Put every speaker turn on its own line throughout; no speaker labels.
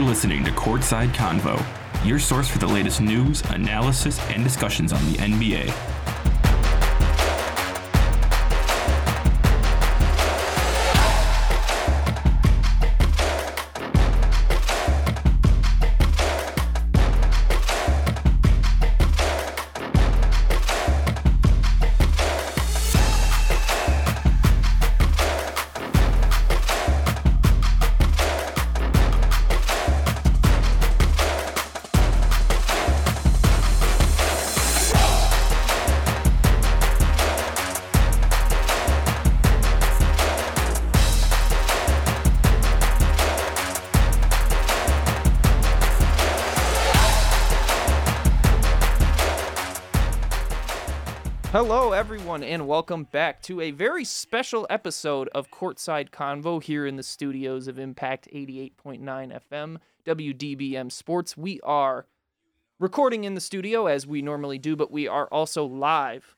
listening to Courtside Convo, your source for the latest news, analysis, and discussions on the NBA.
Hello, everyone, and welcome back to a very special episode of Courtside Convo here in the studios of Impact 88.9 FM, WDBM Sports. We are recording in the studio as we normally do, but we are also live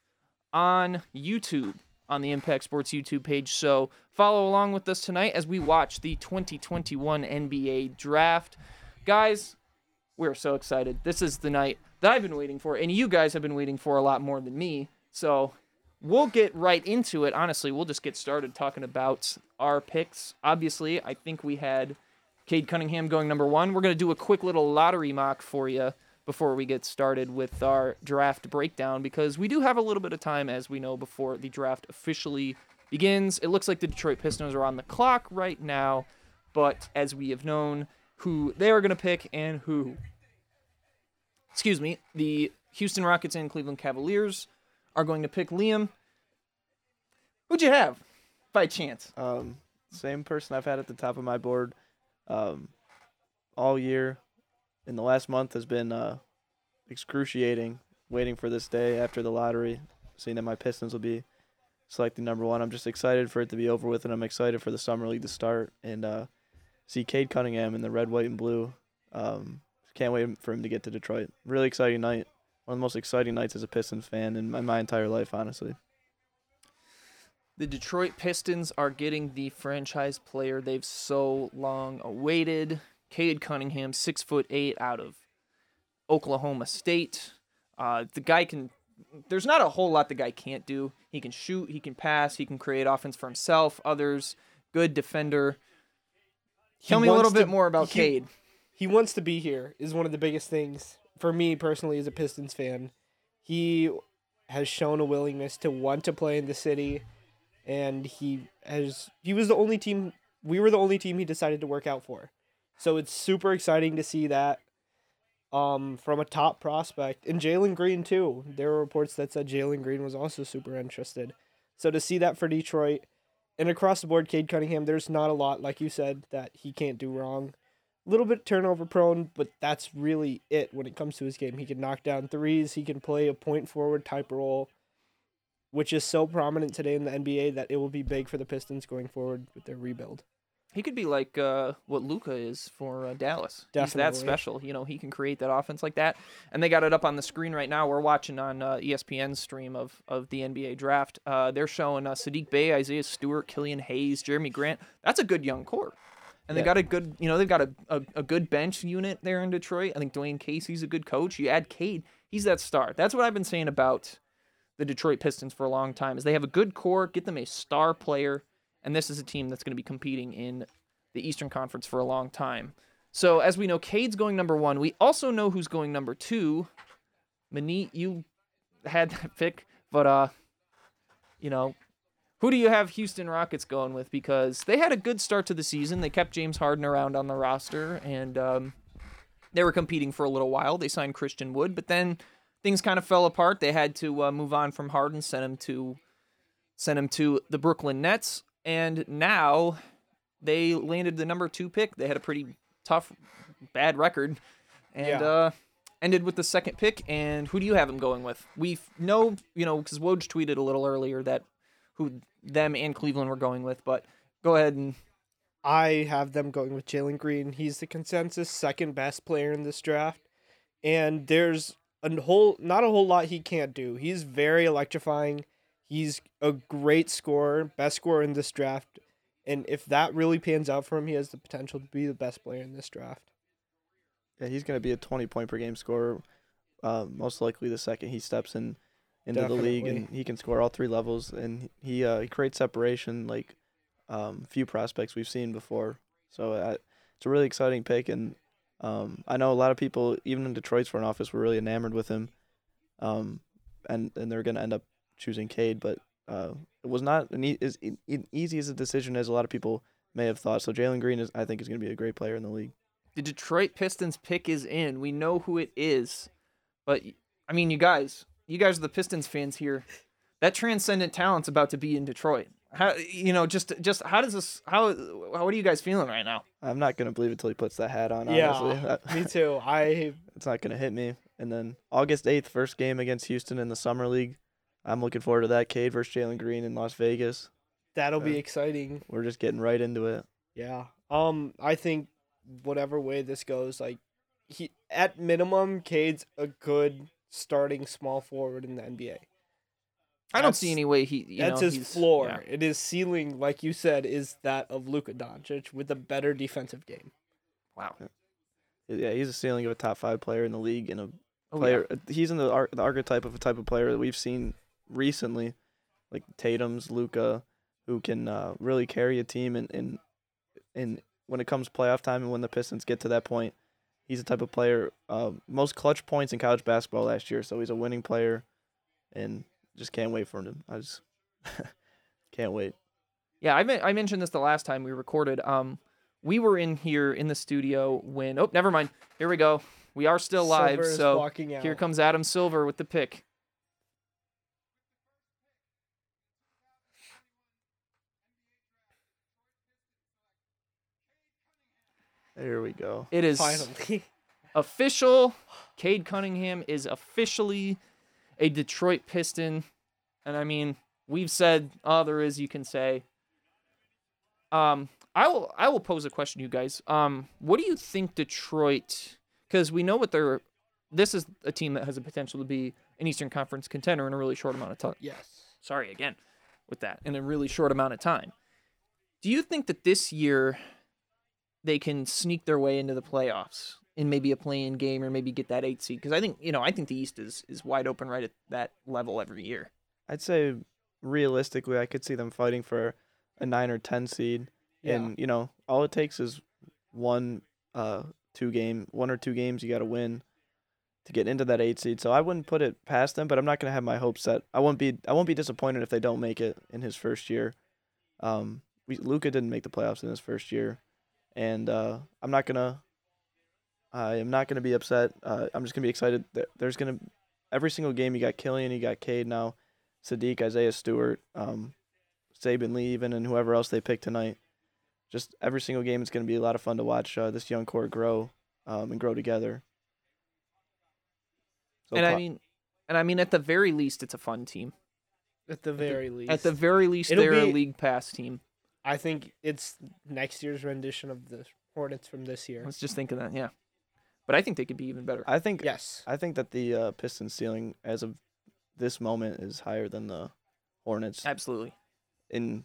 on YouTube on the Impact Sports YouTube page. So follow along with us tonight as we watch the 2021 NBA draft. Guys, we're so excited. This is the night that I've been waiting for, and you guys have been waiting for a lot more than me. So we'll get right into it. Honestly, we'll just get started talking about our picks. Obviously, I think we had Cade Cunningham going number one. We're going to do a quick little lottery mock for you before we get started with our draft breakdown because we do have a little bit of time, as we know, before the draft officially begins. It looks like the Detroit Pistons are on the clock right now, but as we have known, who they are going to pick and who excuse me, the Houston Rockets and Cleveland Cavaliers are going to pick Liam. Who'd you have by chance?
Um, same person I've had at the top of my board um, all year. In the last month has been uh, excruciating waiting for this day after the lottery, seeing that my Pistons will be selecting number one. I'm just excited for it to be over with, and I'm excited for the summer league to start and uh, see Cade Cunningham in the red, white, and blue. Um, can't wait for him to get to Detroit. Really exciting night. One of the most exciting nights as a Pistons fan in my, my entire life, honestly.
The Detroit Pistons are getting the franchise player they've so long awaited. Cade Cunningham, six foot eight, out of Oklahoma State. Uh, the guy can. There's not a whole lot the guy can't do. He can shoot. He can pass. He can create offense for himself, others. Good defender. Tell me a little
wants
bit
to-
more about
he-
Cade.
he wants to be here is one of the biggest things for me personally as a Pistons fan. He has shown a willingness to want to play in the city and he has he was the only team we were the only team he decided to work out for. So it's super exciting to see that um from a top prospect. And Jalen Green too. There were reports that said Jalen Green was also super interested. So to see that for Detroit and across the board, Cade Cunningham, there's not a lot, like you said, that he can't do wrong little bit turnover prone, but that's really it when it comes to his game. He can knock down threes, he can play a point forward type role, which is so prominent today in the NBA that it will be big for the Pistons going forward with their rebuild.
He could be like uh, what Luca is for uh, Dallas. He's that
Definitely.
special. You know, he can create that offense like that. And they got it up on the screen right now. We're watching on uh, ESPN's stream of, of the NBA draft. Uh, they're showing uh, Sadiq Bay, Isaiah Stewart, Killian Hayes, Jeremy Grant. That's a good young core. And they
Yeah.
got a good, you know, they've got a, a, a good bench unit there in Detroit. I think Dwayne Casey's a good coach. You add Cade, he's that star. That's what I've been saying about the Detroit Pistons for a long time is they have a good core, get them a star player, and this is a team that's going to be competing in the Eastern Conference for a long time. So as we know, Cade's going number one. We also know who's going number two. Manit, you had that pick, but uh, you know, who do you have Houston Rockets going with? Because they had a good start to the season. They kept James Harden around on the roster, and um, they were competing for a little while. They signed Christian Wood, but then things kind of fell apart. They had to uh, move on from Harden, send him to send him to the Brooklyn Nets, and now they landed the number two pick. They had a pretty tough, bad record, and
Yeah.
uh, ended with the second pick. And who do you have him going with? We f- know, you know, because Woj tweeted a little earlier that who them and Cleveland were going with, but go ahead and
I have them going with Jalen Green. He's the consensus second best player in this draft. And there's a whole not a whole lot he can't do. He's very electrifying. He's a great scorer, best scorer in this draft. And if that really pans out for him, he has the potential to be the best player in this draft.
Yeah, he's going to be a 20 point per game scorer, uh, most likely the second he steps in into the league, and
Definitely.
he can score all three levels, and he uh, he creates separation like um, few prospects we've seen before. So uh, it's a really exciting pick, and um, I know a lot of people, even in Detroit's front office, were really enamored with him, um, and and they're going to end up choosing Cade, but uh, it was not an, e- as, e- an easy as a decision as a lot of people may have thought. So Jalen Green is, I think, is going to be a great player in the league.
The Detroit Pistons pick is in. We know who it is. But I mean, you guys, you guys are the Pistons fans here. That transcendent talent's about to be in Detroit. How you know, just just how does this how how what are you guys feeling right now?
I'm not gonna believe it till he puts that hat on.
Yeah,
Honestly,
me too. I
it's not gonna hit me. And then August eighth, first game against Houston in the summer league. I'm looking forward to that. Cade versus Jalen Green in Las Vegas.
that'll be
Yeah.
exciting.
We're just getting right into it.
Yeah. Um, I think whatever way this goes, like he at minimum, Cade's a good starting small forward in the NBA.
I don't
That's-
see any way he you
That's
know,
his
he's-
floor.
yeah.
It is ceiling, like you said, is that of Luka Doncic with a better defensive game.
Wow. Oh,
Yeah, he's a ceiling of a top five player in the league and a
Oh, yeah.
player. uh, He's in the ar- the archetype of a type of player that we've seen recently, like Tatum's, Luca, who can uh, really carry a team. And and and when it comes playoff time and when the Pistons get to that point, he's the type of player uh, most clutch points in college basketball last year. So he's a winning player, and just can't wait for him. To, I just can't wait.
Yeah, I, men- I mentioned this the last time we recorded. Um, we were in here in the studio when. Oh, never mind. Here we go. We are still live.
Silver is
so
walking out.
here comes Adam Silver with the pick.
There we go.
It is
finally.
official. Cade Cunningham is officially a Detroit Piston, and I mean we've said all there is you can say. Um, I will I will pose a question to you guys. Um, what do you think Detroit? Because we know what they're. This is a team that has the potential to be an Eastern Conference contender in a really short amount of time
yes.
sorry again with that in a really short amount of time. Do you think that this year they can sneak their way into the playoffs in maybe a play-in game or maybe get that eight seed? Because I think you know I think the East is is wide open right at that level every year.
I'd say realistically, I could see them fighting for a nine or ten seed,
Yeah.
and you know, all it takes is one, uh, two game, one or two games you got to win to get into that eight seed. So I wouldn't put it past them, but I'm not gonna have my hopes set. I won't be, I won't be disappointed if they don't make it in his first year. Um, we, Luca didn't make the playoffs in his first year, and uh, I'm not gonna. I am not gonna be upset. Uh, I'm just gonna be excited. There- There's gonna every single game you got Killian, you got Cade now. Sadiq, Isaiah Stewart, um, Saban Lee, even, and whoever else they pick tonight. Just every single game, it's going to be a lot of fun to watch uh, this young core grow um, and grow together. So
and I
po-
mean, and I mean at the very least it's a fun team.
At the very least.
At the very least
It'll
they're a
be-
league pass team.
I think it's next year's rendition of the Hornets from this
I
year.
was just thinking that yeah, but I think they could be even better.
I think
Yes.
I think that the uh, Pistons ceiling as of this moment is higher than the Hornets.
Absolutely.
And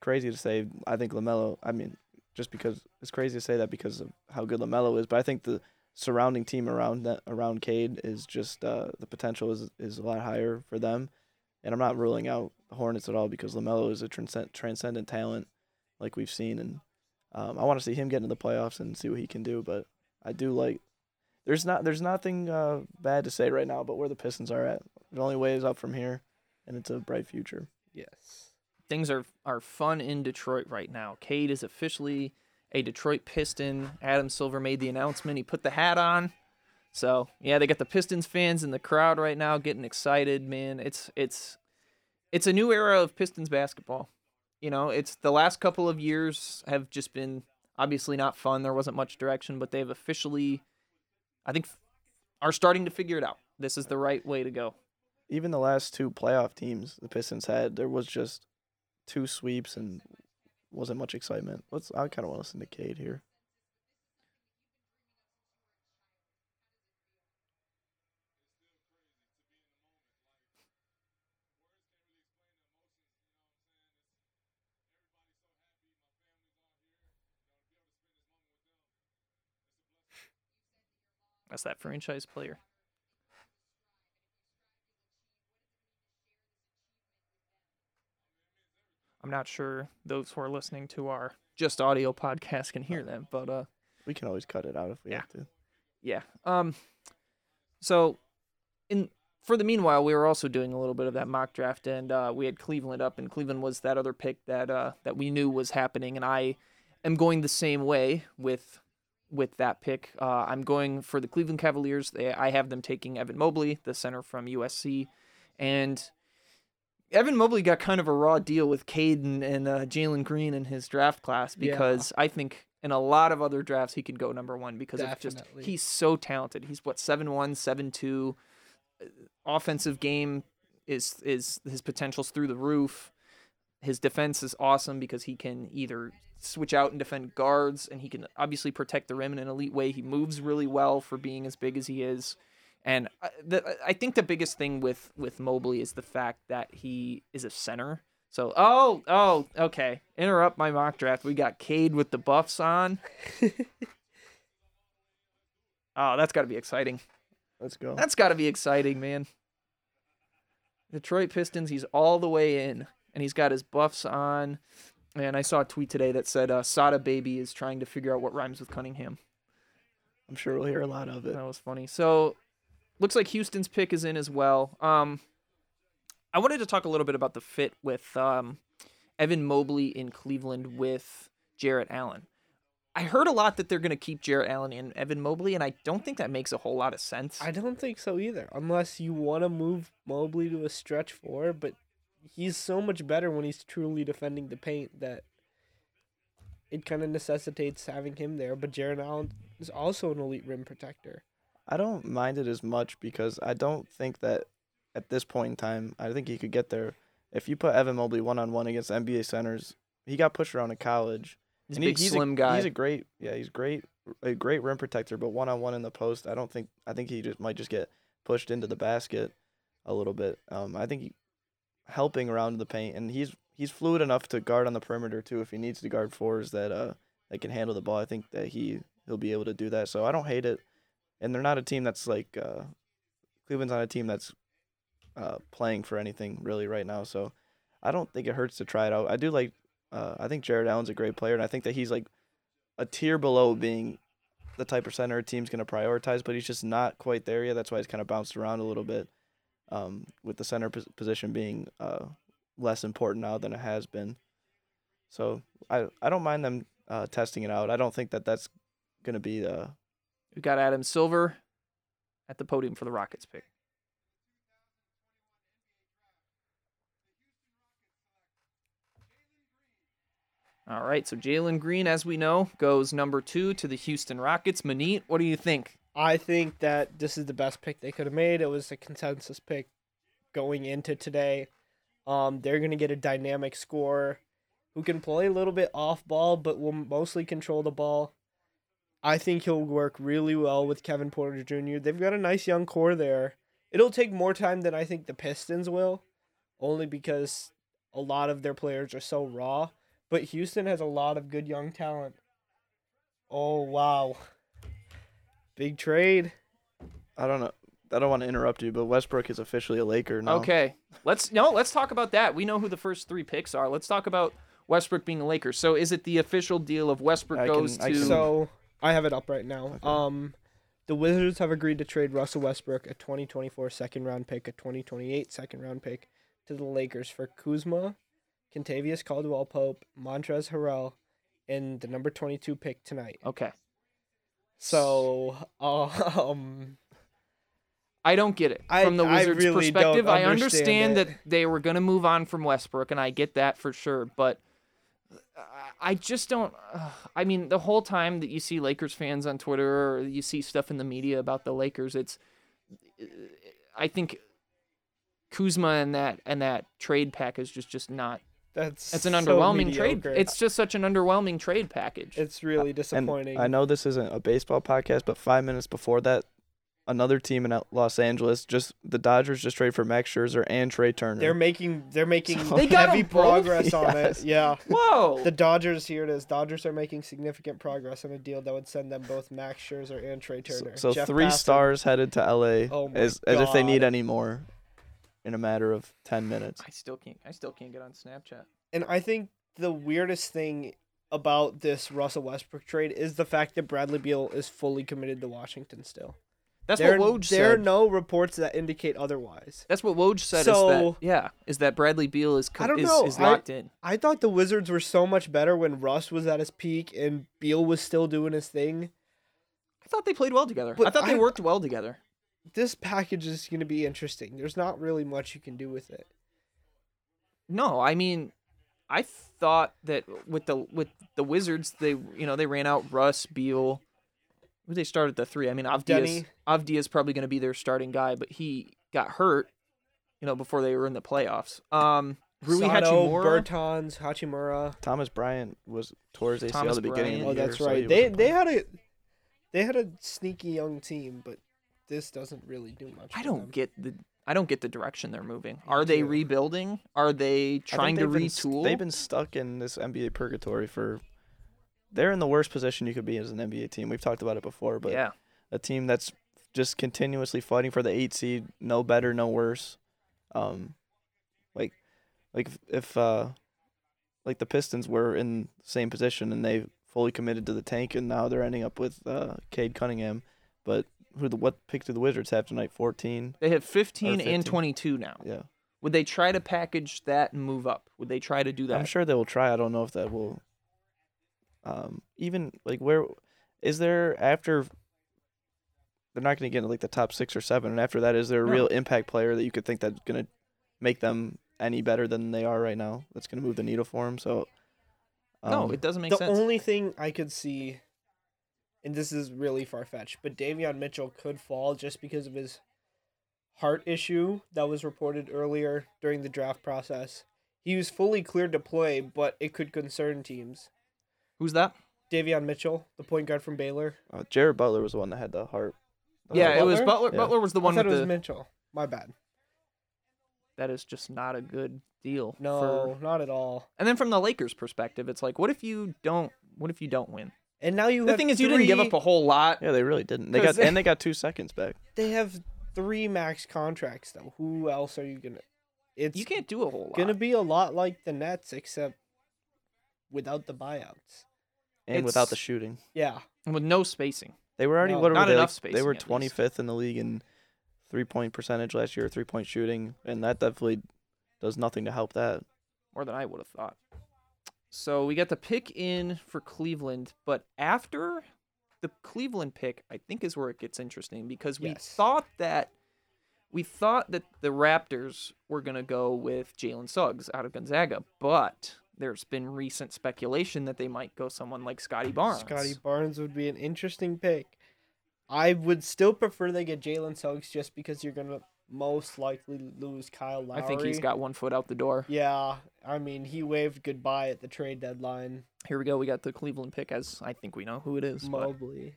crazy to say, I think Lamelo. I mean, just because it's crazy to say that because of how good Lamelo is, but I think the surrounding team around that around Cade is just uh, the potential is is a lot higher for them, and I'm not ruling out the Hornets at all because Lamelo is a transcend, transcendent talent, like we've seen, and um, I want to see him get into the playoffs and see what he can do. But I do like there's not there's nothing uh, bad to say right now, but where the Pistons are at, it only way is up from here, and it's a bright future.
Yes.
things are are fun in Detroit right now. Cade is officially a Detroit Piston. Adam Silver made the announcement. He put the hat on. So yeah, they got the Pistons fans in the crowd right now, getting excited. Man, it's it's it's a new era of Pistons basketball. You know, it's the last couple of years have just been obviously not fun. There wasn't much direction, but they've officially, I think, are starting to figure it out. This is the right way to go.
even the last two playoff teams the Pistons had, there was just two sweeps and wasn't much excitement. Let's. I kind of want to listen to Cade here.
That's that franchise player. I'm not sure those who are listening to our just audio podcast can hear that, but uh
We can always cut it out if we
Yeah.
have to.
yeah. Um so in for the meanwhile, we were also doing a little bit of that mock draft and uh we had Cleveland up and Cleveland was that other pick that uh that we knew was happening and I am going the same way with with that pick. Uh I'm going for the Cleveland Cavaliers. They, I have them taking Evan Mobley, the center from USC and Evan Mobley got kind of a raw deal with Caden and uh, Jalen Green in his draft class
Yeah.
because I think in a lot of other drafts he could go number one because of just
Definitely.
he's so talented. He's what seven one, seven two. Uh, Offensive game is is his potential's through the roof. His defense is awesome because he can either switch out and defend guards, and he can obviously protect the rim in an elite way. He moves really well for being as big as he is. And I, the, uh, I think the biggest thing with with Mobley is the fact that he is a center. So oh oh okay, interrupt my mock draft. We got Cade with the buffs on. oh, that's got to be exciting.
Let's go.
That's got to be exciting, man. Detroit Pistons, he's all the way in, and he's got his buffs on. And I saw a tweet today that said uh, Sada Baby is trying to figure out what rhymes with Cunningham.
I'm sure we'll hear a lot of it.
That was funny. So, looks like Houston's pick is in as well. Um, I wanted to talk a little bit about the fit with um, Evan Mobley in Cleveland with Jarrett Allen. I heard a lot that they're going to keep Jarrett Allen and Evan Mobley, and I don't think that makes a whole lot of sense.
I don't think so either, unless you want to move Mobley to a stretch four, but he's so much better when he's truly defending the paint that it kind of necessitates having him there. But Jaron Allen is also an elite rim protector.
I don't mind it as much because I don't think that at this point in time, I think he could get there. If you put Evan Mobley one on one against NBA centers, he got pushed around in college.
he's a
And he-
big,
he's
slim guy.
He's a great, yeah, he's great, a great rim protector. But one on one in the post, I don't think. I think he just might just get pushed into the basket a little bit. Um, I think he, helping around the paint, and he's he's fluid enough to guard on the perimeter too. If he needs to guard fours that uh that can handle the ball, I think that he he'll be able to do that. So I don't hate it. And they're not a team that's like uh, Cleveland's not a team that's uh, playing for anything really right now. So I don't think it hurts to try it out. I do like. Uh, I think Jared Allen's a great player, and I think that he's like a tier below being the type of center a team's going to prioritize, but he's just not quite there yet. That's why he's kind of bounced around a little bit, um, with the center pos- position being uh, less important now than it has been. So I I don't mind them uh, testing it out. I don't think that that's going to be uh, the
We've got Adam Silver at the podium for the Rockets pick. All right, so Jalen Green, as we know, goes number two to the Houston Rockets. Manit, what do you think?
I think that this is the best pick they could have made. It was a consensus pick going into today. Um, they're going to get a dynamic scorer who can play a little bit off ball, but will mostly control the ball. I think he'll work really well with Kevin Porter Jr. They've got a nice young core there. It'll take more time than I think the Pistons will, only because a lot of their players are so raw. But Houston has a lot of good young talent. Oh, wow. Big trade.
I don't know. I don't want to interrupt you, but Westbrook is officially a Laker now.
Okay, let's no, let's talk about that. We know who the first three picks are. Let's talk about Westbrook being a Laker. So, is it the official deal of Westbrook
I can-
goes
I
to?
can-
So I have it up right now. Um, the Wizards have agreed to trade Russell Westbrook, a 2024 second round pick, a 2028 second round pick, to the Lakers for Kuzma, Contavious Caldwell Pope, Montrez Harrell, and the number 22 pick tonight.
okay,
So um,
I don't get it
I-
from the
I
Wizards'
really don't
perspective. I understand
understand it.
that they were going to move on from Westbrook, and I get that for sure. But I- I just don't. ugh. I mean, the whole time that you see Lakers fans on Twitter or you see stuff in the media about the Lakers, it's. uh, I think Kuzma and that and that trade package is just not.
that's
It's an
so
underwhelming trade.
mediocre.
It's just such an underwhelming trade package.
it's really
And
disappointing.
I know this isn't a baseball podcast, but five minutes before that, another team in L- Los Angeles. Just the Dodgers just traded for Max Scherzer and Trey Turner.
They're making they're making
So-
They got
heavy
'em both?
progress on it.
Yes.
Yeah.
Whoa.
The Dodgers here it is. Dodgers are making significant progress on a deal that would send them both Max Scherzer and Trey
so,
Turner.
so
Jeff
three
Passan.
stars headed to LA
Oh my
as as if they need
God.
any more in a matter of 10 minutes.
I still can't. I still can't get on Snapchat.
And I think the weirdest thing about this Russell Westbrook trade is the fact that Bradley Beal is fully committed to Washington still.
That's
there,
what Woj
there are
said.
no reports that indicate otherwise.
That's what Woj said. is
So-
that, yeah, is that Bradley Beal is co-
I don't
is,
know.
is
I-
locked in.
I thought the Wizards were so much better when Russ was at his peak and Beal was still doing his thing.
I thought they played well together.
But
I thought they
I-
worked well together.
This package is going to be interesting. There's not really much you can do with it.
No, I mean, I thought that with the with the Wizards, they you know they ran out Russ Beal. Who they started the three? I mean, Avdia's
Denny.
Avdia's probably going to be their starting guy, but he got hurt, you know, before they were in the playoffs. Um, Rui
Sato,
Hachimura.
Bertans, Hachimura.
Thomas Bryant was towards ACL
Thomas
at the
Bryant.
beginning of
Oh,
the year.
that's
so he
right.
was
They
a-
they had a they had a sneaky young team, but this doesn't really do much.
I
for them.
don't get the I don't get the direction they're moving. Are they
too.
rebuilding? Are they
I think
trying to
they've been st-
retool?
they've been stuck in this NBA purgatory for. They're in the worst position you could be as an NBA team. We've talked about it before, but
yeah.
a team that's just continuously fighting for the eight seed, no better, no worse. Um, like, like if, if uh, like the Pistons were in the same position and they fully committed to the tank, and now they're ending up with uh, Cade Cunningham. But who the what pick do the Wizards have tonight? Fourteen.
They have 15, and
15.
22 now.
Yeah,
Would they try to package that and move up? Would they try to do that?
I'm sure they will try. I don't know if that will. Um, even like where is there after? They're not going to get into like the top six or seven, and after that, is there a
No.
real impact player that you could think that's going to make them any better than they are right now? That's going to move the needle for them. So.
no,
um,
it doesn't make
The
sense.
only thing I could see, and this is really far fetched, but Davion Mitchell could fall just because of his heart issue that was reported earlier during the draft process. He was fully cleared to play, but it could concern teams.
Who's that?
Davion Mitchell, the point guard from Baylor.
uh, Jared Butler was the one that had the heart. the
yeah,
heart-
it was
Butler?
Butler.
Yeah.
Butler was the one
I thought
with
it was
the.
Mitchell. My bad.
that is just not a good deal. for-
No, not at all.
And then from the Lakers' perspective, it's like, what if you don't? What if you don't win?
And now you
The
have
thing is, you didn't give
three-
up a whole lot.
Yeah, they really didn't. They
'Cause
got
they-
and they got two seconds back.
they have three max contracts though. Who else are you gonna? It's
You can't do a whole lot.
gonna be a lot like the Nets, except without the buyouts.
And without the
It's-
shooting,
Yeah,
And with no spacing.
they were already
No,
what were
not
they,
enough
like, They
spacing,
were
at least.
25th in the league in three point percentage last year, three point shooting, and that definitely does nothing to help that.
more than I would have thought. So we got the pick in for Cleveland, but after the Cleveland pick, I think is where it gets interesting because we
Yes.
thought that we thought that the Raptors were gonna go with Jalen Suggs out of Gonzaga, but there's been recent speculation that they might go someone like Scotty Barnes.
Scotty Barnes would be an interesting pick. I would still prefer they get Jalen Suggs just because you're gonna most likely lose Kyle
I
Lowry.
think he's got one foot out the door.
Yeah, I mean he waved goodbye at the trade deadline.
Here we go. We got the Cleveland pick, as I think we know who it is. but-
Mobley.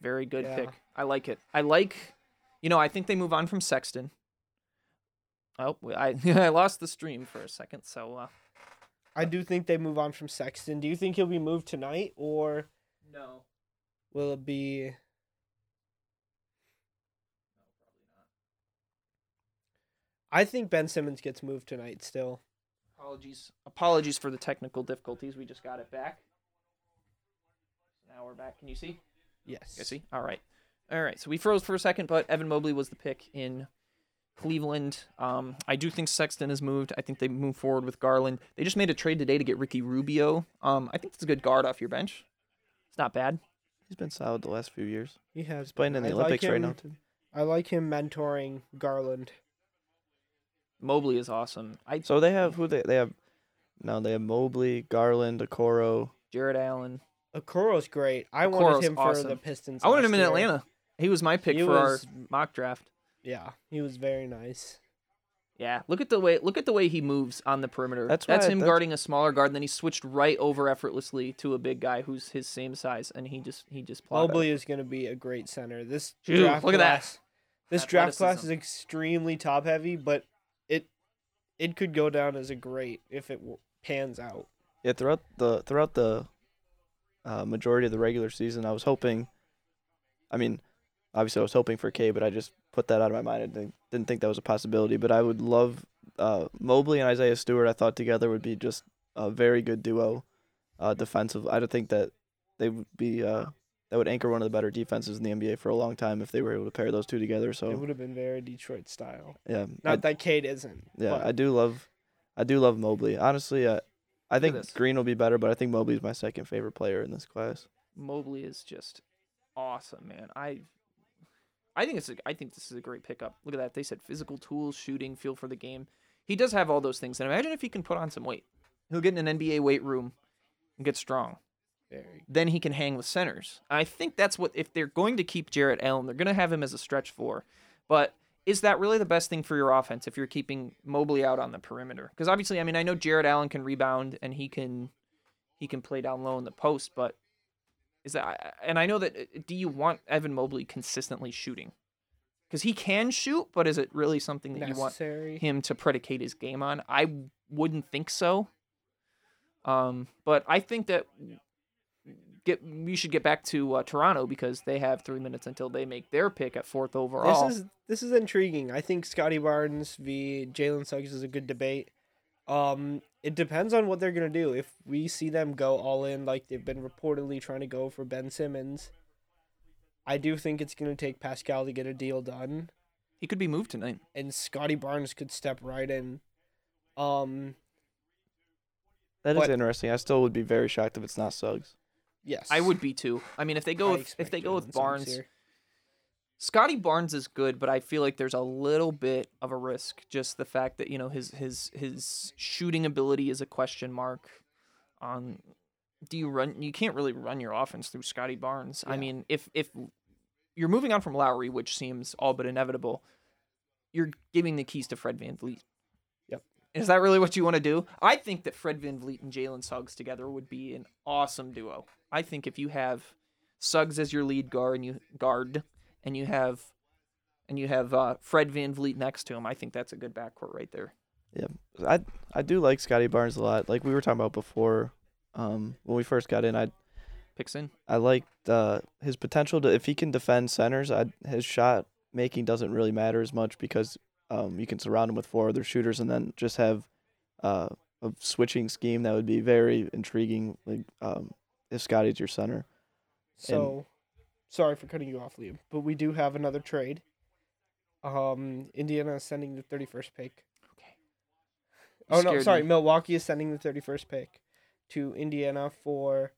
Very good
Yeah.
pick. I like it. I like, you know, I think they move on from Sexton. Oh, wait, I I lost the stream for a second, so uh,
I do think they move on from Sexton. Do you think he'll be moved tonight or?
no.
Will it be? I think Ben Simmons gets moved tonight still.
Apologies, apologies for the technical difficulties. We just got it back. Now we're back. Can you see?
Yes.
You see? All right, all right. So we froze for a second, but Evan Mobley was the pick in Cleveland. Um, I do think Sexton has moved. I think they move forward with Garland. They just made a trade today to get Ricky Rubio. Um, I think it's a good guard off your bench. It's not bad.
He's been solid the last few years.
He has
He's playing in the
I like
Olympics right now
him-
too.
I like him mentoring Garland.
Mobley is awesome. I
So they have who they they have now they have Mobley, Garland, Okoro.
Jared Allen.
Okoro's great. I
Okoro's
wanted him for the
awesome.
Pistons.
I wanted
last
him in
year.
Atlanta. He was my pick
He
for
was-
our mock draft.
Yeah, he was very nice.
Yeah, look at the way look at the way he moves on the perimeter. That's,
That's why-
him
that's-
guarding a smaller guard. Then he switched right over effortlessly to a big guy who's his same size, and he just he just plowed.
Mobley is going to be a great center. This
Dude,
draft
look at that.
class, This draft class is
Athleticism.
extremely top heavy, but it it could go down as a great if it w- pans out.
Yeah, throughout the throughout the uh, majority of the regular season, I was hoping. I mean, obviously, I was hoping for K, but I just put that out of my mind. I didn't, didn't think that was a possibility. But I would love uh, Mobley and Isaiah Stewart. I thought together would be just a very good duo, uh, defensive. I don't think that they would be uh, that would anchor one of the better defenses in the NBA for a long time if they were able to pair those two together.
It
So
would have been very Detroit style.
yeah,
Not
I-
that Cade isn't.
yeah,
but
I do love, I do love Mobley. Honestly, I, I
this.
think Green will be better, but I think Mobley's my second favorite player in this class.
Mobley is just awesome, man. I I think it's a, I think this is a great pickup. Look at that. They said physical tools, shooting, feel for the game. He does have all those things. And imagine if he can put on some weight. He'll get in an NBA weight room and get strong.
very-
Then he can hang with centers. I think that's what if they're going to keep Jarrett Allen, they're going to have him as a stretch four. But is that really the best thing for your offense if you're keeping Mobley out on the perimeter? Because obviously, I mean, I know Jarrett Allen can rebound and he can he can play down low in the post, but is that I- I- and I know that uh, do you want Evan Mobley consistently shooting? Because he can shoot, but is it really something that you want
necessary.
him to predicate his game on. I wouldn't think so. Um, but I think that get you should get back to uh, Toronto because they have three minutes until they make their pick at fourth overall.
This is this is intriguing. I think Scotty Barnes v Jalen Suggs is a good debate. Um, it depends on what they're gonna do. If we see them go all in, like they've been reportedly trying to go for Ben Simmons, I do think it's gonna take Pascal to get a deal done,
he could be moved tonight.
and Scotty Barnes could step right in. Um,
That is
But-
interesting. I still would be very shocked if it's not Suggs.
yes,
I would be too. I mean, if they go
I
with, if
expect
they go
Jalen
with
Suggs
Barnes,
here.
Scotty Barnes is good, but I feel like there's a little bit of a risk. Just the fact that you know his his his shooting ability is a question mark. On do you run? You can't really run your offense through Scotty Barnes. I
Yeah.
mean, if if you're moving on from Lowry, which seems all but inevitable, you're giving the keys to Fred Van Vliet.
Yep.
Is that really what you want to do? I think that Fred Van Vliet and Jalen Suggs together would be an awesome duo. I think if you have Suggs as your lead guard and you guard and you have and you have uh, Fred Van Vliet next to him, I think that's a good backcourt right there.
I I do like Scotty Barnes a lot. Like we were talking about before, um, when we first got in, I
Picks in.
I liked uh, his potential to if he can defend centers. I his shot making doesn't really matter as much because um, you can surround him with four other shooters and then just have uh, a switching scheme that would be very intriguing. Like um, if Scotty's your center.
So, sorry for cutting you off, Liam, but we do have another trade. Um, Indiana is sending the thirty-first pick.
Okay.
Oh no,
Scared
sorry,
me.
Milwaukee is sending the thirty-first pick to Indiana for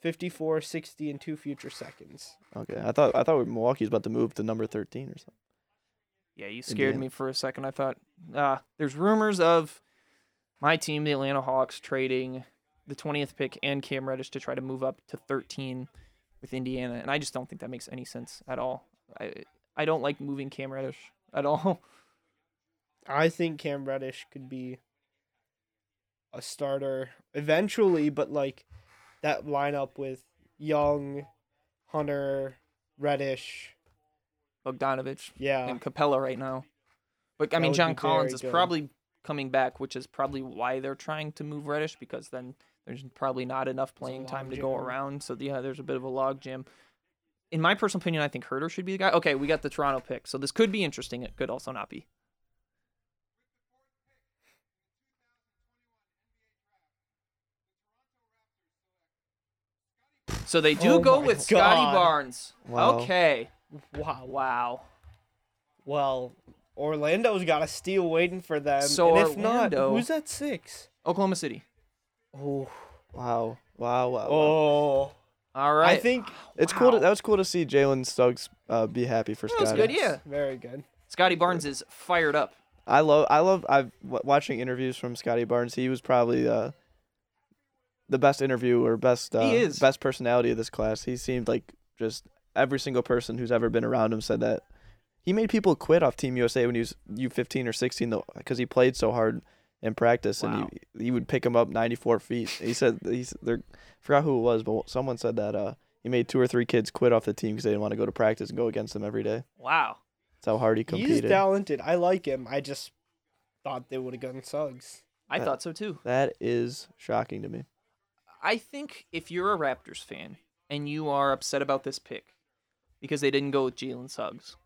54, 60, and two future seconds.
Okay, I thought I thought Milwaukee's about to move to number thirteen or something.
Yeah, you scared
Indiana.
me for a second. I thought uh, there's rumors of my team, the Atlanta Hawks, trading the 20th pick and Cam Reddish to try to move up to 13 with Indiana, and I just don't think that makes any sense at all. I I don't like moving Cam Reddish at all.
I think Cam Reddish could be a starter eventually, but like that lineup with Young, Hunter, Reddish,
Bogdanovich
yeah,
and Capella right now, but I
That
mean
would
John
be
Collins
very
is
good.
probably coming back, which is probably why they're trying to move Reddish because then there's probably not enough playing time to go
logjam.
around. So yeah, there's a bit of a logjam. In my personal opinion, I think Herder should be the guy. Okay, we got the Toronto pick, so this could be interesting. It could also not be. So they do
Oh
go
my
with Scotty
God.
Barnes.
Wow.
Okay.
wow,
Wow.
Well, Orlando's got a steal waiting for them.
So
and if not,
Orlando-
who's at six?
Oklahoma City.
Oh,
Wow, wow, wow. wow.
oh.
All right.
I think
It's cool. To,
Wow.
that was cool to see Jalen Suggs uh, be happy for
That
Scotty.
was good, yeah.
very good.
Scotty Barnes is fired up.
I love. I love. I've w- watching interviews from Scotty Barnes. He was probably uh, the best interview or best uh,
He is.
best personality of this class. He seemed like just every single person who's ever been around him said that He made people quit off Team USA when he was U fifteen or sixteen though, because he played so hard in practice, and
Wow.
he, he would pick him up ninety four feet. He said he's there. Forgot who it was, but someone said that uh he made two or three kids quit off the team because they didn't want to go to practice and go against him every day.
Wow.
That's how hard he
He's
competed.
talented. I like him. I just thought they would have gotten Suggs.
I
That-
thought so too.
That is shocking to me.
I think if you're a Raptors fan and you are upset about this pick because they didn't go with Jalen Suggs,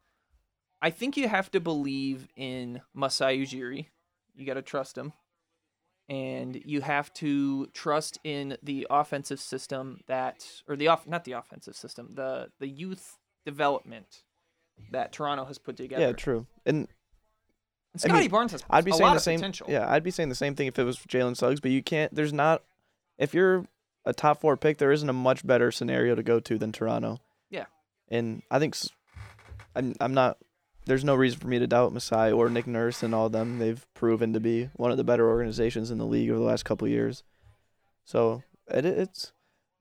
I think you have to believe in Masai Ujiri. You got to trust him. And you have to trust in the offensive system that, or the off, not the offensive system, the the youth development that Toronto has put together.
Yeah, true. And
And
I
Scotty
mean,
Barnes has
I'd be
a
saying
lot
the
of
same.
potential.
Yeah, I'd be saying the same thing if it was Jalen Suggs. But you can't. There's not. If you're a top four pick, there isn't a much better scenario to go to than Toronto.
Yeah.
And I think s- I'm. I'm not. There's no reason for me to doubt Masai or Nick Nurse and all them. They've proven to be one of the better organizations in the league over the last couple of years. So it, it's.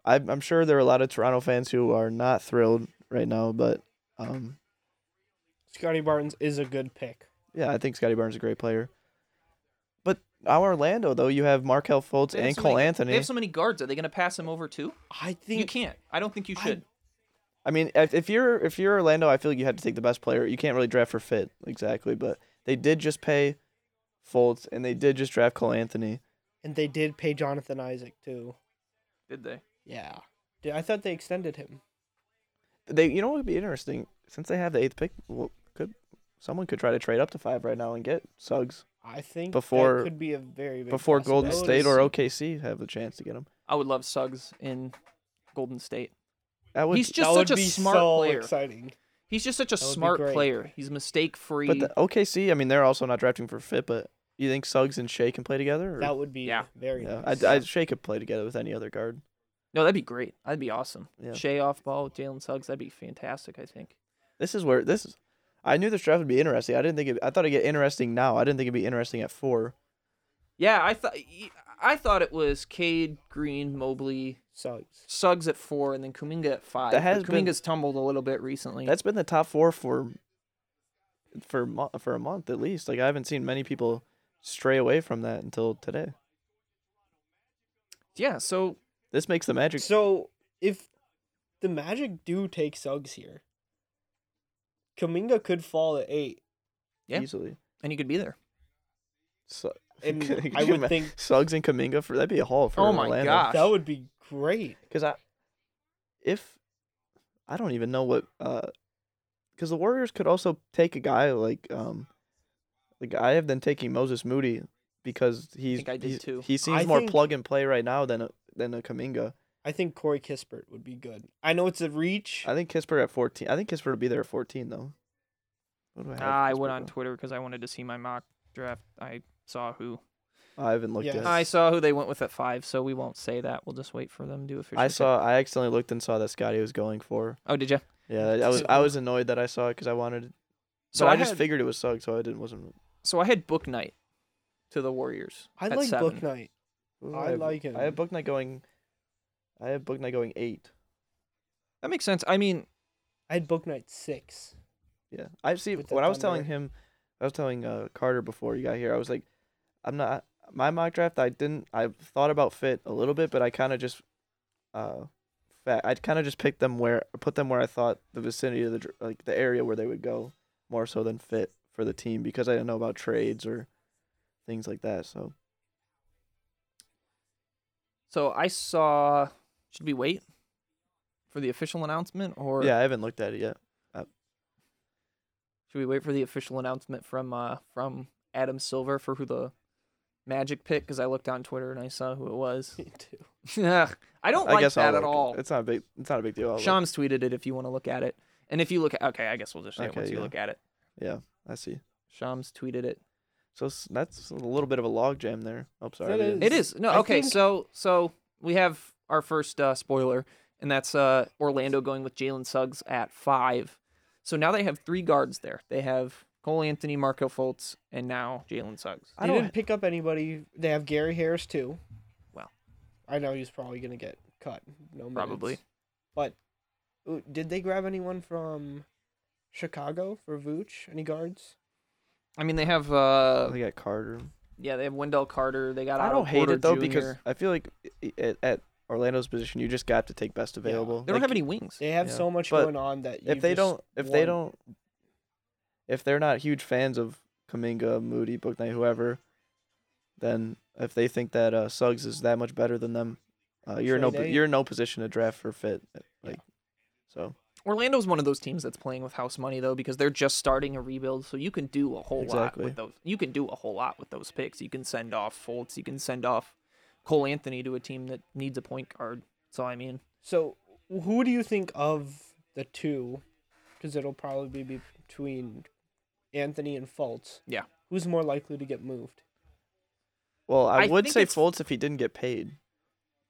I'm I'm sure there are a lot of Toronto fans who are not thrilled right now, but um,
Scotty Barnes is a good pick.
Yeah, I think Scotty Barnes is a great player. But our Orlando though, you have Markel Fultz
They have
and
so
Cole
many-
Anthony.
They have so many guards. Are they going to pass him over too?
I think
you can't. I don't think you
I-
should.
I mean, if, if you're if you're Orlando, I feel like you have to take the best player. You can't really draft for fit exactly, but they did just pay Fultz and they did just draft Cole Anthony.
and they did pay Jonathan Isaac too.
Did they?
Yeah. Dude, I thought they extended him.
They you know what would be interesting since they have the eighth pick, well, could someone could try to trade up to five right now and get Suggs
I think
Before-
that could be a very big
before Golden
possibility.
State or OKC have the chance to get him.
I would love Suggs in Golden State.
That would
He's
That
just
would
such a
be
smart
so
player.
Exciting.
He's just such a
That would be
smart
great.
player. He's mistake free.
but the OKC, I mean, they're also not drafting for fit, but you think Suggs and Shea can play together? or-
That would be
Yeah.
very
Yeah,
nice.
I'd, I'd shake a play together with any other guard.
no, that'd be great. That'd be awesome.
Yeah.
Shea off ball with Jalen Suggs. That'd be fantastic. I think.
This is where this is. I knew this draft would be interesting. I didn't think it. I thought it'd get interesting now. I didn't think it'd be interesting at four.
Yeah, I thought I thought it was Cade, Green, Mobley,
Suggs.
Suggs at four, and then Kuminga at five.
That has
but
been-
Kuminga's tumbled a little bit recently.
That's been the top four for for mo- for a month at least. Like I haven't seen many people stray away from that until today.
yeah. So
This makes the Magic.
So if the Magic do take Suggs here, Kaminga could fall at eight.
yeah.
easily.
and he could be there.
So,
And
could
I
you
would
ima-
think-
Suggs and Kaminga for that'd be a haul for
Oh my
Orlando.
gosh.
That would be great.
Because I, if I don't even know what, because the Warriors could also take a guy like, um, like I have them taking Moses Moody because he's
think I did
he's-
too.
he seems
I
more
think-
plug and play right now than a than a Kaminga.
I think Corey Kispert would be good. I know it's a reach.
I think Kisper at fourteen. I think Kisper would be there at fourteen though. What do I, have
Ah, I went
Kispert
on
though?
Twitter because I wanted to see my mock draft. I saw who
I haven't looked
Yeah.
at.
I
I,
saw who they went with at five, so we won't say that. We'll just wait for them to officially.
I
say-
saw. I accidentally looked and saw that Scotty was going for.
Oh, did you?
Yeah, I was. I was annoyed that I saw it because I wanted.
So
but I,
I
just
had-
figured it was Suggs, so I didn't wasn't.
So I had Book Night to the Warriors.
I
at
like
seven.
Book Knight.
Ooh,
I
have-
like
I have
him.
Book Night going. I have Book Night going eight.
That makes sense. I mean,
I had Book Knight six.
Yeah, I see.
With the
When I was telling
Thunder.
him, I was telling uh, Carter before you got here. I was like, I'm not my mock draft. I didn't. I thought about fit a little bit, but I kind of just, uh, fa- I kind of just picked them where put them where I thought the vicinity of the dr- like the area where they would go more so than fit for the team because I didn't know about trades or things like that. So
so I saw. Should we wait for the official announcement, or
yeah, I haven't looked at it yet.
should we wait for the official announcement from uh from Adam Silver for who the Magic pick? Because I looked on Twitter and I saw who it was.
Me too.
Ugh, I don't like
I'll
that at
look.
all.
It's not a big. It's not a big deal. I'll look.
Shams tweeted it. If you want to look at it, and if you look, at, okay, I guess we'll just say it
Okay,
once you
yeah.
look at it.
Yeah, I see.
Shams tweeted it.
So s- that's a little bit of a logjam there. Oh, sorry.
That
I didn't-
It is. No,
I
okay.
think-
So so we have our first uh, spoiler, and that's uh, Orlando going with Jalen Suggs at five. So now they have three guards there. They have Cole Anthony, Marco Fultz, and now Jalen Suggs.
I
They
don't.
didn't pick up anybody. They have Gary Harris too.
Well.
I know he's probably gonna get cut. No, minutes.
Probably.
But ooh, did they grab anyone from Chicago for Vooch? Any guards?
I mean, they have uh,
They got Carter.
yeah, they have Wendell Carter. They got.
I
Otto
don't hate
Porter
it though
Jr..
because I feel like i- at, at Orlando's position, you just got to take best available.
they don't
Like,
have any wings.
They have
Yeah.
so much
But
going on that you
If they
just
don't, if they
want-
don't, if they're not huge fans of Kaminga, Moody, Booknight, whoever, then if they think that uh, Suggs is that much better than them, uh, you're in no
So
po-
they-
you're in no position to draft for fit. uh, Like, so
Orlando's one of those teams that's playing with house money though because they're just starting a rebuild, so you can do a whole lot
Exactly.
with those. You can do a whole lot with those picks. You can send off Fultz. You can send off Cole Anthony to a team that needs a point guard. So I mean,
So, who do you think of the two? Because it'll probably be between Anthony and Fultz.
Yeah.
Who's more likely to get moved?
Well, I,
I
would
think
say
it's-
Fultz if he didn't get paid.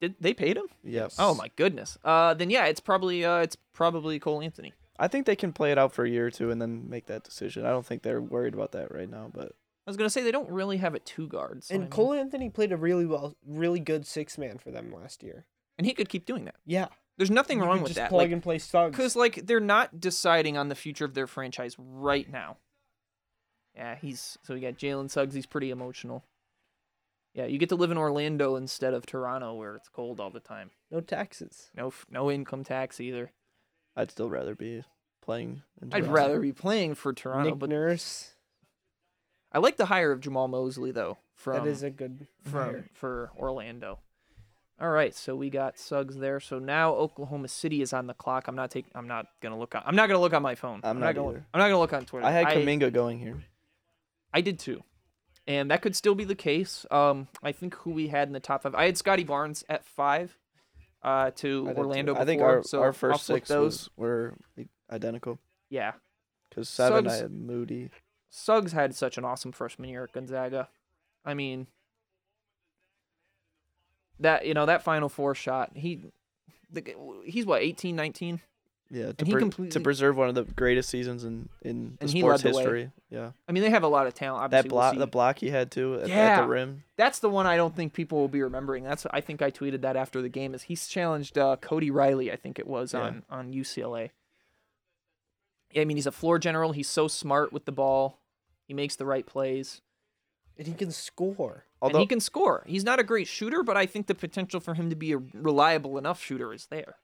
did they paid him?
Yes.
Oh my goodness. Uh, then yeah, it's probably uh, it's probably Cole Anthony.
I think they can play it out for a year or two and then make that decision. I don't think they're worried about that right now, but
I was gonna say they don't really have a two guard. So I
and
mean-
Cole Anthony played a really well, really good six man for them last year.
and he could keep doing that.
Yeah.
There's nothing
You
wrong
could
with
just
that.
Plug
Like,
and play Suggs.
Because like they're not deciding on the future of their franchise right now. Yeah, he's so we got Jalen Suggs. He's pretty emotional. Yeah, you get to live in Orlando instead of Toronto, where it's cold all the time.
no taxes.
No, f- no income tax either.
I'd still rather be playing. in
I'd
Toronto.
rather be playing for Toronto,
Nick
but
Nurse.
I like the hire of Jamal Mosley though from
that is a good
Mhm.
from
hire.
for Orlando. All right, so we got Suggs there. So now Oklahoma City is on the clock. I'm not taking. I'm not gonna look. On, I'm not gonna look on my phone.
I'm not
gonna.
either.
I'm not gonna look on Twitter.
I had Kaminga going here.
I did too. And that could still be the case. Um, I think who we had in the top five. I had Scotty Barnes at five uh, to
I did too.
Orlando
I think
before,
our,
so
our
I'll
first
flip
six
those.
was, were i- identical
Yeah.
because seven
Suggs-
I had Moody.
Suggs had such an awesome freshman year at Gonzaga. I mean, that, you know, that Final Four shot, he. The, g- he's what 18 19
Yeah, to,
And he
pre- to
completely-
preserve one of the greatest seasons in in the
And he
sports
led the way.
history. Yeah,
i mean they have a lot of talent obviously
that
we'll
block
see.
the block he had too at, at
Yeah.
the rim.
that's the one i don't think people will be remembering that's i think i tweeted that after the game is he's challenged uh, cody riley i think it was
Yeah.
on on ucla Yeah, i mean he's a floor general he's so smart with the ball he makes the right plays
And he can score.
and
Although
he can score he's not a great shooter but i think the potential for him to be a reliable enough shooter is there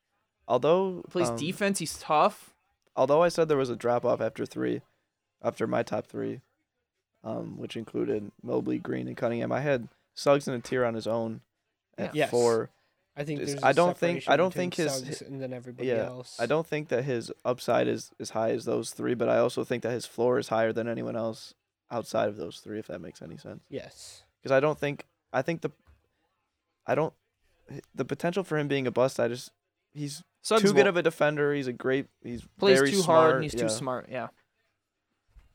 although
he plays
um,
defense he's tough
although I said there was a drop off after three, after my top three, um, which included Mobley, Green, and Cunningham, I had Suggs in a tier on his own at
Yeah. Yes.
four.
I think
Just-
there's
I
a
don't think- I
separation
don't
between
think his-
Suggs and then everybody
yeah,
else.
I don't think that his upside is as high as those three, but I also think that his floor is higher than anyone else outside of those three, if that makes any sense.
Yes.
Because I don't think I think the I don't the potential for him being a bust. I just he's
Suggs
too good
will-
of a defender. He's a great. He's
plays
very
too
smart.
hard and he's
yeah.
too smart. Yeah.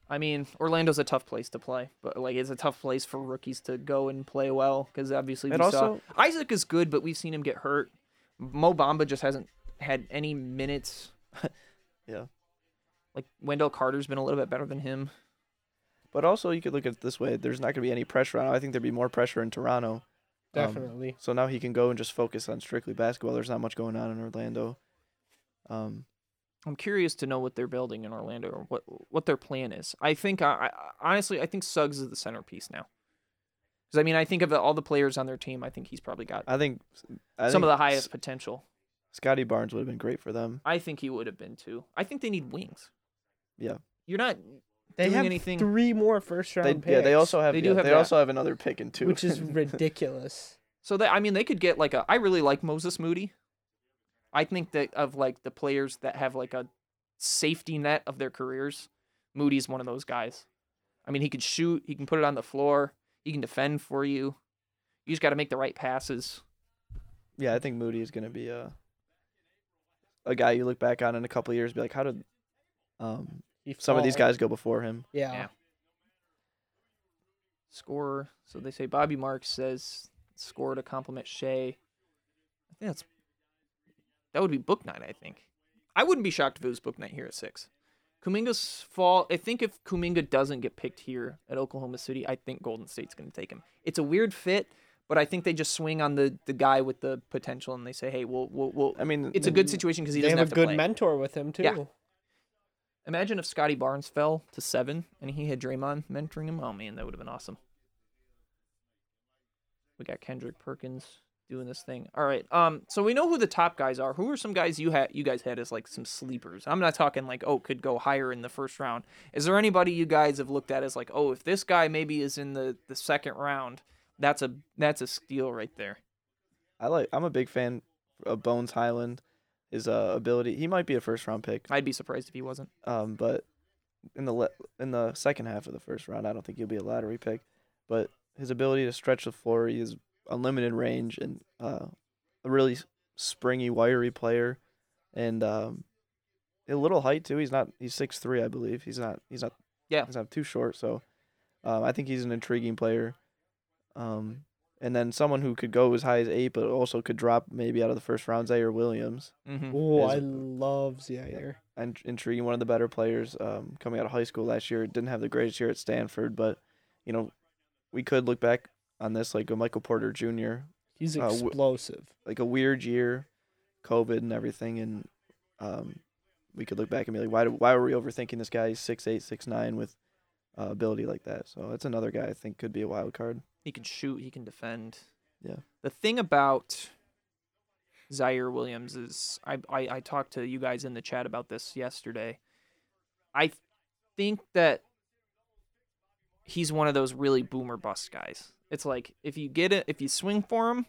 I mean, Orlando's a tough place to play, but like it's a tough place for rookies to go and play well because obviously we
And
saw
also-
Isaac is good, but we've seen him get hurt. Mo Bamba just hasn't had any minutes.
Yeah.
Like Wendell Carter's been a little bit better than him.
But also, you could look at it this way: there's not going to be any pressure on. him. I think there'd be more pressure in Toronto. Um,
Definitely.
So now he can go and just focus on strictly basketball. There's not much going on in Orlando. Um,
I'm curious to know what they're building in Orlando or what what their plan is. I think I, I honestly I think Suggs is the centerpiece now. Because I mean I think of all the players on their team, I think he's probably got
I think I
some
think
of the highest potential.
Scotty Barnes would have been great for them.
I think he would have been too. I think they need wings.
Yeah.
You're not.
they
doing
have
anything-
three more first round
They,
picks.
yeah, they also have.
They
They,
do have
they
that.
also have another pick in two,
which is ridiculous.
So that I mean, they could get like a. I really like Moses Moody. I think that of like the players that have like a safety net of their careers, Moody's one of those guys. I mean, he could shoot. He can put it on the floor. He can defend for you. You just got to make the right passes.
yeah, I think Moody is going to be a a guy you look back on in a couple of years, and be like, how did um,
He
some of these
fall.
guys go before him?
Yeah.
Yeah. Scorer. So they say Bobby Marks says score to compliment Shea. I think that's that would be book night, I think. I wouldn't be shocked if it was book night here at six. Kuminga's fall I think if Kuminga doesn't get picked here at Oklahoma City, I think Golden State's gonna take him. It's a weird fit, but I think they just swing on the, the guy with the potential and they say, Hey, we'll we'll, we'll
I mean,
it's a good situation because he
They
doesn't
have
have, to
a good
play.
mentor with him too.
Yeah. Imagine if Scotty Barnes fell to seven and he had Draymond mentoring him. Oh man, that would have been awesome. We got Kendrick Perkins doing this thing. All right. Um. So we know who the top guys are. Who are some guys you had? You guys had as like some sleepers. I'm not talking like oh could go higher in the first round. Is there anybody you guys have looked at as like oh if this guy maybe is in the the second round, that's a that's a steal right there.
I like. I'm a big fan of Bones Highland. His uh, ability. He might be a first round pick.
I'd be surprised if he wasn't.
Um, but in the le- in the second half of the first round, I don't think he'll be a lottery pick. But his ability to stretch the floor, he is unlimited range and uh, a really s- springy, wiry player, and um, a little height too. He's not. He's six three, I believe. He's not. He's not.
Yeah.
He's not too short. So, um, I think he's an intriguing player. Um, and then someone who could go as high as eight, but also could drop maybe out of the first round, Zaire Williams
Mm-hmm.
Oh,
As
I
a-
love Zaire.
and intriguing one of the better players um, coming out of high school last year. Didn't have the greatest year at Stanford, but you know, we could look back on this like a Michael Porter Jr.
He's
Uh, w-
explosive.
like a weird year, COVID and everything, and um, we could look back and be like, why do, why were we overthinking this guy? He's six eight, six nine with uh, ability like that. So that's another guy I think could be a wild card.
He can shoot. He can defend.
Yeah.
The thing about Zaire Williams is, I, I, I talked to you guys in the chat about this yesterday. I th- think that he's one of those really boomer bust guys. It's like if you get it, if you swing for him,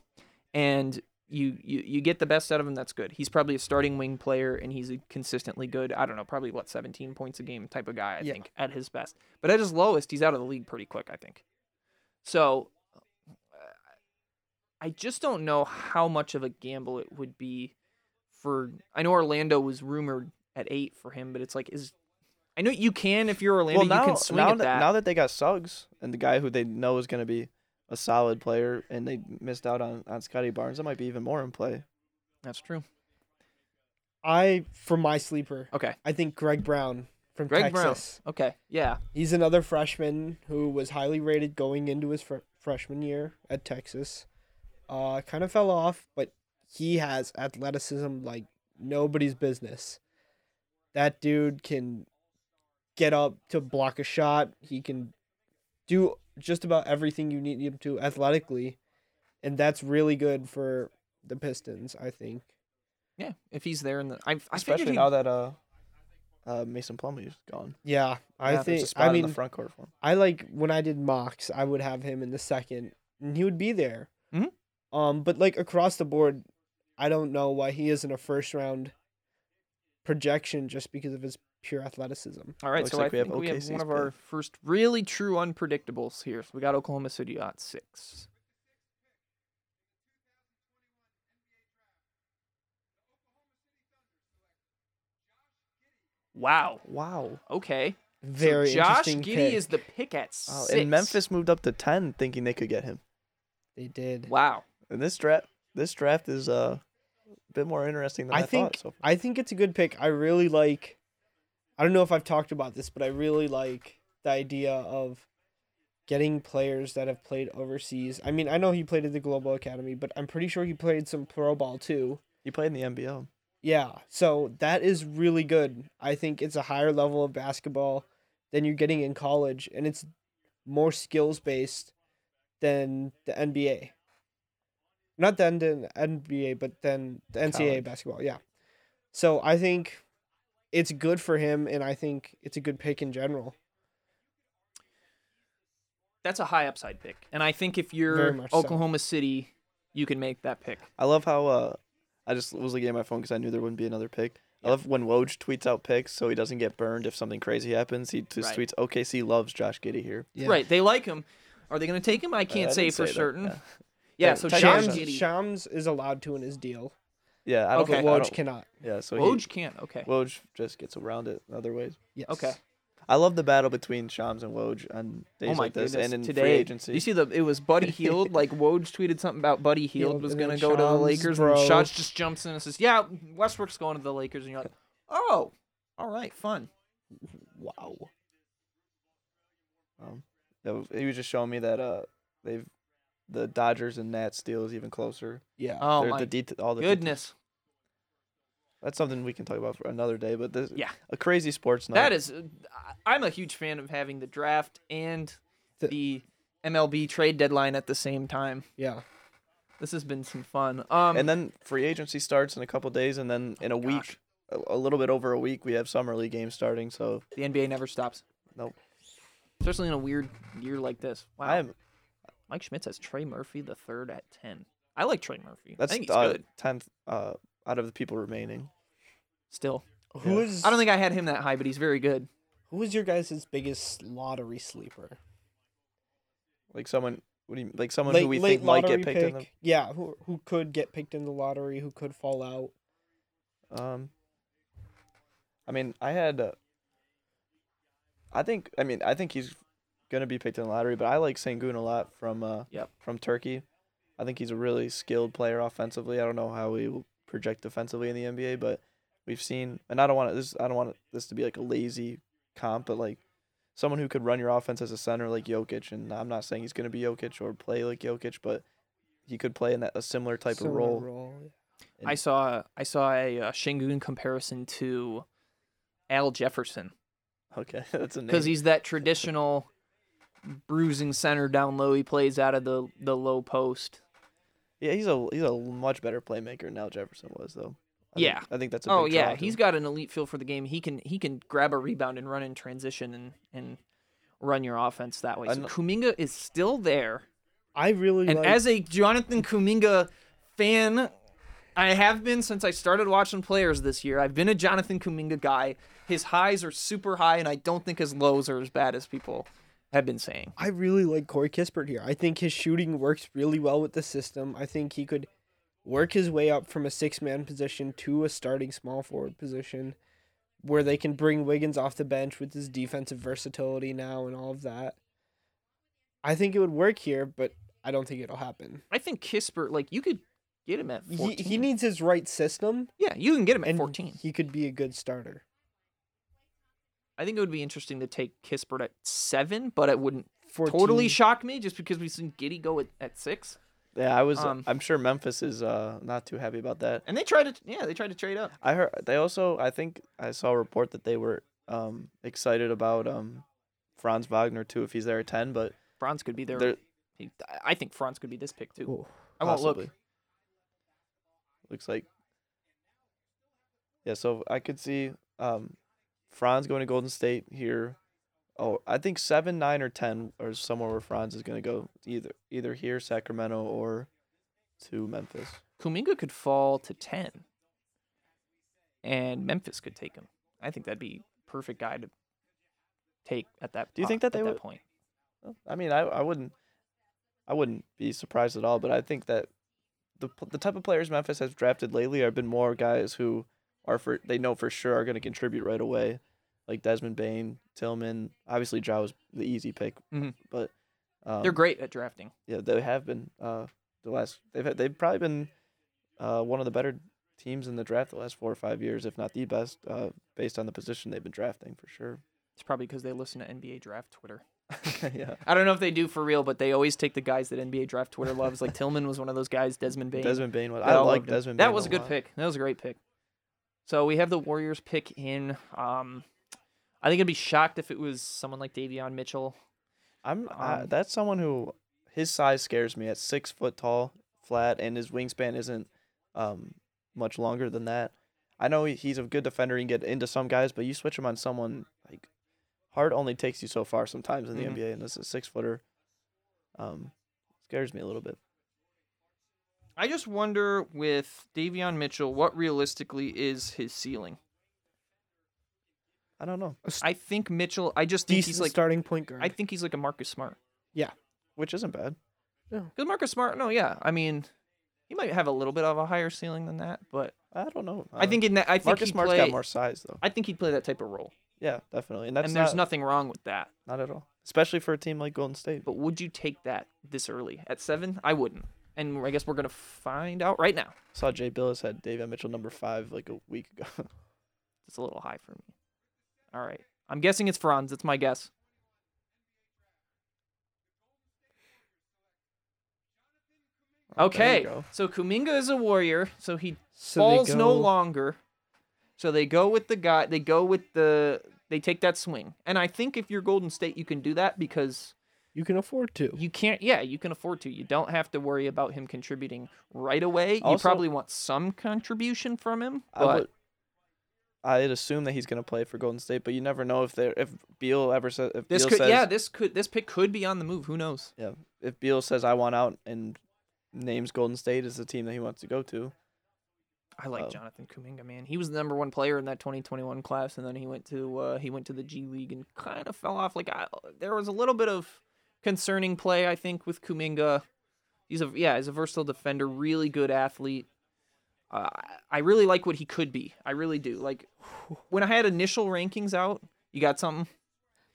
and you, you you get the best out of him, that's good. He's probably a starting wing player, and he's a consistently good. I don't know, probably what 17 points a game type of guy. I
Yeah.
think at his best, but at his lowest, he's out of the league pretty quick. I think. So I just don't know how much of a gamble it would be for. I know Orlando was rumored at eight for him, but it's like is. I know you can if you're Orlando,
well, now
you can swing
now
at that.
now that they got Suggs and the guy who they know is going to be a solid player, and they missed out on on Scotty Barnes, that might be even more in play.
That's true.
I for my
Oh.
sleeper,
Okay,
I think Greg Brown from
Greg Brown.
Texas.
okay, yeah,
He's another freshman who was highly rated going into his fr- freshman year at Texas. Uh, kind of fell off, but he has athleticism like nobody's business. That dude can get up to block a shot. He can do just about everything you need him to athletically, and that's really good for the Pistons, I think.
yeah. If he's there in the, I, I figured
especially
he,
now that uh, uh Mason Plumlee's gone.
Yeah, I
Yeah, there's
think.
a spot
I
in
mean,
the front court for him.
I like when I did mocks, I would have him in the second, and he would be there.
Mhm.
Um, but like across the board, I don't know why he isn't a first round projection just because of his pure athleticism.
All right,
Looks
so
like
I
we have
think we have
OKC's
one of our
pick.
first really true unpredictables here. So we got Oklahoma City at six. Wow.
Wow.
Okay. So
Very
Josh
interesting.
Giddey
pick.
is the pick at
Wow.
six.
And Oh, Memphis moved up to ten, thinking they could get him.
They did.
Wow.
And this draft, this draft is uh, a bit more interesting than I,
I think
thought. So
I think it's a good pick. I really like. I don't know if I've talked about this, but I really like the idea of getting players that have played overseas. I mean, I know he played at the Global Academy, but I'm pretty sure he played some pro ball too.
you played in the NBL.
Yeah, so that is really good. I think it's a higher level of basketball than you're getting in college, and it's more skills based than the NBA. Not than the NBA, but then the NCAA
College.
basketball. Yeah. So I think it's good for him, and I think it's a good pick in general.
That's a high upside pick. And I think if you're
much so.
Oklahoma City, you can make that pick.
I love how uh, I just was looking at my phone because I knew there wouldn't be another pick. I love when Woj tweets out picks so he doesn't get burned if something crazy happens. He just
Right.
tweets, "OKC loves Josh Giddy here."
Yeah.
Right. They like him. Are they going to take him? I can't
I
say
didn't
for
say that,
certain.
yeah.
Yeah,
Yeah,
so
Ty
Josh
Shams-
Shams,
Giddey.
Shams is allowed to in his deal.
Yeah, I don't
Okay.
think
But
I
Woj
don't-
cannot.
Yeah, so Woj,
Woj can't. Okay.
Woj just gets around it other ways.
Yes.
Okay.
I love the battle between Shams and Woj on days
Oh my
like this
goodness!
and in
Today,
free agency.
you see the it was Buddy Heald. like Woj tweeted something about Buddy Heald
Heald,
was
and
gonna
then
go to the
Shams,
Lakers,
bro.
and Shots just jumps in and says, "Yeah, Westbrook's going to the Lakers," and you're like, "Oh, all right, fun."
Wow.
Um, that was- he was just showing me that uh, they've the Dodgers and Nats deal is even closer.
Yeah.
Oh
They're-
my
the det- all the details.
goodness!
That's something we can talk about for another day. But this,
Yeah.
a crazy sports night.
That is, uh, I- I'm a huge fan of having the draft and
The-
the MLB trade deadline at the same time.
Yeah.
This has been some Oh fun. Um,
and then free agency starts in a couple days, and then in a week, a, a little bit over a week, we have summer league games starting. So
the NBA never stops.
Nope.
Especially in a weird year like this. Wow.
I am
Mike Schmitz has Trey Murphy the third at ten. I like Trey Murphy. I
that's
think he's
uh,
good
tenth uh, out of the people remaining.
still.
Who is
I don't think I had him that high, but he's very good.
who is your guys' biggest lottery sleeper?
Like someone, what do you like? Someone
late,
who we
late
think might get
lottery
picked
pick.
in the
Yeah, who who could get picked in the lottery? Who could fall out?
Um, I mean, I had. Uh, I think. I mean, I think he's gonna be picked in the lottery, but I like Sengun a lot from. Uh,
Yep.
From Turkey, I think he's a really skilled player offensively. I don't know how he will project defensively in the NBA, but we've seen, and I don't want this. I don't want this to be like a lazy comp, but like someone who could run your offense as a center like Jokic. And I'm not saying he's gonna be Jokic or play like Jokic, but he could play in that a similar type
Similar
of role.
I
And-
saw I saw a uh, Shingun comparison to Al Jefferson
Okay, that's a name.
because he's that traditional bruising center down low. He plays out of the the low post.
Yeah, he's a he's a much better playmaker than Al Jefferson was though. I
Yeah.
think, I think that's a
Oh
big
yeah,
draw to
he's
him.
got an elite feel for the game. He can he can grab a rebound and run in transition and and run your offense that way. So
An-
Kuminga is still there.
I really
And
like.
as a Jonathan Kuminga fan, I have been since I started watching players this year. I've been a Jonathan Kuminga guy. His highs are super high, and I don't think his lows are as bad as people have been saying.
I really like Corey Kispert here. I think his shooting works really well with the system. I think he could work his way up from a six man position to a starting small forward position where they can bring Wiggins off the bench with his defensive versatility now and all of that. I think it would work here, but I don't think it'll happen.
I think Kispert, like you could get him at
He,
14.
he needs his right system,
yeah, you can get him at
and
14.
he could be a good starter.
I think it would be interesting to take Kispert at seven, but it wouldn't
14.
totally shock me just because we've seen Giddy go at, at six,
Yeah, I was.
um,
I'm sure Memphis is uh not too happy about that.
and they tried to yeah they tried to trade up.
I heard they also. I think I saw a report that they were um excited about um Franz Wagner too if he's there at ten, but
Franz could be there.
There-
He- I think Franz could be this pick too.
Ooh.
I won't look.
possibly. Looks like. Yeah, so I could see um Franz going to Golden State here. Oh, I think seven, nine, or ten or somewhere where Franz is going to go either either here, Sacramento, or to Memphis.
Kuminga could fall to 10 and Memphis could take him. I think that'd be perfect guy to take at that
Do you think
po-
that they
at
would-
that point.
Well, I mean, I, I wouldn't I wouldn't be surprised at all, but I think that the pl- the type of players Memphis has drafted lately have been more guys who are for they know for sure are going to contribute right away, like Desmond Bain, Tillman. Obviously, Jaw was the easy pick,
Mhm.
but um,
They're great at drafting.
Yeah, they have been uh, the last they've had, they've probably been uh, one of the better teams in the draft the last four or five years, if not the best, uh, based on the position they've been drafting for sure.
It's probably because they listen to NBA draft Twitter.
yeah,
I don't know if they do for real, but they always take the guys that NBA draft Twitter loves. Like Tillman was one of those guys, Desmond Bain.
Desmond Bain. Was,
They
I
all
like
loved him.
Desmond.
That
Bane
was a good
lot.
pick. That was a great pick. So we have the Warriors pick in. Um, I think I'd be shocked if it was someone like Davion Mitchell.
I'm I,
Um,
that's someone who his size scares me. At six foot tall, flat, and his wingspan isn't um much longer than that. I know he- he's a good defender. He can get into some guys, but you switch him on someone like Hart only takes you so far sometimes in the
Mhm.
NBA, and this is a six footer. Um, scares me a little bit.
I just wonder with Davion Mitchell, what realistically is his ceiling?
I don't know,
I think Mitchell. I just think
Decent
he's like.
starting point guard.
I think he's like a Marcus Smart.
which isn't bad.
Because Marcus Smart, no, yeah. I mean, he might have a little bit of a higher ceiling than that, but
I don't know. Um,
I think in that, I think
Uh, Marcus
he'd
Smart's
play,
got more size though.
I think he'd play that type of role,
Yeah, definitely, and that's
and
not,
there's nothing wrong with that.
not at all, especially for a team like Golden State.
But would you take that this early at seven? I wouldn't, and I guess we're gonna find out right now.
saw Jay Billis had David Mitchell number five like a week ago.
It's a little high for me. All right, I'm guessing it's Franz. That's my guess.
Oh, there you
Okay,
go. Oh,
so Kuminga is a warrior, so he
so they
falls no
go-
longer. So they go with the guy. They go with the. They take that swing, and I think if you're Golden State, you can do that because
You can afford to.
you can't. Yeah, you can afford to. You don't have to worry about him contributing right away. you
Also-
probably want some contribution from him,
I
but
would, I'd assume that he's going to play for Golden State, but you never know if they if Beal ever says if
this
Beal
could.
says
yeah, this could. This pick could be on the move. Who knows?
yeah, if Beal says I want out and names Golden State as the team that he wants to go to,
I like
Oh.
Jonathan Kuminga, man. He was the number one player in that 2021 class, and then he went to uh, he went to the G League and kind of fell off. Like I, there was a little bit of concerning play, I think, with Kuminga. He's a yeah, he's a versatile defender, really good athlete. Uh, I really like what he could be. I really do. Like when I had initial rankings out, you got something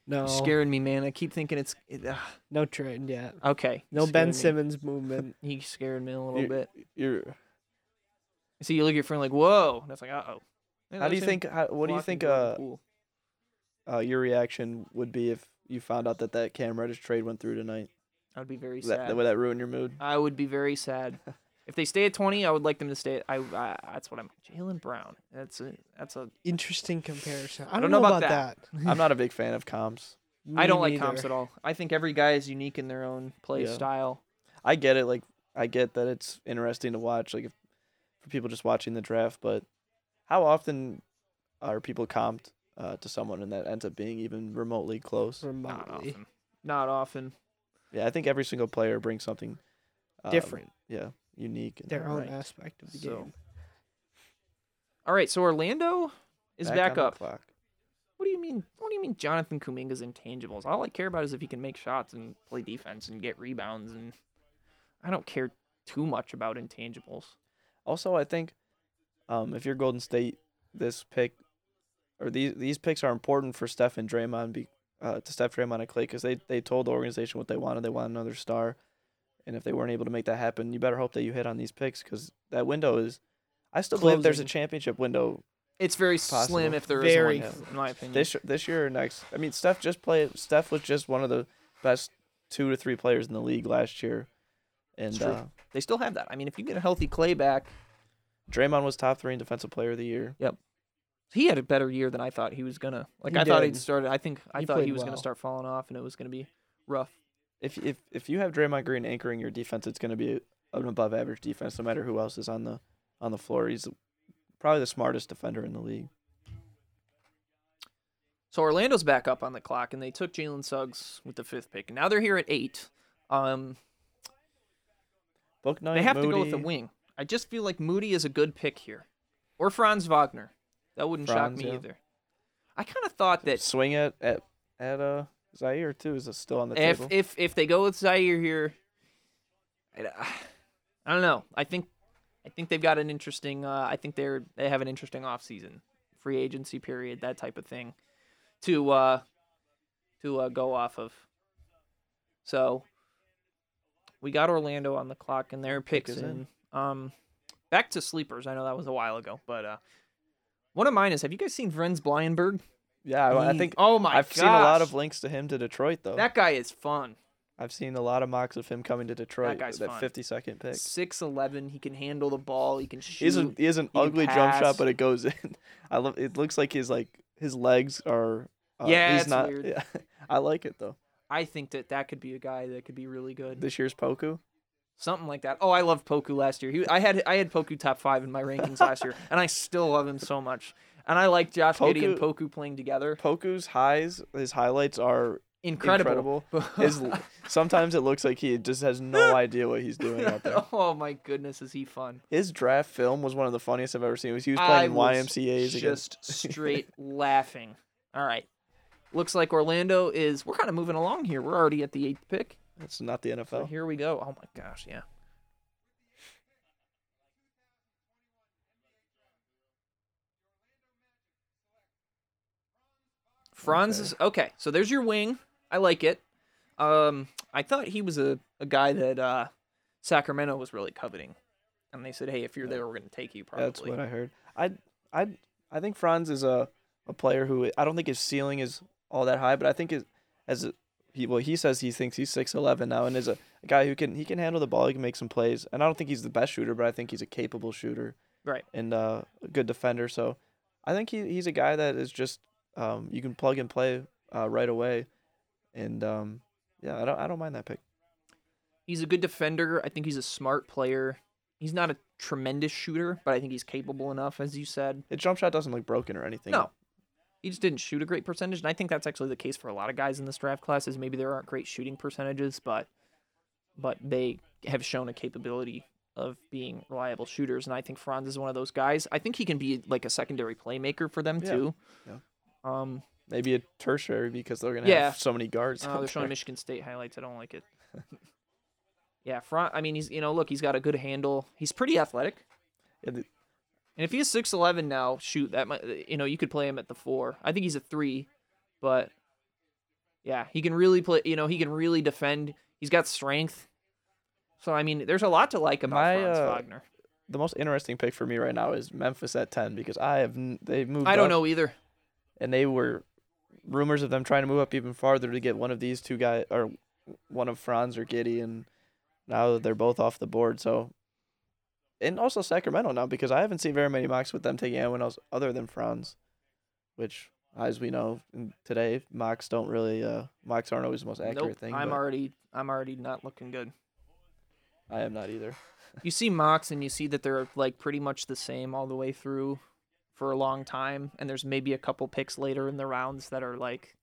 No,
You're scaring me, man. I keep thinking it's it, uh,
no trend yet.
okay.
No
you
Ben
scared
Simmons movement.
me. He scared me a little
You-
bit.
you're
So you look at your friend like, whoa. That's like, uh oh.
how do you think how, what do you think uh, uh your reaction would be if you found out that that Cam Reddish trade went through tonight?
I would be very
Would That,
sad.
would that ruin your mood?
I would be very sad. if they stay at 20, I would like them to stay at I, I that's what I'm Jalen Brown. That's a that's a
Interesting comparison. I
don't
don't,
know
know
about
about that.
I'm not a big fan of comps.
I don't like comps at all. I think every guy is unique in their own play
Yeah.
style.
I get it. Like I get that it's interesting to watch, like if, for people just watching the draft. But how often are people comped uh, to someone and that ends up being even remotely close?
Not
Remotely.
often. Not often.
Yeah, I think every single player brings something um,
Different.
Yeah, unique. and-
Their own
Right.
aspect of the
So,
game.
All right, so Orlando is back,
on the
up.
clock.
What do you mean? What do you mean Jonathan Kuminga's intangibles? All I care about is if he can make shots and play defense and get rebounds and I don't care too much about intangibles.
Also, I think um, if you're Golden State, this pick or these these picks are important for Steph and Draymond be, uh, to Steph Draymond and Clay because they they told the organization what they wanted. They want another star, and if they weren't able to make that happen, you better hope that you hit on these picks because that window is. I still believe there's a
Closing.
championship window
It's very
Possible.
slim if there is
Very
one,
slim.
in my opinion.
this this year or next. I mean, Steph just played. Steph was just one of the best two to three players in the league last year, and
true.
uh,
They still have that. I mean, if you get a healthy Clay back,
Draymond was top three in defensive player of the year.
he had a better year than I thought he was gonna. Like
He
I thought
did.
he'd started. I think I
He
thought he
played
was gonna
well.
start falling off, and it was gonna be rough.
if if if you have Draymond Green anchoring your defense, it's going to be an above average defense, no matter who else is on the on the floor. He's probably the smartest defender in the league.
So Orlando's back up on the clock, and they took Jalen Suggs with the fifth pick. Now they're here at eight. Um,
Book night.
they have to go with a
Moody,
wing. I just feel like Moody is a good pick here, or Franz Wagner. That wouldn't shock
Franz,
me
yeah.
either. I kind of thought that
Swing at at at uh Zaire too is still on the
if
table.
if if they go with Zaire here, I, I don't know. I think I think they've got an interesting. Uh, I think they're they have an interesting offseason, free agency period, that type of thing, to uh, to uh, go off of. So we got Orlando on the clock, and their picks
is
in. Um, back to sleepers. I know that was a while ago, but uh, one of mine is. Have you guys seen Vrenz Blyenberg?
yeah, I, I
Mm.
think
Oh my!
I've seen a lot
gosh.
of links to him to Detroit though.
that guy is fun.
I've seen a lot of mocks of him coming to Detroit.
guy's
that
fun.
50 second pick.
six eleven. He can handle the ball. He can shoot.
He's an, he has an
can
ugly jump
pass.
shot, but it goes in. I love. It looks like his like his legs are. Uh,
Yeah,
he's
it's
not.
weird.
Yeah, I like it though.
I think that that could be a guy that could be really good.
This year's Poku.
Something like that. Oh, I loved Poku last year. He, I had I had Poku top five in my rankings last year, and I still love him so much. And I like Josh Giddy and Poku playing together.
Poku's highs, his highlights are
Incredible.
his. sometimes it looks like he just has no idea what he's doing out there.
oh my goodness, is he fun?
His draft film was one of the funniest I've ever seen. He was- He was
I
playing
was
YMCA's against.
Just straight laughing. All right. Looks like Orlando is. We're kind of moving along here. We're already at the eighth pick.
That's not the
So
NFL.
here we go. Oh my gosh, yeah. Franz
Okay.
is okay. So there's your wing. I like it. Um, I thought he was a, a guy that uh, Sacramento was really coveting, and they said, "Hey, if you're there, we're going to take you." Probably.
That's what I heard. I I I think Franz is a a player who I don't think his ceiling is all that high, but I think is as a, he well he says he thinks he's six eleven now and is a, a guy who can he can handle the ball, he can make some plays, and I don't think he's the best shooter, but I think he's a capable shooter.
Right.
And uh, a good defender, so I think he, he's a guy that is just um, you can plug and play uh, right away, and um, yeah, I don't I don't mind that pick.
He's a good defender. I think he's a smart player. He's not a tremendous shooter, but I think he's capable enough, as you said.
His jump shot doesn't look broken or anything.
No. He just didn't shoot a great percentage, and I think that's actually the case for a lot of guys in this draft class. Is maybe there aren't great shooting percentages, but but they have shown a capability of being reliable shooters, and I think Franz is one of those guys. I think he can be like a secondary playmaker for them
Yeah.
too.
Yeah.
Um,
maybe a tertiary because they're gonna
Yeah.
have so many guards.
Oh,
out
they're showing
there.
Michigan State highlights. I don't like it. yeah, front. I mean, he's you know, look, he's got a good handle. He's pretty athletic,
Yeah, the-
and if he's six eleven now, shoot, that might you know you could play him at the four. I think he's a three, but yeah, he can really play. You know, he can really defend. He's got strength. So I mean, there's a lot to like about
My,
Franz
uh,
Wagner.
the most interesting pick for me right now is Memphis at ten because I have n- they moved.
I don't
up,
know either.
and they were rumors of them trying to move up even farther to get one of these two guys or one of Franz or Giddy, and now they're both off the board. So, and also Sacramento now because I haven't seen very many mocks with them taking anyone else other than Franz, which as we know in- today mocks don't really uh mocks aren't always the most accurate
Nope,
thing.
I'm
but
already I'm already not looking good.
I am not either.
you see mocks and you see that they're like pretty much the same all the way through for a long time and there's maybe a couple picks later in the rounds that are like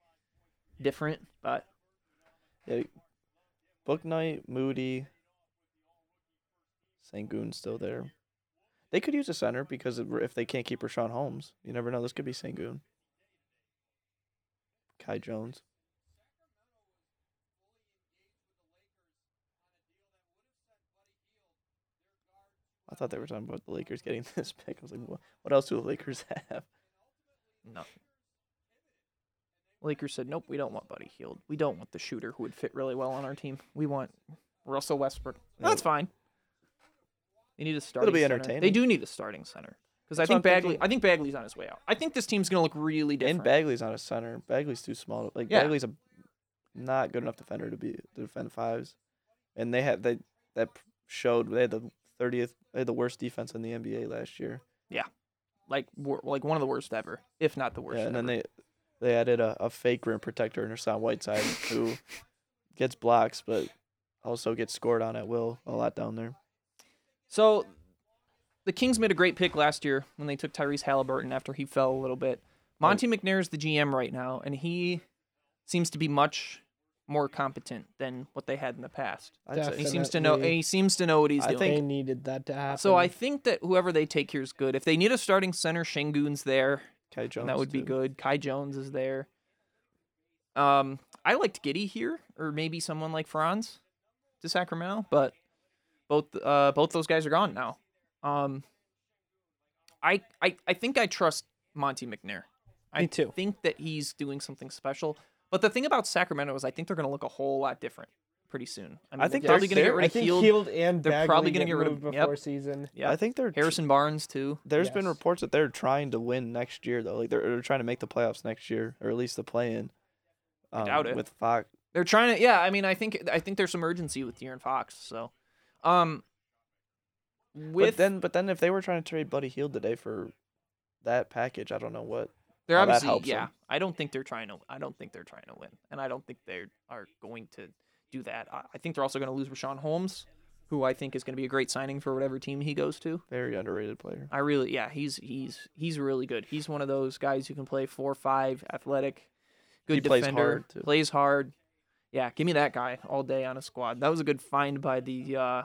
different but
Yeah. Book Knight, Moody, Sangoon's still there. They could use a center because if if they can't keep Rashawn Holmes, you never know. This could be Sangoon. Kai Jones. I thought they were talking about the Lakers getting this pick. I was like, what, what else do the Lakers have?
no lakers said nope we don't want buddy healed we don't want the shooter who would fit really well on our team we want russell westbrook that's fine they need a starting
be
center. they
entertaining.
do need a starting center because i
That's what
think
I'm
bagley
thinking.
i think bagley's on his way out i think this team's gonna look really different
And Bagley's not a center. Bagley's too small. Like
Yeah.
Bagley's a not good enough defender to be to defend fives, and they had they that p- showed they had the thirtieth they had the worst defense in the NBA last year.
like wor- like one of the worst ever if not the worst
yeah, and
ever.
then they they added a, a fake rim protector in Hassan Whiteside who gets blocks but also gets scored on at will a lot down there.
So the Kings made a great pick last year when they took Tyrese Halliburton after he fell a little bit. Monty McNair is the GM right now, and he seems to be much more competent than what they had in the past.
I'd
He
say.
Definitely.
seems to know. He seems to know what he's
I
doing.
think-
they needed that to happen.
so I think that whoever they take here is good. If they need a starting center, Shingun's there,
Kai Jones.
and that would be
too.
good. Kai Jones is there. Um, I liked Giddy here, or maybe someone like Franz to Sacramento, but both uh both those guys are gone now. Um, I I I think I trust Monty McNair. I
Me too.
think that he's doing something special. But the thing about Sacramento is, I think they're going to look a whole lot different pretty soon. I, mean,
I think
they're probably
they're-
going to get
they're-
rid
I
of
think
Heald.
Healed, and
they're
Bagley
probably gonna
get
get rid of-
moved
yep.
before season.
Yeah,
I think they're
Harrison Barnes too.
There's been
Yes.
reports that they're trying to win next year, though. Like they're, they're trying to make the playoffs next year, or at least the play-in. Um,
doubt it.
With Fox,
They're trying to yeah, I mean I think I think there's some urgency with De'Aaron Fox, so um with
but then, but then if they were trying to trade Buddy Heald today for that package, I don't know what.
they're
how that
obviously
helps
yeah.
them.
I don't think they're trying to I don't think they're trying to win. And I don't think they are going to do that. I, I think they're also gonna lose Rashawn Holmes, who I think is gonna be a great signing for whatever team he goes to.
Very underrated player.
I really yeah, he's he's he's really good. He's one of those guys who can play four five, athletic, good
He plays
defender,
hard, too.
plays hard. Yeah, give me that guy all day on a squad. That was a good find by the uh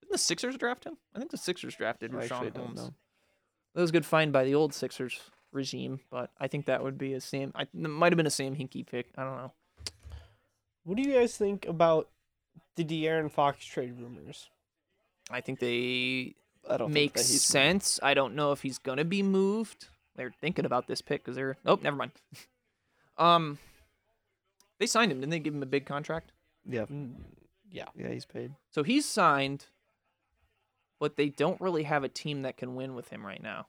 didn't the Sixers draft him? I think the Sixers drafted
I actually
Rashawn
don't
Holmes.
know.
That was a good find by the old Sixers regime, but I think that would be a Sam I it might have been a Sam Hinkie pick. I don't know.
What do you guys think about the De'Aaron Fox trade rumors?
I think they
I don't think
makes
that he's-
sense. I don't know if he's gonna be moved. They're thinking about this pick because they're oh, never mind. um, they signed him, didn't they? Give him a big contract,
Yeah,
Mm, Yeah.
yeah, he's paid.
so he's signed. But they don't really have a team that can win with him right now.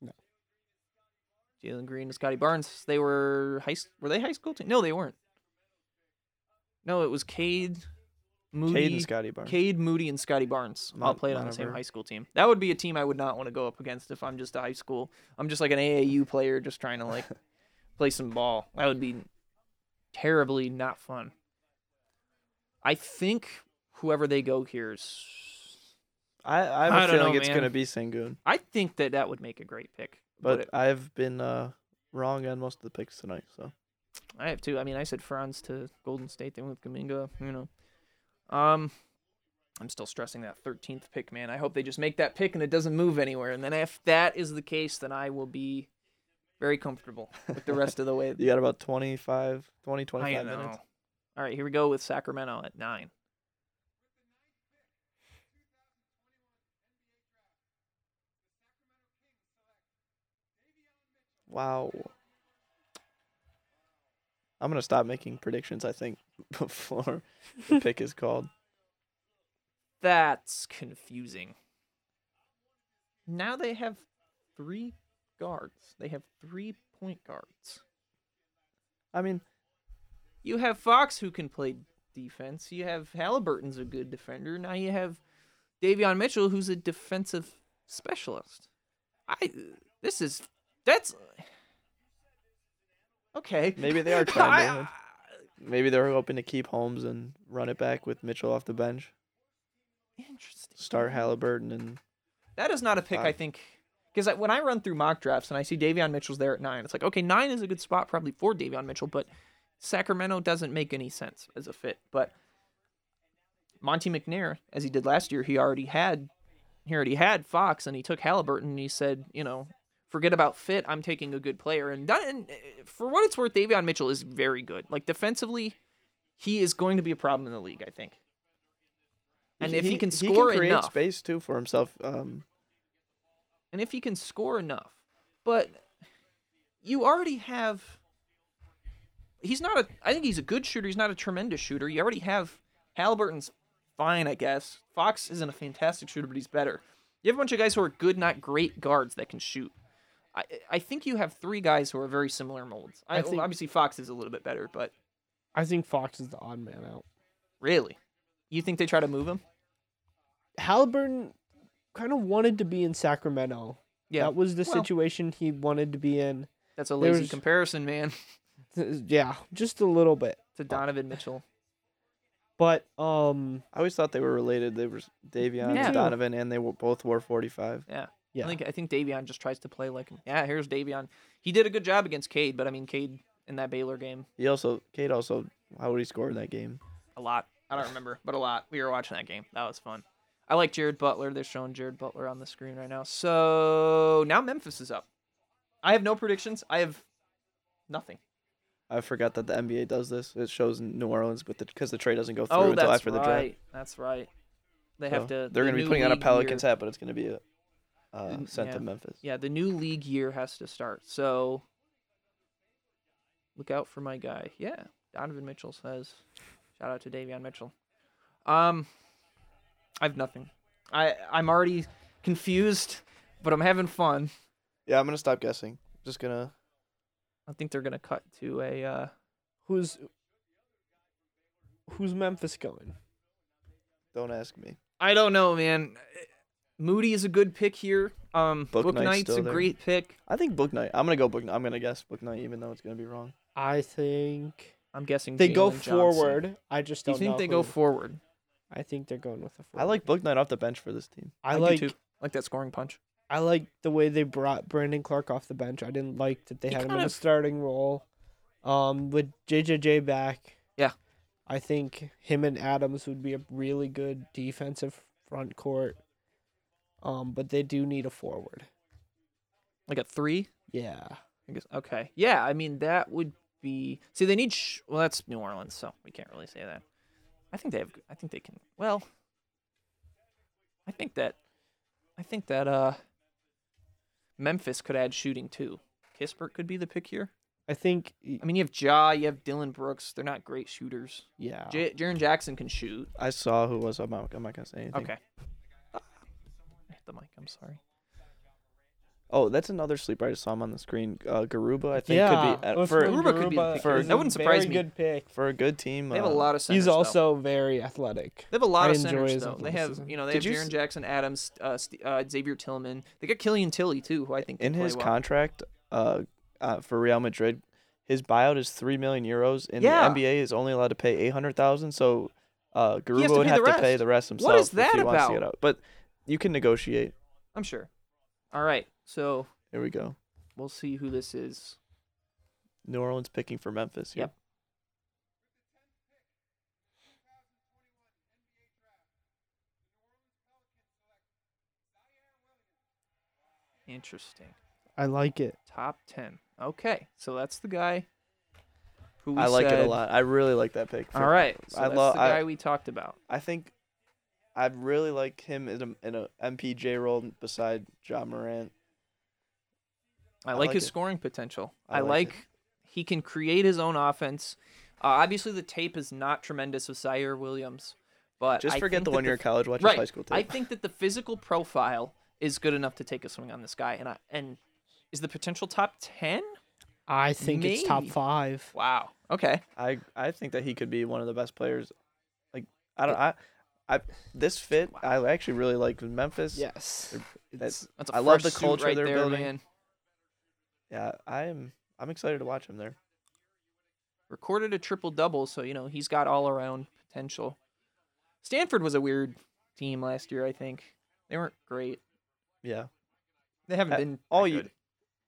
No.
Jalen Green and Scotty Barnes. They were high. s- Were they high school team? No, they weren't. No, it was Cade. Moody,
Cade and Scotty Barnes.
Cade Moody, and Scotty Barnes all
Mon-
played on the same
Montever.
high school team. That would be a team I would not want to go up against if I'm just a high school. I'm just like an AAU player, just trying to like play some ball. That would be terribly not fun. I think whoever they go here is.
I, I have a
I don't
feeling
know,
it's
man.
gonna be Sangoon,
I think that that would make a great pick.
but
it-
I've been uh, wrong on most of the picks tonight. So
I have two. I mean, I said Franz to Golden State. They went with Kaminga. You know, um, I'm still stressing that 13th pick, man. I hope they just make that pick and it doesn't move anywhere. And then if that is the case, then I will be very comfortable with the rest of the way.
you got about 25, 20,
I
25
know.
minutes.
All right, here we go with Sacramento at nine.
Wow. I'm gonna stop making predictions. I think before the pick is called.
That's confusing. Now they have three guards. They have three point guards.
I mean,
You have Fox who can play defense. You have Halliburton's a good defender. Now you have Davion Mitchell who's a defensive specialist. I this is that's okay.
maybe they are
I- uh,
trying. to, maybe they're hoping to keep Holmes and run it back with Mitchell off the bench.
interesting.
Start Halliburton and
That is not a pick I
Five.
think because I, when I run through mock drafts and I see Davion Mitchell's there at nine, it's like okay, nine is a good spot probably for Davion Mitchell, but Sacramento doesn't make any sense as a fit. But Monty McNair, as he did last year, he already had he already had Fox, and he took Halliburton, and he said, you know, forget about fit. I'm taking a good player, and, that, and uh, for what it's worth, Davion Mitchell is very good. Like defensively, he is going to be a problem in the league, I think. And if he can score
he can create
enough,
space too for himself. Um,
and if he can score enough. But you already have. He's not a. I think he's a good shooter. He's not a tremendous shooter. You already have Halliburton's fine, I guess. Fox isn't a fantastic shooter, but he's better. You have a bunch of guys who are good, not great guards that can shoot. I I think you have three guys who are very similar molds. I,
I think-
obviously Fox is a little bit better, but
I think Fox is the odd man out.
really, you think they try to move him?
Halliburton kind of wanted to be in Sacramento.
Yeah,
That was the
Well-
situation he wanted to be in.
that's a lazy
there's-
comparison, man.
Th- Yeah, just a little bit.
To Donovan Mitchell.
But um
I always thought they were related. They were s- Davion
Yeah.
and Donovan, and they were, both wore 45.
Yeah.
yeah.
I think I think Davion just tries to play like him. Yeah, here's Davion. He did a good job against Cade, but I mean Cade in that Baylor game
He also, Kate also, how would he score in that game?
a lot. I don't remember, but a lot. We were watching that game. That was fun. I like Jared Butler. They're showing Jared Butler on the screen right now. So now Memphis is up. I have no predictions. I have nothing.
I forgot that the NBA does this. It shows in New Orleans, but because the, trade doesn't go through
Oh,
until
that's
after the draft.
right. That's right. They have
So
to.
they're
the
going to be
new
putting on a
league
Pelicans
year-
hat, but it's going to be a uh,
Mm,
sent
yeah.
to Memphis.
Yeah, the new league year has to start. So look out for my guy. Yeah, Donovan Mitchell says. Shout out to Davion Mitchell. Um, I have nothing. I I'm already confused, but I'm having fun.
Yeah, I'm going to stop guessing. Just going to.
I think they're gonna cut to a. Uh,
who's who's Memphis going?
Don't ask me.
I don't know, man. Moody is a good pick here. Um, Book,
Book Knight's
Knight's,
still
a
there.
great pick.
I think Book Night. I'm going to go Book Night. I'm going to guess Book Night, even though it's going to be wrong.
I think
I'm guessing
they go
Jalen Johnson.
forward. I just
Do
don't
you think
know
they go
who.
forward?
I think they're going with a four.
I like Book Night off the bench for this team.
I
do
like
too. like that scoring punch.
I like the way they brought Brandon Clark off the bench. I didn't like that they
He
had him in
kind
a
of-
starting role. Um, with JJJ back,
Yeah.
I think him and Adams would be a really good defensive front court. Um, but they do need a forward.
Like a three.
Yeah,
I guess okay. Yeah, I mean that would be. See, they need. Sh- well, that's New Orleans, so we can't really say that. I think they have. I think they can. Well, I think that. I think that uh. Memphis could add shooting too. Kispert could be the pick here.
I think. y-
I mean, you have Ja, you have Dylan Brooks. They're not great shooters.
Yeah,
J- Jaren Jackson can shoot. Ah.
I saw who was. I'm not, I'm not going to say anything.
Okay. I hit the mic. I'm sorry.
Oh, that's another sleeper I just saw him on the screen. Uh, Garuba, I think,
yeah,
could be uh,
Usman
for
Garuba could be the pick.
is
That
a
wouldn't surprise
very
me.
Good pick.
for a good team.
They have a
uh,
lot of centers.
Um, He's
though.
also very athletic.
They have a lot
I
of
enjoy
centers
his
though. They have
athleticism.
you know they
Did
have
you
Jaron
s-
Jackson, Adams, uh, St- uh, Xavier Tillman. They got Killian Tilly too, who I think
in
can play
his
well.
contract uh, uh, for Real Madrid, his buyout is three million euros, and
Yeah.
the NBA is only allowed to pay eight hundred thousand. So uh,
has
Garuba
to
would
pay
have
the
to pay
rest.
the rest
What
himself
is that
if he wants to
about?
get out. But you can negotiate.
I'm sure. All right, so
Here we go.
we'll see who this is.
New Orleans picking for Memphis. Here.
Yep. Interesting.
I like it.
Top ten. Okay, so that's the guy. Who we
I like it a
said-
lot. I really like that pick.
All right, so
I
that's
love.
the
I,
guy we talked about.
I think I really like him in a, in a MPJ role beside John Morant.
I
I
like
like
his
it.
scoring potential.
I
I,
like
like,
it.
he can create his own offense. Uh, obviously, the tape is not tremendous with Zaire Williams, but
Just
I
forget
think
the
that
one year
f-
college. Watch
right.
his high school
I
tape.
think that the physical profile is good enough to take a swing on this guy, and I, and is the potential top ten?
I think it's top
Maybe.
five.
Wow. Okay.
I I think that he could be one of the best players. Like I don't I I this fit I actually really like Memphis.
Yes.
That's-
That's a
I love
fresh
the
suit
culture
right
they're
there,
building.
man.
yeah, I'm I'm excited to watch him there.
Recorded a triple double, so you know he's got all around potential. Stanford was a weird team last year. I think they weren't great.
Yeah.
They haven't
Uh,
been
all
that
ye-
good.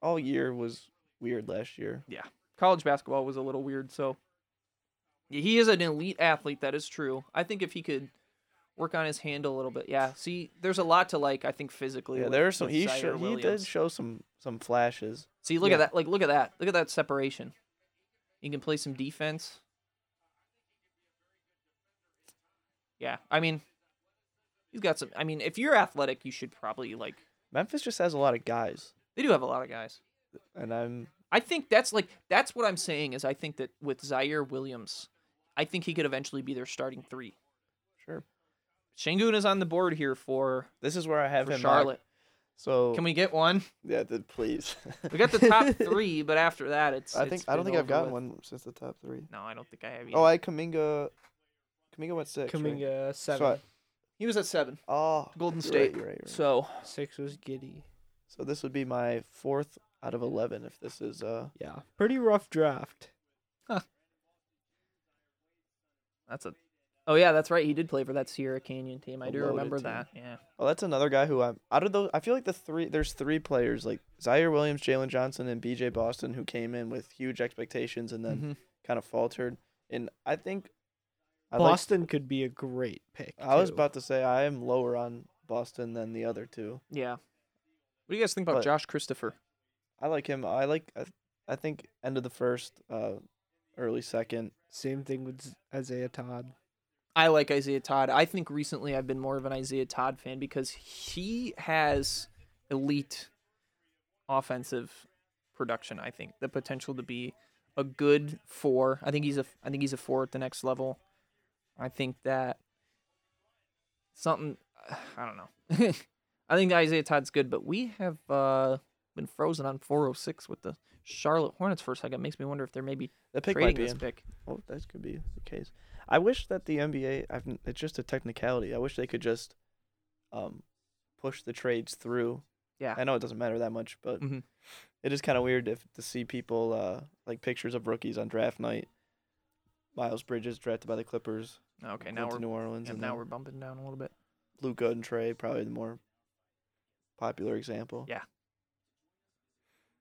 All year was weird last year.
college basketball was a little weird. So yeah, he is an elite athlete. That is true. I think if he could work on his handle a little bit, yeah. See, there's a lot to like. I think physically.
Yeah,
with-
there are some
with
he
Zaire
sho- he did
Williams.
show some some flashes.
See, look at
yeah.
that. Like, look at that. Look at that separation. He can play some defense. Yeah, I mean, he's got some. I mean, if you're athletic, you should probably like.
Memphis just has a lot of guys
They do have a lot of guys.
and I'm
I think that's like that's what I'm saying is I think that with Zaire Williams, I think he could eventually be their starting three.
sure.
Shangun is on the board here for,
This is where I have
for
him marked.
Charlotte.
So
Can we get one?
yeah, th- please.
We got the top three, but after that, it's.
I think
it's
I don't
been
think I've
over
gotten
with.
one since the top 3.
No, I don't think I have. Either.
Oh, I Kaminga Kaminga went 6. right?
Kaminga
So I-
uh, seven.
he was at seven.
oh,
Golden
you're right,
State.
you're right, you're right.
So
Six was giddy.
So this would be my fourth out of eleven if this is uh
Yeah. Pretty rough draft.
that's a. Oh yeah, that's right. He did play for that Sierra Canyon team. I
A
do
loaded
remember
team.
that. Yeah.
oh that's another guy who I'm out of those I feel like the three there's three players like Zaire Williams, Jalen Johnson, and BJ Boston who came in with huge expectations and then
Mhm.
kind of faltered. And I think I like-
Boston could be a great pick.
I was
too.
about to say I am lower on Boston than the other two.
Yeah. What do you guys think about
But-
Josh Christopher?
I like him. I like I, I think end of the first, uh early second.
Same thing with Z- Isaiah Todd.
I like Isaiah Todd. I think recently I've been more of an Isaiah Todd fan because he has elite offensive production. I think the potential to be a good four. I think he's a I think he's a four at the next level. I think that something I don't know. I think Isaiah Todd's good, but we have uh, been frozen on 406 with the Charlotte Hornets for a second. Makes me wonder if they're maybe
That pick
trading
might be
this
in.
pick.
Oh, that could be the case. I wish that the NBA, I've, n- it's just a technicality. I wish they could just um, push the trades through.
Yeah.
I know it doesn't matter that much, but
Mhm.
it is kind of weird if to see people uh, like pictures of rookies on draft night. Miles Bridges drafted by the Clippers.
Okay,
went
now
to
we're
New Orleans,
and
and
now
now
we're bumping down a little bit.
Luca and Trey probably the more popular example.
Yeah.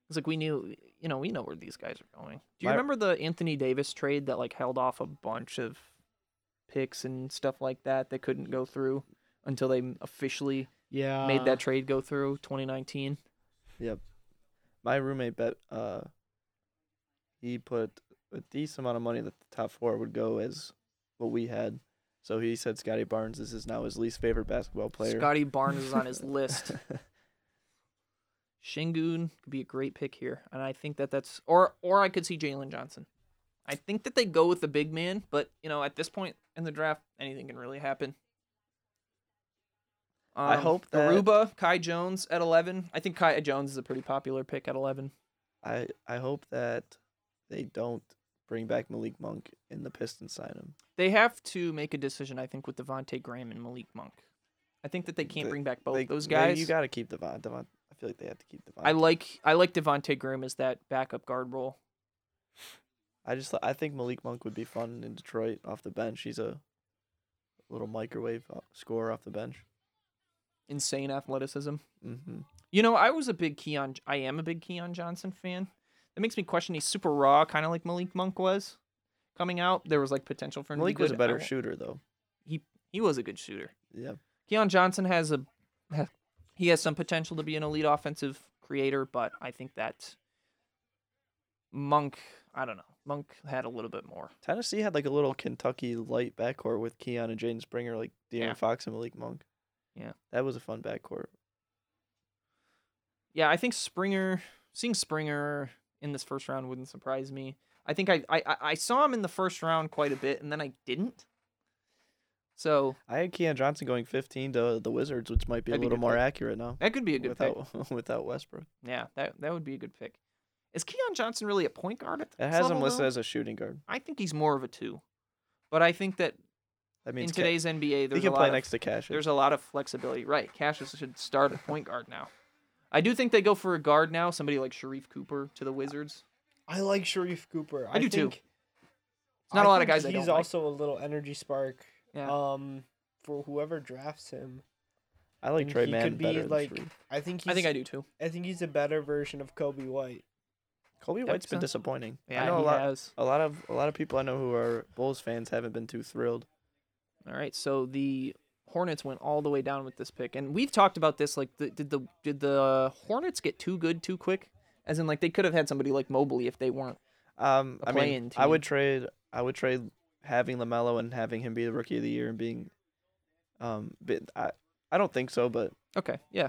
It's like we knew, you know, we know where these guys are going. Do you
My-
remember the Anthony Davis trade that like held off a bunch of picks and stuff like that that couldn't go through until they officially
Yeah.
made
Uh.
that trade go through 2019?
My roommate bet. Uh, he put a decent amount of money that the top four would go as what we had. So he said Scotty Barnes. This is now his least favorite basketball player.
Scotty Barnes is on his list. Shingun could be a great pick here, and I think that that's or or I could see Jalen Johnson. I think that they go with the big man, but you know, at this point in the draft, anything can really happen. Um,
I hope that-
Aruba, Kai Jones at 11. I think Kai Jones is a pretty popular pick at 11.
I I hope that they don't bring back Malik Monk and the Pistons sign him.
They have to make a decision, I think, with Devonte Graham and Malik Monk. I think that they can't
They-
bring back both
They-
those
they-
guys.
you got to keep Devon. Devon. I feel like they have to keep Devon.
I like I like Devonte Graham as that backup guard role.
I just I think Malik Monk would be fun in Detroit off the bench. He's a little microwave uh, scorer off the bench.
Insane athleticism.
hmm
You know, I was a big Keon. I am a big Keon Johnson fan. That makes me question. He's super raw, kind of like Malik Monk was coming out. There was like potential for him
Malik
to be
was a
good. I
better
wa-
shooter though.
He he was a good shooter.
Yeah,
Keon Johnson has a he has some potential to be an elite offensive creator, but I think that Monk, I don't know. Monk had a little bit more.
Tennessee had like a little Kentucky light backcourt with Keon and Jaden Springer, like De'Aaron
Yeah.
Fox and Malik Monk.
Yeah.
that was a fun backcourt.
Yeah, I think Springer seeing Springer in this first round wouldn't surprise me. I think I I, I- I saw him in the first round quite a bit and then I didn't. So
I had Keon Johnson going 15 to the Wizards, which might be
That'd
a
be
little
good
more
pick.
accurate now
that could be a good pick.
without without Westbrook.
Yeah, that that would be a good pick. Is Keon Johnson really a point guard at
It
this
has him
level,
listed
though?
as a shooting guard.
I think he's more of a two. But I think that
That means
in today's NBA
Ca- he
there's
can
a
play
lot of
next to Cash.
There's a lot of flexibility. Right. Cassius should start at point guard now. I do think they go for a guard now, somebody like Sharif Cooper to the Wizards.
I like Sharif Cooper.
I do too.
think-
It's not a lot of
think
guys I
He's
don't like.
also a little energy spark.
Yeah.
Um, for whoever drafts him,
I like
and
Trey
he
Mann
could be
better. than
like.
Shreve.
I think he's,
I think I do too.
I think he's a better version of Kobe White.
Kobe
that
White's
makes
been
sense.
disappointing. I
Yeah,
know a
he
lot.
has.
A lot of a lot of people I know who are Bulls fans haven't been too thrilled.
All right. So the Hornets went all the way down with this pick, and we've talked about this. Like, the, did the did the Hornets get too good too quick? As in, like they could have had somebody like Mobley if they weren't.
Um,
A
I mean,
play-in
I would
team.
trade. I would trade having Lamelo and having him be the rookie of the year and being. Um, but I I don't think so, but
Okay. Yeah.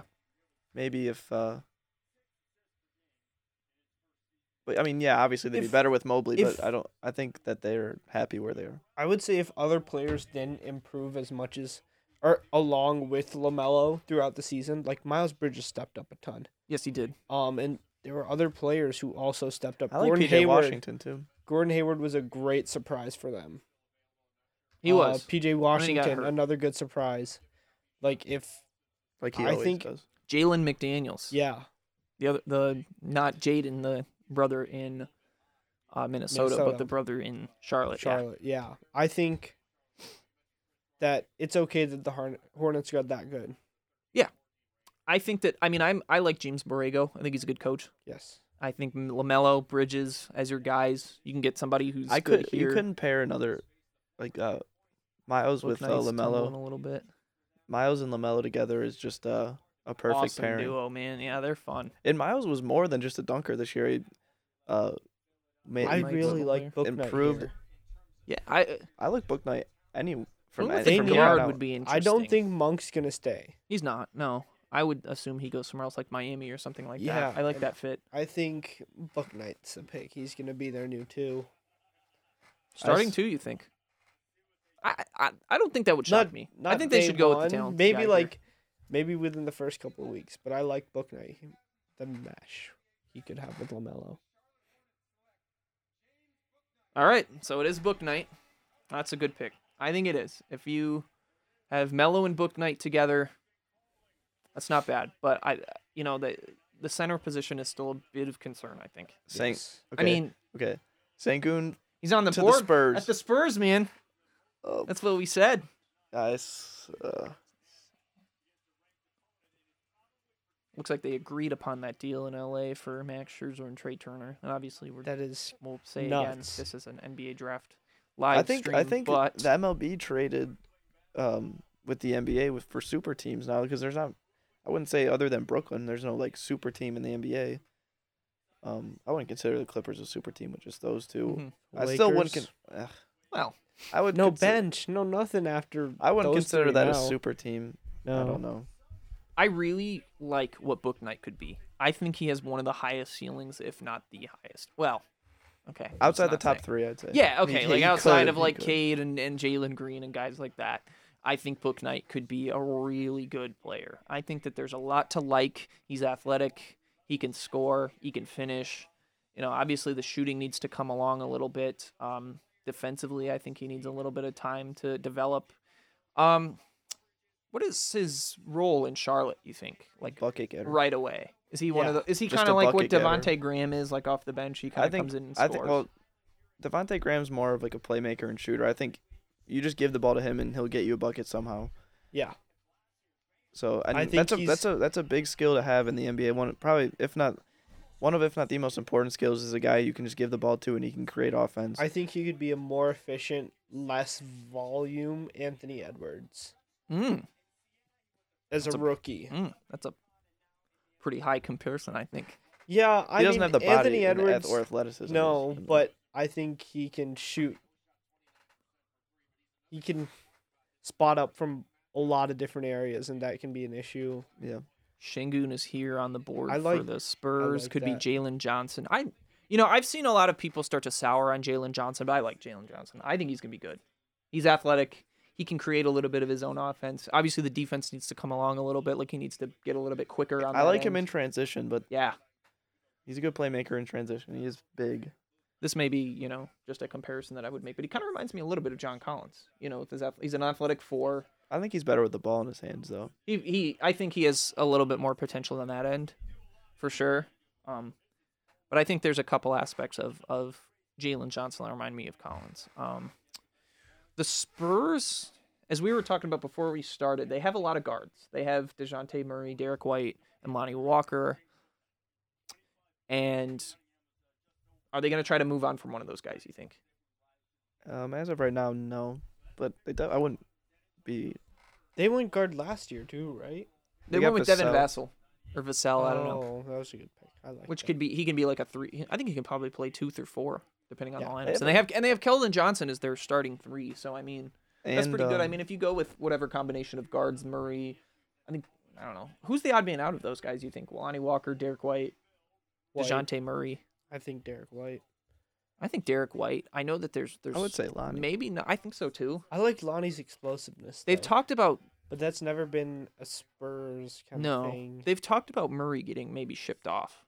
maybe if. uh but, I mean, yeah, obviously they'd be
If-
better with Mobley,
if-
but I don't. I think that they're happy where they are.
I would say if other players didn't improve as much as or along with Lamelo throughout the season, like Miles Bridges stepped up a ton.
Yes, he did.
Um, and there were other players who also stepped up.
I like PJ Washington too.
Gordon Hayward was a great surprise for them.
He
Uh,
was.
PJ
then he got
Washington,
hurt.
another good surprise. Like if
Like he
I
always
think-
does.
Jalen McDaniels.
yeah,
the other the not Jaden, the brother in uh, Minnesota,
Minnesota.
but the brother in Charlotte. yeah.
Charlotte, yeah. I think that it's okay that the Horn- Hornets got that good.
I think that I mean I'm I like James Borrego. I think he's a good coach.
Yes.
I think M- Lamelo Bridges as your guys. You can get somebody who's
I
good
could.
here.
You couldn't pair another, like uh, Miles
Look
with uh,
nice, tumbling
Lamelo.
a little bit.
Miles and Lamelo together is just uh, a perfect
awesome
pairing.
duo, man. Yeah, they're fun.
And Miles was more than just a dunker this year. He, uh, made,
I
Mike's
really
level
like Book
Improved.
Improved.
Yeah, I uh,
I like Book Night any from
with
any
a
Damian-
from here on
guard
out.
would be
I
interesting.
don't think Monk's gonna stay.
he's not. No, I would assume he goes somewhere else like Miami or something like
Yeah,
that. I like
and-
that fit.
I think Book Knight's the pick. He's gonna be their new two.
Starting
s-
two, you think? I, I I don't think that would shock me. I think they
day
should go
one,
with the talent.
Maybe like maybe within the first couple of weeks, but I like Book Knight. He- The mesh he could have with Lamelo.
All right, so it is Book Night. That's a good pick. I think it is. If you have Mello and Book Night together, that's not bad. But I, you know, the the center position is still a bit of concern. I think.
Sang-
Yes.
okay,
I mean,
okay, Sangoon
he's on the
to the
board
Spurs.
at the Spurs, man.
Oh,
That's what we said.
nice. Uh,
Looks like they agreed upon that deal in L.A. for Max Scherzer and Trey Turner, and obviously we're
That is
we'll say again
nuts.
this is an NBA draft live
I think
stream.
I think
but
the MLB traded um, with the NBA with for super teams now because there's not. I wouldn't say other than Brooklyn, there's no like super team in the NBA. Um, I wouldn't consider the Clippers a super team with just those 2
Mhm.
I still wouldn't.
Lakers.
Con- ugh.
well,
I would
no
consi-
bench, no nothing after.
I wouldn't
those
consider
three
that a
now.
super team.
No.
I don't know.
I really like what Book Knight could be. I think he has one of the highest ceilings, if not the highest. Well, okay. let's
Outside the
not
top
say-
three, I'd say.
Yeah,
I mean,
okay.
he
like outside
could,
of
he
like
could.
Cade and, and Jalen Green and guys like that. I think Book Knight could be a really good player. I think that there's a lot to like. He's athletic. He can score. He can finish. You know, obviously the shooting needs to come along a little bit. Um, defensively, I think he needs a little bit of time to develop. Um, what is his role in Charlotte? You think like
Bucket getter.
right away? Is he one of
Yeah,
the? Is he
just
kind of
a
like what
bucket getter.
Devonte Graham is like off the bench? He kind
I
of
think.
comes in and
I
scores.
think. Well, Devontae Graham's more of like a playmaker and shooter. I think you just give the ball to him and he'll get you a bucket somehow.
Yeah.
So and
I think
that's a
he's-
that's a that's a big skill to have in the NBA. One probably if not one of if not the most important skills is a guy you can just give the ball to and he can create offense.
I think he could be a more efficient, less volume Anthony Edwards
Mm.
as
That's
a
a-
rookie.
Hmm.
Mm, that's a pretty high comparison, I think.
Yeah, I
he doesn't
mean,
have the body
Anthony
and the ath-
Edwards.
or athleticism.
No, but I think he can shoot. He can spot up from a lot of different areas, and that can be an issue.
yeah,
Shingun is here on the board
I
for
like-
the Spurs.
like
Could
that.
be Jalen Johnson. I, you know, I've seen a lot of people start to sour on Jalen Johnson, but I like Jalen Johnson. I think he's gonna be good. He's athletic. He can create a little bit of his own offense. Obviously, the defense needs to come along a little bit. Like he needs to get a little bit quicker on.
I
that
like him in
end.
transition, but
Yeah,
he's a good playmaker in transition. He is big.
this may be you know just a comparison that I would make, but he kind of reminds me a little bit of John Collins. You know, with his ath- he's an athletic four.
I think he's better with the ball in his hands though.
he he I think he has a little bit more potential than that end, for sure. Um, but I think there's a couple aspects of of Jalen Johnson that remind me of Collins. Um, the Spurs, as we were talking about before we started, they have a lot of guards. They have Dejounte Murray, Derek White, and Lonnie Walker. And are they going to try to move on from one of those guys? You think?
Um, as of right now, no, but they do- I wouldn't be
They went guard last year too, right?
They
They
went with
got
Devin Vassell
Vassell.
or Vassell. I don't know.
Oh, that was a good pick. I like.
which
that.
could be he can be like a three. I think he can probably play two through four depending on
Yeah,
the
I
lineups. And they have and they have Keldon Johnson as their starting three. So I mean that's
and,
pretty good. I
um,
mean if you go with whatever combination of guards Murray, I think I don't know who's the odd man out of those guys. You think Lonnie Walker, Derek White,
White.
Dejounte Murray?
I think Derek White.
I think Derek White. I know that there's there's
I would say Lonnie.
maybe not. I think so too.
I like Lonnie's explosiveness.
They've
though,
talked about
but that's never been a Spurs kind
no.
of thing.
They've talked about Murray getting maybe shipped off.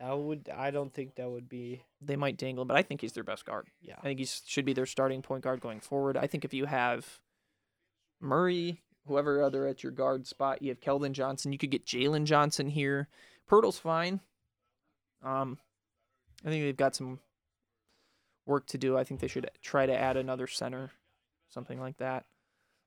That would. I don't think that would be.
They might dangle him, but I think he's their best guard.
Yeah.
I think he s- should be their starting point guard going forward. I think if you have Murray, whoever other at your guard spot, you have Keldon Johnson. You could get Jalen Johnson here. Pirtle's fine. Um, I think they've got some work to do. I think they should try to add another center, something like that.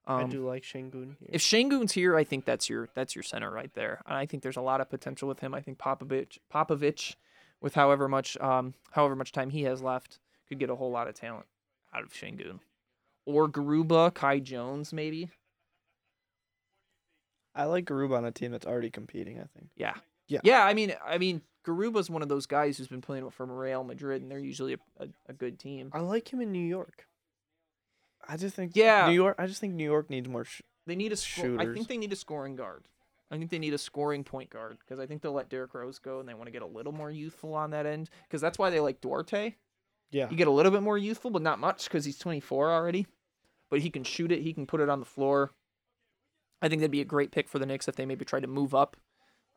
I
Um,
do like Shangun here.
if Shangun's here, I think that's your that's your center right there. And I think there's a lot of potential with him. I think Popovich Popovich, with however much um however much time he has left, could get a whole lot of talent out of Shangun. Or Garuba, Kai Jones, maybe.
I like Garuba on a team that's already competing. I think.
Yeah.
Yeah.
Yeah, I mean I mean Garuba's one of those guys who's been playing for Real Madrid and they're usually a, a, a good team.
I like him in New York.
I just think
Yeah.
New York. I just think New York needs more. Sh-
They need a score. I think
Shooters.
they need a scoring guard. I think they need a scoring point guard because I think they'll let Derrick Rose go and they want to get a little more youthful on that end because that's why they like Duarte.
Yeah.
You get a little bit more youthful, but not much because he's 24 already. But he can shoot it. He can put it on the floor. I think that'd be a great pick for the Knicks if they maybe try to move up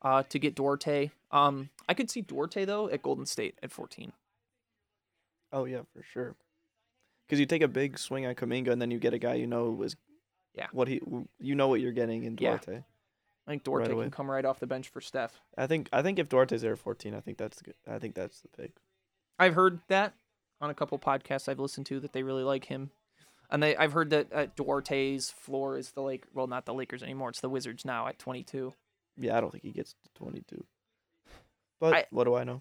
uh, to get Duarte. Um, I could see Duarte though at Golden State at 14.
oh yeah, for sure. Because you take a big swing on Kaminga and then you get a guy you know was.
Yeah.
What he, w- you know what you're getting in
Yeah.
Duarte.
I think Duarte
away.
can come right off the bench for Steph.
I think I think if Duarte's there at 14, I think that's good. I think that's the pick.
I've heard that on a couple podcasts I've listened to that they really like him, and they, I've heard that uh, Duarte's floor is the Lake. Well, not the Lakers anymore. It's the Wizards now at 22.
Yeah, I don't think he gets to 22. But
I-
what do I know?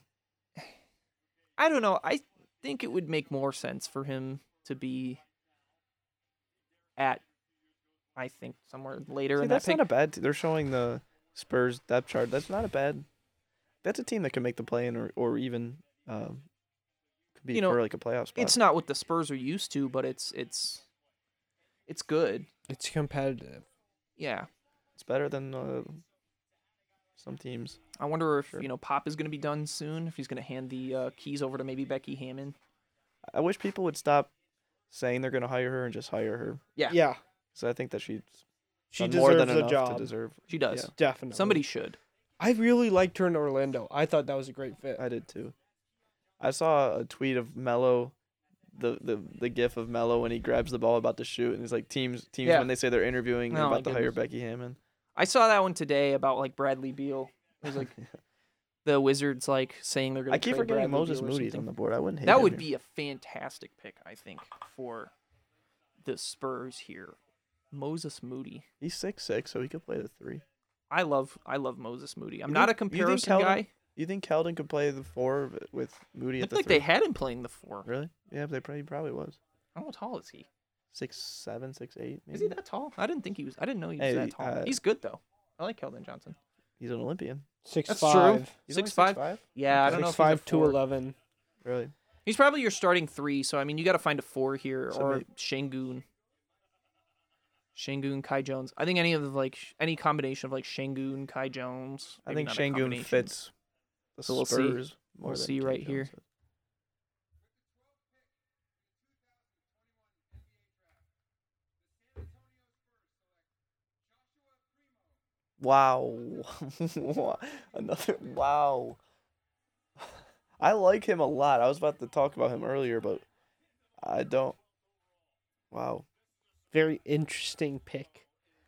I don't know. I think it would make more sense for him to be at, I think, somewhere later
See,
in that
that's
pick.
not a bad. T- they're showing the Spurs depth chart. That's not a bad. That's a team that can make the play in or or even um, compete
You know,
for like a playoff spot.
it's not what the Spurs are used to, but it's it's it's good.
It's competitive.
Yeah.
It's better than uh, some teams.
I wonder if
Sure.
you know Pop is going to be done soon. If he's going to hand the uh, keys over to maybe Becky Hammond.
I wish people would stop saying they're going to hire her and just hire her.
Yeah.
Yeah.
So I think that she's
She
done
deserves
more than
a
enough
job.
to deserve.
She does.
Yeah.
Definitely.
Somebody should.
I really liked her in Orlando. I thought that was a great fit.
I did too. I saw a tweet of Mello, the the, the gif of Mello when he grabs the ball about to shoot, and he's like teams teams
Yeah.
when they say they're interviewing
Oh,
they're
my
about to hire
goodness.
Becky Hammond.
I saw that one today about like Bradley Beal. It was like the Wizards like saying they're gonna.
I keep
trade
forgetting
Bradley
Moses
Beal or
Moody's
something.
on the board. I wouldn't hate
That
him
would
here.
be a fantastic pick, I think, for the Spurs here. Moses Moody.
He's six six, so he could play the three.
I love I love Moses Moody. I'm
You
not a
think- you think
comparison
Keldon-
guy.
You think Keldon could play the four v- with Moody at
Looked
the
like
three?
they had him playing the four.
really? Yeah, they probably he probably was
How tall is he?
six seven, six eight. Maybe.
Is he that tall? I didn't think he was. I didn't know he was
Hey,
that tall.
uh,
He's good though. I like Keldon Johnson.
He's an Olympian.
Six
That's
five.
true.
He's only
Six five?
6'5"?
Yeah, I don't know. If
Six
he's, a
five to
four.
eleven.
Really?
he's probably your starting three. So I mean, you got to find a four here
So
or
may-
Shangoon. Shangoon, Kai Jones. I think any of the like sh- any combination of like Shangoon, Kai Jones.
I
maybe
think
not a
Shangoon
combination.
fits the
So we'll see.
Spurs more
We'll
than
see
Cam
right
Jones
here.
does. Wow. Wha- Another wow. I like him a lot. I was about to talk about him earlier, but I don't. Wow.
Very interesting pick.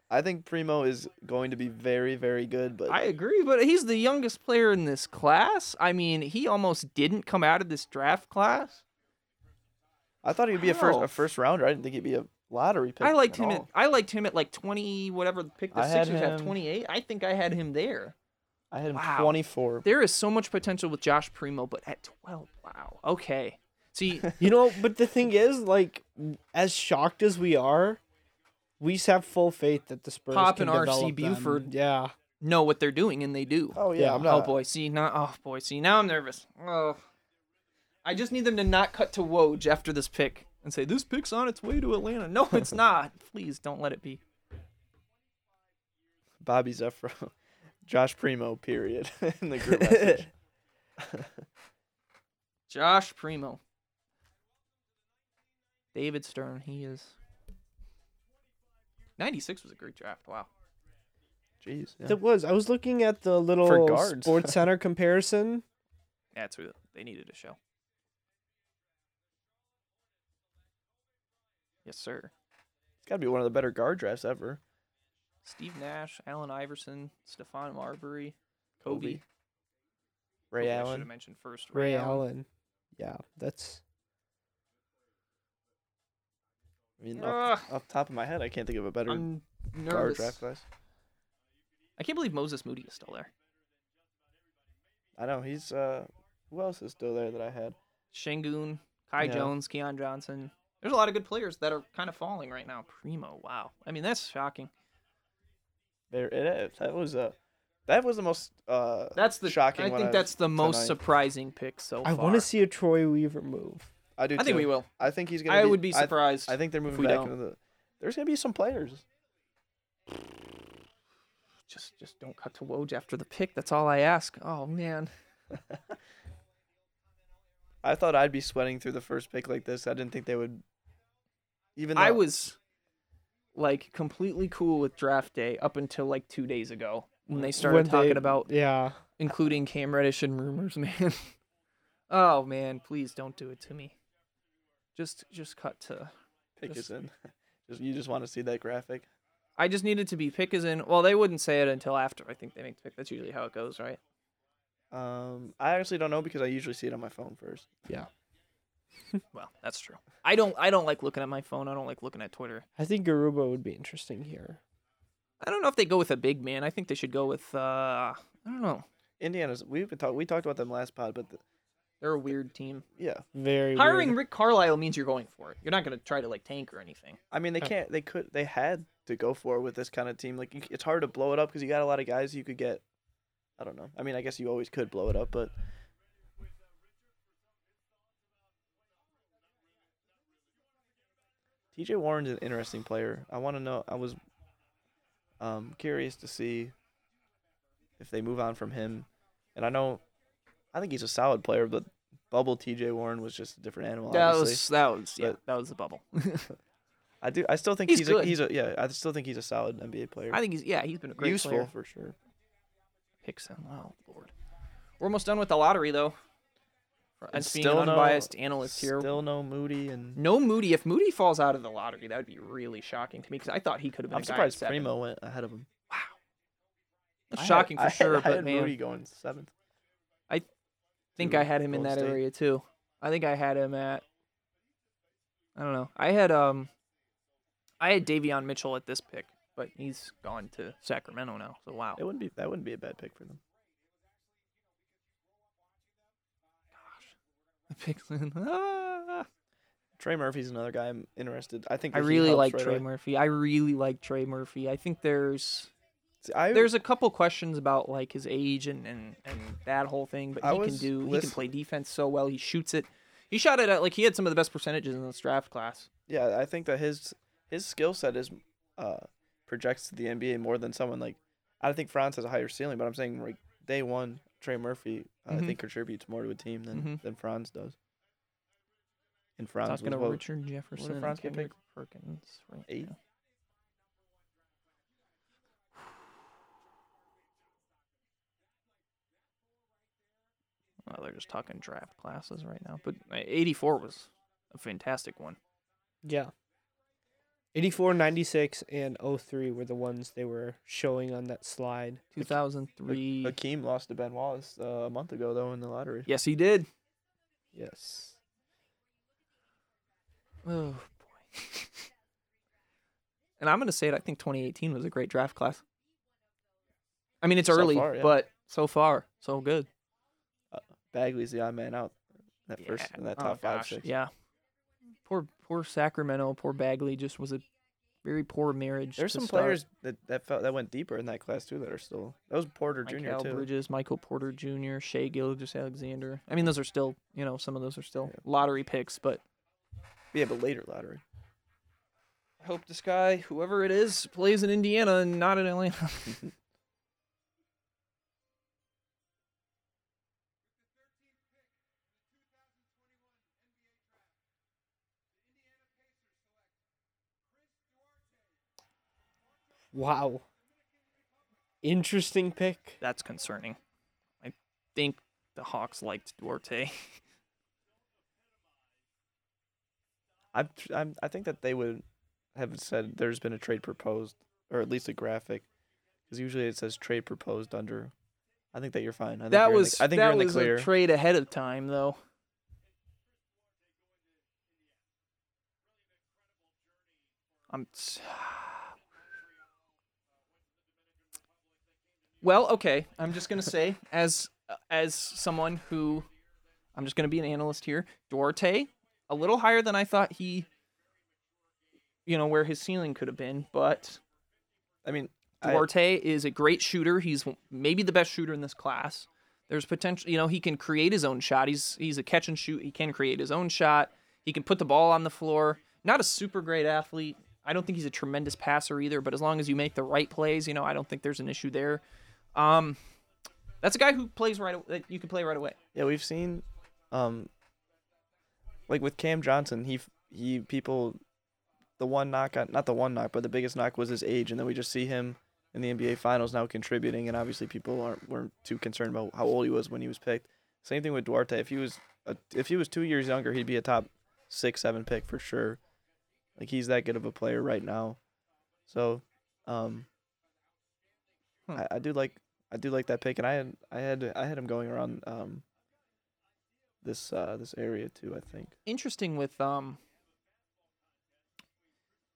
I think Primo is going to be very, very good, but
I agree, but he's the youngest player in this class. I mean, he almost didn't come out of this draft class.
I thought he'd be a first
Wow.
a first rounder. I didn't think he'd be a lottery pick.
I liked
at
him. At,
all.
I liked him at like twenty, whatever the pick the
I had
Sixers have
him-
twenty eight. I think I had him there.
I had him
Wow.
24.
There is so much potential with Josh Primo, but at twelve, wow. Okay, see,
You know, but the thing is, like, as shocked as we are, we s- have full faith that the Spurs
Pop
can
and RC
develop them.
Buford.
Yeah,
know what they're doing, and they do.
Oh yeah,
Yeah.
I'm not.
oh boy, see now. Oh boy, see now I'm nervous. Oh, I just need them to not cut to Woj after this pick and say this pick's on its way to Atlanta. No, it's not. Please don't let it be.
Bobby Zeffro, Josh Primo. Period. in the group message.
Josh Primo. David Stern, he is. 96 was a great draft. Wow.
Jeez. yeah.
that was. I was looking at the little
guards.
Sports Center comparison.
That's who they needed to show. Yes, sir.
It's got to be one of the better guard drafts ever.
Steve Nash, Allen Iverson, Stephon Marbury, Kobe.
Kobe. Ray
Kobe I should have
Allen.
mentioned first.
Ray Allen. Yeah, that's
I mean, off,
Ugh.
off top of my head, I can't think of a better
I'm
guard
nervous.
draft class.
I can't believe Moses Moody is still there.
I know he's. uh Who else is still there that I had?
Shangoon, Kai
Yeah.
Jones, Keon Johnson. There's a lot of good players that are kind of falling right now. Primo, wow. I mean, that's shocking.
There. It, is. that was a. That was the most. uh
That's the
shocking.
I
one
think
I've-
that's the most
tonight.
surprising pick so far.
I want to see a Troy Weaver move.
I do.
I think
too.
we will.
I think he's gonna.
I would be
I,
surprised.
I think they're moving
we
back
don't.
into the. There's gonna be some players.
just just don't cut to Woj after the pick. That's all I ask. Oh man.
I thought I'd be sweating through the first pick like this. I didn't think they would. Even though,
I was like completely cool with draft day up until like 2 days ago when they started
When they-
talking about
Yeah,
including Cam Reddish and rumors, man. oh man, please don't do it to me. Just just cut to
pick
just-
is in. Just you just want to see that graphic.
I just needed to be pick as in. Well, they wouldn't say it until after I think they make the pick. That's usually how it goes, right?
Um, I actually don't know because I usually see it on my phone first.
yeah.
Well, that's true. I don't I don't like looking at my phone. I don't like looking at Twitter.
I think Garuba would be interesting here.
I don't know if they go with a big man. I think they should go with uh I don't know.
Indiana's. We've been talking. We talked about them last pod, but the,
They're a weird team.
yeah,
Very
Hiring
weird.
Rick Carlisle means you're going for it. You're not going to try to like tank or anything.
I mean they
Uh,
can't. They could. They had to go for it with this kind of team. Like you, c- it's hard to blow it up because you got a lot of guys you could get. I don't know. I mean, I guess you always could blow it up, but TJ Warren's an interesting player. I want to know. I was um, curious to see if they move on from him, and I know, I think he's a solid player, but bubble TJ Warren was just a different animal.
That
obviously.
was that was yeah
But-
that was the bubble.
I do. I still think
He's
he's,
good.
a, he's a yeah. I still think he's a solid NBA player.
I think he's yeah, he's been a great
Useful
player.
for sure.
Picks and oh lord, we're almost done with the lottery though. And
And
being
still
an
no-
unbiased analyst here,
Still no Moody, and
no Moody. If Moody falls out of the lottery, that would be really shocking to me because I thought he could have been.
I'm
a guy at
surprised
seven.
Primo went ahead of him.
That's
I had-
shocking
I had-
for sure,
I
but
had
man,
Moody going seventh.
I think
to
I had him in
Golden
that
State.
area too. I think I had him at. I don't know. I had um, I had Davion Mitchell at this pick, but he's gone to Sacramento now. So wow,
It wouldn't be that wouldn't be a bad pick for them.
Ah.
Trey Murphy's another guy I'm interested. I think
I
that he
really
helps
like
right
Trey
away.
Murphy. I really like Trey Murphy. I think there's
See, I,
there's a couple questions about like his age and and, and that whole thing, but
I
he can
was
do he can
listen-
play defense so well. He shoots it. He shot it at like he had some of the best percentages in this draft class.
yeah, I think that his his skill set is uh projects to the NBA more than someone like I think France has a higher ceiling, but I'm saying like day one Trey Murphy
Mhm.
I think contributes more to a team than
Mhm.
than Franz does. And Franz was
Talking of
what,
Richard Jefferson, and
Franz get
Kendrick Perkins, right
eight.
now. Well, they're just talking draft classes right now, but uh, 84 was a fantastic one.
Yeah. 84, 96, and 03 were the ones they were showing on that slide.
2003.
Hakeem lost to Ben Wallace uh, a month ago though in the lottery.
Yes, he did.
Yes.
Oh boy. and I'm gonna say it. I think 2018 was a great draft class. I mean, it's
So
early,
far, yeah.
but so far, so good.
Bagley's the odd man out. That first in that
oh
top five
gosh,
six.
Yeah. Poor poor Sacramento, poor Bagley just was a very poor marriage.
There's
to
some
start.
players that that felt that went deeper in that class too that are still. That was Porter Jr.
Mikal
too.
Bridges, Michael Porter Jr., Shea Gilgis Alexander. I mean, those are still, you know, some of those are still lottery picks, but
Yeah, but later lottery.
I hope this guy, whoever it is, plays in Indiana and not in Atlanta.
Wow. Interesting pick.
That's concerning. I think the Hawks liked Duarte.
I'm, I'm I think that they would have said there's been a trade proposed or at least a graphic because usually it says trade proposed under. I think that you're fine. I think you're
that
in the-
was
I think
that
you're in the
was
clear.
a trade ahead of time though. I'm s- Well, okay. I'm just going to say as uh, as someone who I'm just going to be an analyst here, Duarte a little higher than I thought he you know where his ceiling could have been, but
I mean, I-
Duarte is a great shooter. He's w- maybe the best shooter in this class. There's potential, you know, he can create his own shot. He's he's a catch and shoot. He can create his own shot. He can put the ball on the floor. Not a super great athlete. I don't think he's a tremendous passer either, but as long as you make the right plays, you know, I don't think there's an issue there. Um that's a guy who plays right away. You can play right away.
yeah, we've seen, um, like with Cam Johnson, he f- he people, the one knock on not the one knock, but the biggest knock was his age, and then we just see him in the NBA Finals now contributing, and obviously people aren't weren't too concerned about how old he was when he was picked. Same thing with Duarte. If he was a, if he was two years younger, he'd be a top six seven pick for sure. Like he's that good of a player right now. So, um,
Hmm.
I, I do like I do like that pick, and I had I had I had him going around um this uh this area too. I think
Interesting with um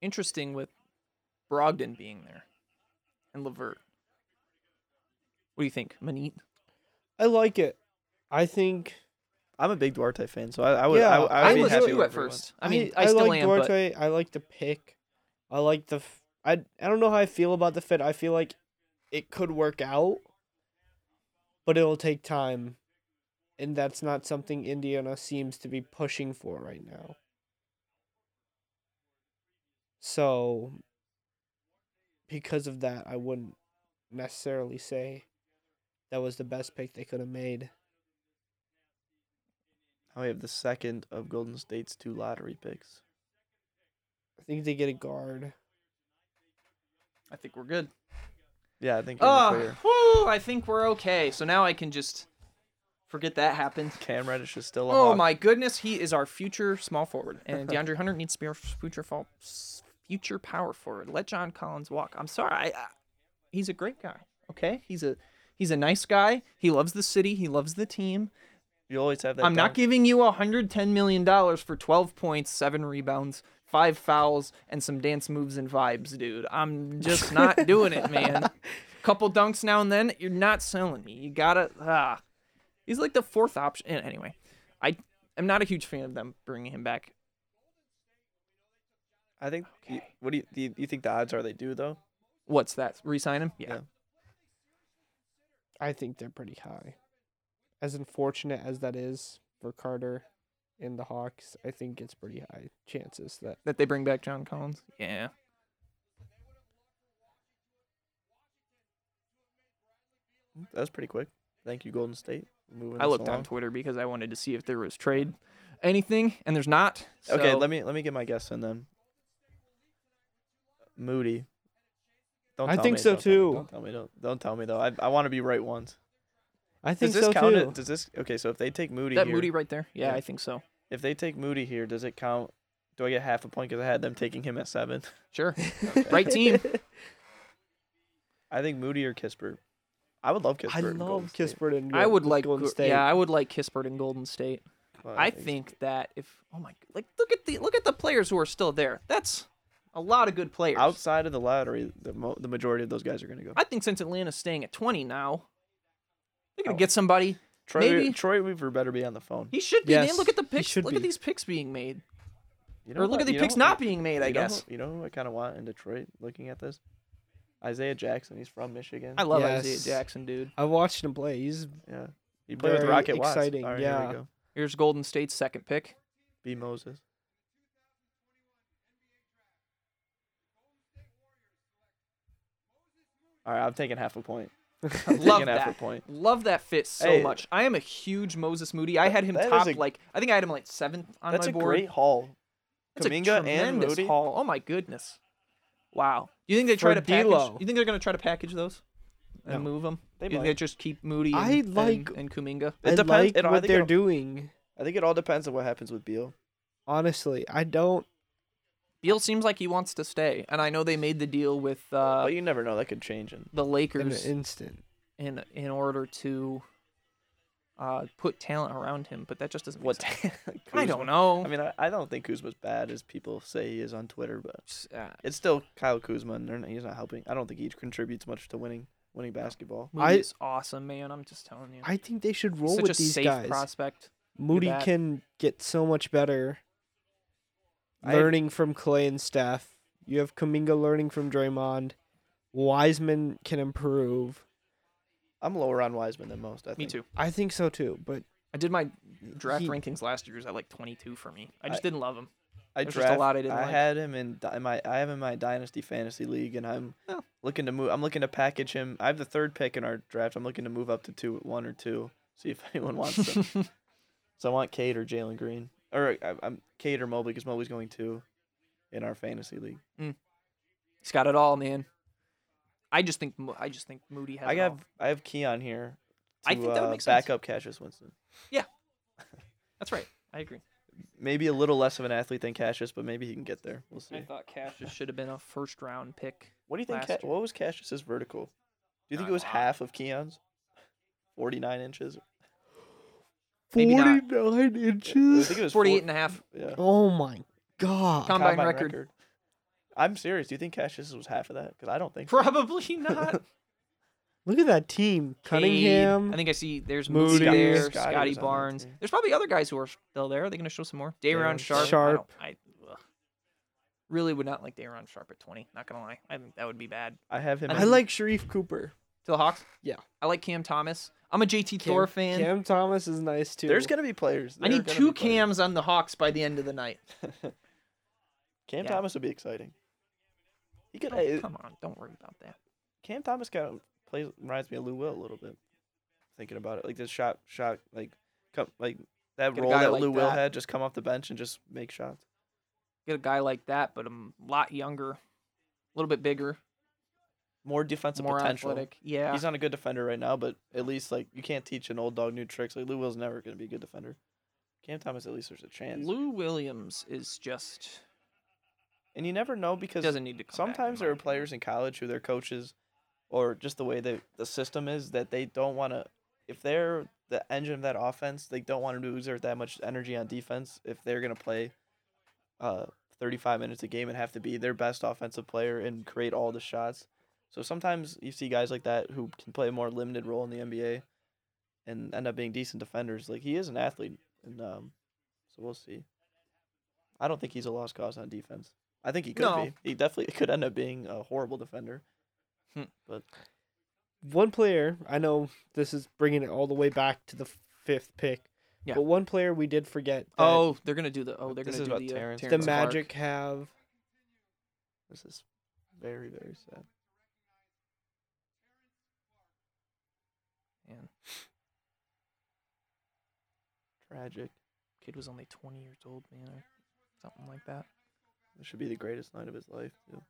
interesting with Brogdon being there and Levert. What do you think, Manit?
I like it. I think
I'm a big Duarte fan, so I, I would
Yeah,
I, I
I,
would be
was
happy
too
with
at
everyone.
first. I mean, I,
I
still
like
am, but
Duarte. I like the pick. I like the. F- I I don't know how I feel about the fit. I feel like it could work out, but it'll take time, and that's not something Indiana seems to be pushing for right now. So, because of that, I wouldn't necessarily say that was the best pick they could have made.
Now we have the second of Golden State's two lottery picks.
I think they get a guard.
I think we're good.
Yeah, I think you're in the
Oh,
clear.
whew, I think we're okay. So now I can just forget that happened.
Cam Reddish is still a
Oh
hawk.
my goodness, he is our future small forward, and DeAndre Hunter needs to be our future fall, future power forward. Let John Collins walk. I'm sorry, I, I, he's a great guy. Okay, he's a he's a nice guy. He loves the city. He loves the team.
You always have that.
I'm not
dunk.
giving you 110 million dollars for 12 points, seven rebounds, five fouls, and some dance moves and vibes, dude. I'm just not doing it, man. Couple dunks now and then, you're not selling me. You gotta ah. He's like the fourth option. and Anyway, I am not a huge fan of them bringing him back.
I think. You,
Okay.
what do you, do you you think the odds are they do though?
What's that? Resign him? Yeah.
Yeah.
I think they're pretty high. As unfortunate as that is for Carter and the Hawks, I think it's pretty high chances that
That they bring back John Collins? Yeah.
That was pretty quick. Thank you, Golden State. Moving
I
this
looked on
along.
Twitter because I wanted to see if there was trade anything, and there's not.
Okay,
so-
let me let me get my guess in then. Moody. Don't
I
tell
think
me,
so,
don't tell me,
too.
don't tell me. Don't, don't tell me though. I, I want to be right once.
I
Does
think
this
so
count?
too.
it- Does this? Okay, so if they take Moody
that
here,
Moody right there? yeah,
Yeah.
I think so.
if they take Moody here, does it count? Do I get half a point because I had them taking him at seven?
Sure. Right team.
I think Moody or Kispert. I would love Kispert.
I
in Golden
love
State,
Kispert and
I
Gol-
would like
Golden
Go-
State.
Yeah, I would like Kispert and Golden State.
but
I think that if oh my like look at the look at the players who are still there. That's a lot of good players.
outside of the lottery, the mo- the majority of those guys are going to go.
I think since Atlanta's staying at 20 now, they're going
Oh.
to get somebody.
Troy,
maybe-
Troy Weaver better be on the phone.
He should be. man.
Yes,
look at the
he
picks.
should
Look at
be.
these picks being made.
You
or look
what-
at the
you
picks
what-
not being made, I
you know
guess.
who- you know who I kind of want in Detroit? Looking at this, Isaiah Jackson. He's from Michigan.
I love
Yes.
Isaiah Jackson, dude.
I watched him play. He's
yeah, he played with
Very
Rocket
exciting,
Watts. All right, here we
yeah.
go.
Here's Golden State's second pick.
B Moses. All right, I'm taking half a point. I'm
Love
taking half
that.
a point.
Love that fit so
Hey.
much. I am a huge Moses Moody. I had him
That is
top
a-
like I think I had him like seventh on
That's
my
a
board.
great haul.
That's a
Kuminga and
tremendous
Moody?
haul. Oh my goodness. Wow. You think they
For
try to package?
D'Lo.
You think they're gonna try to package those and
No.
move them?
They
you think
might.
they just keep Moody and,
I like-
and, and Kuminga?
It
I
depends-
like
it- I
what
think
they're
it'll-
doing.
I think it all depends on what happens with Beal.
Honestly, I don't.
Beal seems like he wants to stay, and I know they made the deal with uh,
but you never know. That could change. And
the
In an
Lakers
instant,
in in order to uh, put talent around him, but that just doesn't. What?
what?
I don't know.
I mean, I, I don't think Kuzma's bad as people say he is on Twitter, but
It's, uh,
it's still Kyle Kuzma, and they're not, he's not helping. I don't think he contributes much to winning winning basketball.
Moody
I-
is awesome, man. I'm just telling you.
I think they should
He's
roll
such
with
a
these
safe
guys.
prospect.
Moody
back.
can get so much better.
I-
Learning from Clay and Steph, you have Kaminga learning from Draymond. Wiseman can improve.
I'm lower on Wiseman than most. I think.
Me too.
I think so too, but
I did my draft
He-
rankings last year. It was at like 22 for me. I just
I-
didn't love him.
I
There's just a lot I didn't like.
had him in, di- my I have him in my dynasty fantasy league, and I'm
Oh.
looking to move. I'm looking to package him. I have the third pick in our draft. I'm looking to move up to two, one or two. See if anyone wants them. so I want Cade or Jalen Green, or I, I'm Cade or Mobley because Mobley's going two in our fantasy league.
He's got it all, man. I just think Mo- I just think Moody has.
I
it
have
all.
I have Keon here. To,
I think that would
uh,
make sense.
back up Cassius Winston.
That's right. I agree.
Maybe a little less of an athlete than Cassius, but maybe he can get there. We'll see.
I thought Cassius should have been a first round pick.
What do you think?
last
Ca-
year.
what was Cassius's vertical? Do you think
Not
it was
a lot.
half of Keon's? Forty-nine inches.
Maybe not.
nine
I
inches.
think it was
48
four-
and a half.
Yeah.
Oh my god.
Com- Combine record.
I'm serious. Do you think Cassius was half of that? Because I don't think. so.
Probably not.
Look at that team.
Cade.
Cunningham.
I think I see there's Moody
Moody.
there,
Scotty was
Scotty
on that
Barnes.
team.
There's probably other guys who are still there. Are they going to show some more? Dayron
Daron
Sharp.
Sharp.
I, don't- I ugh. really would not like Dayron Sharp at 20. Not going to lie. I think that would be bad.
I have him.
I
in-
I like Sharif Cooper.
To the Hawks?
Yeah.
I like Cam Thomas. I'm a JT
Cam,
Thor fan.
Cam Thomas is nice too.
There's gonna be players.
I
There are
need
gonna
two
be players.
cams on the Hawks by the end of the night.
Cam
Yeah.
Thomas would be exciting. He could.
Oh,
hey,
come on, don't worry about that.
Cam Thomas kind of plays reminds me of Lou Will a little bit. Thinking about it, like this shot, shot, like come, like that
Get a
role
guy
that
like
Lou Will
that.
had, just come off the bench and just make shots.
Get a guy like that, but a m- lot younger, a little bit bigger,
More defensive
more
potential.
athletic. Yeah,
He's not a good defender right now, but at least like you can't teach an old dog new tricks. Like Lou Will's never going to be a good defender. Cam Thomas, at least there's a chance.
Lou Williams is just
and you never know because
doesn't need to. Come back, in
sometimes there
my
are
opinion.
players in college who their coaches or just the way that the system is that they don't want to if they're the engine of that offense they don't want to exert that much energy on defense if they're going to play uh, 35 minutes a game and have to be their best offensive player and create all the shots so sometimes you see guys like that who can play a more limited role in the nba and end up being decent defenders like he is an athlete and um, so we'll see i don't think he's a lost cause on defense i think he could
No.
be he definitely could end up being a horrible defender
one player I know this is bringing it all the way back to the fifth pick,
Yeah.
but one player we did forget. that
Oh, they're gonna do the. Oh, they're
This
gonna
is
do
about
the, uh,
Terrence
the
Terrence Clark.
Magic have
this is very very sad
Man,
tragic
kid was only 20 years old, man, or something like that.
this should be the greatest night of his life too.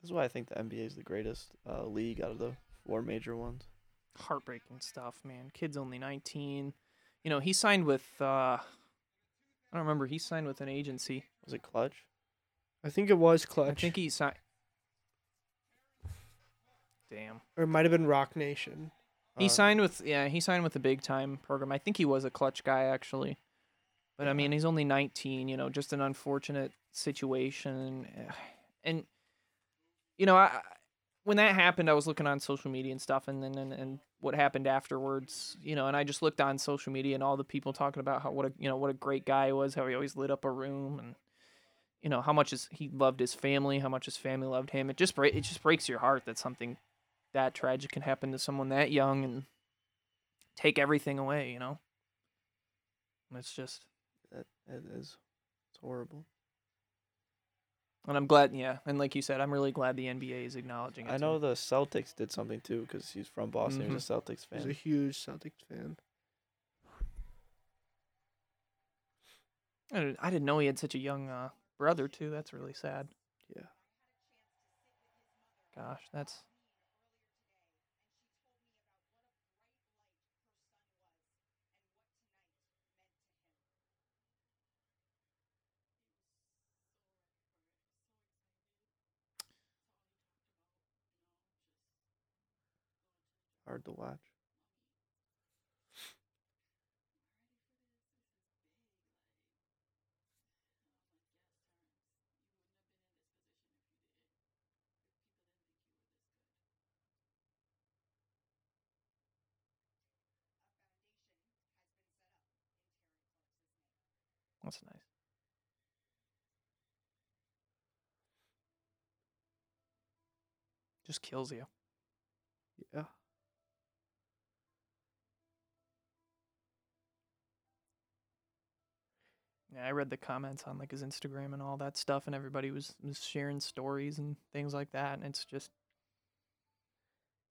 this is why i think the nba is the greatest uh, league out of the four major ones
Heartbreaking stuff, man. Kid's only 19. You know, he signed with. uh I don't remember. He signed with an agency.
was it clutch
I think it was Clutch
I think he signed. Damn.
or it might have been Rock Nation.
He
Um,
Uh,
signed with yeah, he signed with a big time program. I think he was a clutch guy actually. But I mean, he's only 19, you know, just an unfortunate situation and you know, I I- when that happened, I was looking on social media and stuff and then and, and what happened afterwards, you know, and I just looked on social media and all the people talking about how what a, you know, what a great guy he was, how he always lit up a room and you know, how much his, he loved his family, how much his family loved him. It just break, it just breaks your heart that something that tragic can happen to someone that young and take everything away, you know? And It's just,
that, that is it's horrible
and I'm glad, yeah. And like you said, I'm really glad the NBA is acknowledging it.
I
too.
know the Celtics did something too because he's from Boston. He was a
Mm-hmm.
Celtics
He's a
fan.
huge Celtics fan.
I didn't- I didn't know he had such a young uh, brother, too. That's really sad.
Yeah.
Gosh, that's.
Hard to watch.
That's nice. Just kills you.
Yeah.
Yeah, I read the comments on like his Instagram and all that stuff, and everybody was, was sharing stories and things like that. And it's just,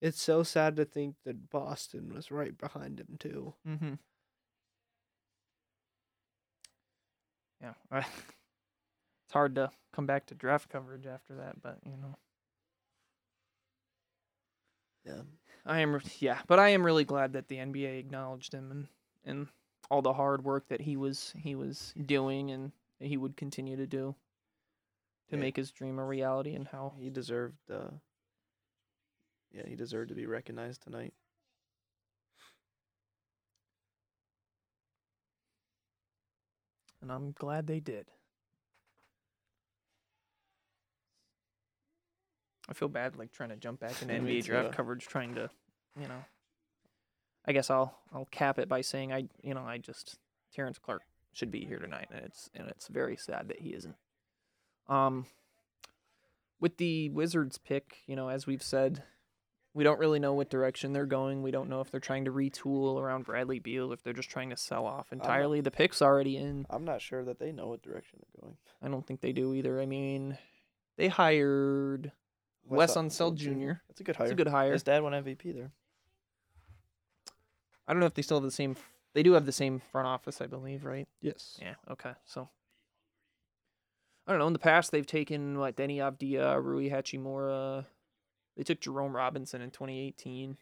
It's so sad to think that Boston was right behind him too.
mm-hmm. yeah, it's hard to come back to draft coverage after that, but you know.
Yeah.
I am, yeah, but I am really glad that the NBA acknowledged him and and all the hard work that he was he was doing and he would continue to do to
Yeah.
make his dream a reality and how
He deserved. Uh, yeah, he deserved to be recognized tonight.
and I'm glad they did. I feel bad like trying to jump back into
Yeah, me
NBA draft
too.
coverage, trying to, you know. I guess I'll I'll cap it by saying I you know I just Terrence Clark should be here tonight, and it's and it's very sad that he isn't. Um, with the Wizards pick, you know, as we've said, we don't really know what direction they're going. We don't know if they're trying to retool around Bradley Beal, if they're just trying to sell off entirely. The pick's already in.
I'm not sure that they know what direction they're going.
I don't think they do either. I meon, they hired Wes Unseld Jr.
That's a good hire.
It's a good hire.
His dad won MVP there.
I don't know if they still have the same. f- They do have the same front office, I believe, right?
Yes.
Yeah. Okay. So I don't know. In the past, they've taken what Denny Avdia, Rui Hachimura. They took Jerome Robinson in 2018.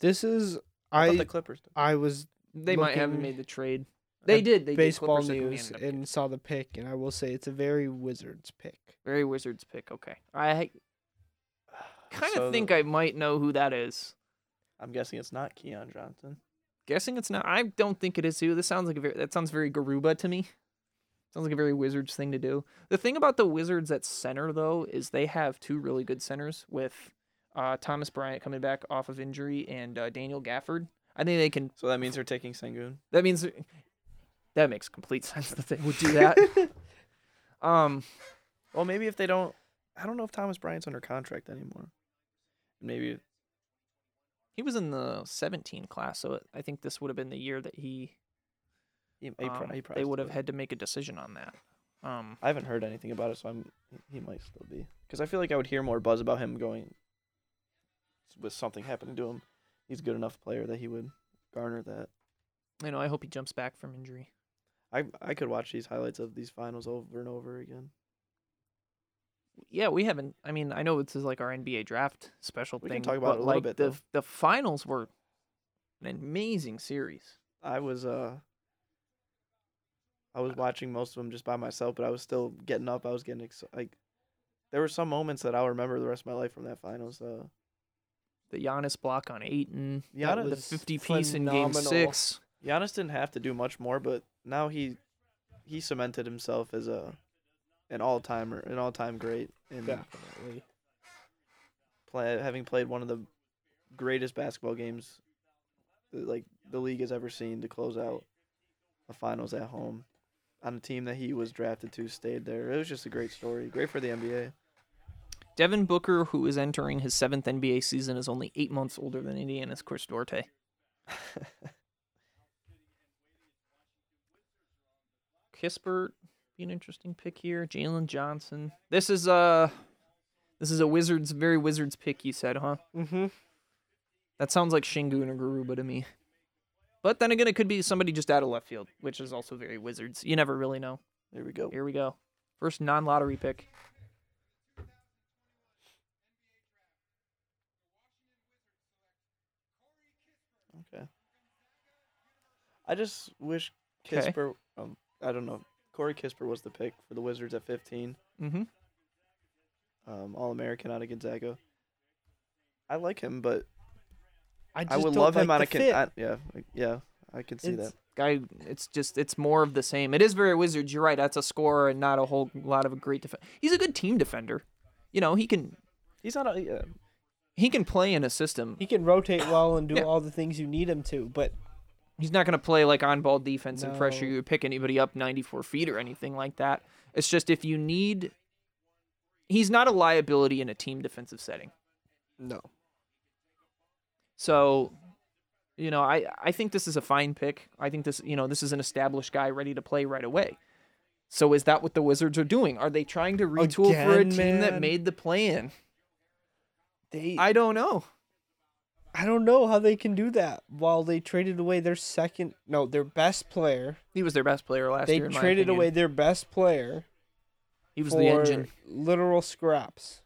This is
I
I
thought the Clippers. did.
I was
They might haven't
Looking
made the trade. They did. They
baseball
did. Clippers that we
news
ended up
and saw the pick, and I will say it's a very Wizards pick.
Very Wizards pick. Okay. I kind of
So
think
the-
I might know who that is.
I'm guessing it's not Keon Johnson.
Guessing it's not. I don't think it is who. This sounds like a very. That sounds very Garuba to me. Sounds like a very Wizards thing to do. The thing about the Wizards at center though is they have two really good centers with uh, Thomas Bryant coming back off of injury and uh, Daniel Gafford. I think they can.
So that means they're taking Sengun.
That means that makes complete sense that they would do that. um,
Well, maybe if they don't, I don't know if Thomas Bryant's under contract anymore. Maybe
he was in the 17 class, so it, I think this would have been the year that he.
he, he, pro-
um,
he probably
they would
still
have
is.
had to make a decision on that. Um,
I haven't heard anything about it, so I'm he might still be because I feel like I would hear more buzz about him going with something happening to him. He's a good enough player that he would garner that.
you know, I hope he jumps back from injury.
I I could watch these highlights of these finals over and over again.
yeah, we haven't. I mean, I know this is like our NBA draft special
We can
thing.
talk about
but
it a little
like
bit,
the
though.
the finals were an amazing series.
I was uh I was watching most of them just by myself, but I was still getting up. I was getting ex- like there were some moments that I'll remember the rest of my life from that finals. Uh,
The Giannis block on Aiton,
Yeah,
the
was
fifty piece in Game
phenomenal.
Six.
Giannis didn't have to do much more, but now he he cemented himself as a an all timer, an all time great, and
Definitely.
play, having played one of the greatest basketball games that, like the league has ever seen to close out the finals at home on a team that he was drafted to stayed there. It was just a great story. Great for the NBA.
Devin Booker, who is entering his seventh NBA season, is only eight months older than Indiana's Chris Duarte. Kispert be an interesting pick here. Jalen Johnson. This is uh this is a Wizards, very Wizards pick. You said, huh?
Mm-hmm.
That sounds like Shingun or Garuba to me. But then again, it could be somebody just out of left field, which is also very Wizards. You never really know.
There we go.
Here we go. First non lottery pick.
Okay. I just wish
'Kay.
Kisper. Um, I don't know. Corey Kisper was the pick for the Wizards at 15.
Mm-hmm.
Um, All American out of Gonzaga. I like him, but
I,
I
just
would
don't
love him
like
on
the
a con-
fit.
I, yeah, like, yeah. I can see
It's-
that.
Guy, it's just it's more of the same. It is very Wizards. You're right. That's a scorer and not a whole lot of a great defender. He's a good team defender. You know, he can
He's not. A, yeah.
he can play in a system.
He can rotate well and do
Yeah.
all the things you need him to, but
He's not going to play like on ball defense and pressure
No.
you or pick anybody up 94 feet or anything like that. It's just if you need, he's not a liability in a team defensive setting.
no.
So, you know, I I think this is a fine pick. I think this, you know, this is an established guy ready to play right away. So is that what the Wizards are doing? Are they trying to retool for a
Again,
team that
man.
made the plan?
They I,
I don't know.
I don't know how they can do that while they traded away their second no, their best player.
He was their best player last
they
year. in my
traded
opinion.
away their best player
He was
for
the engine.
literal scraps.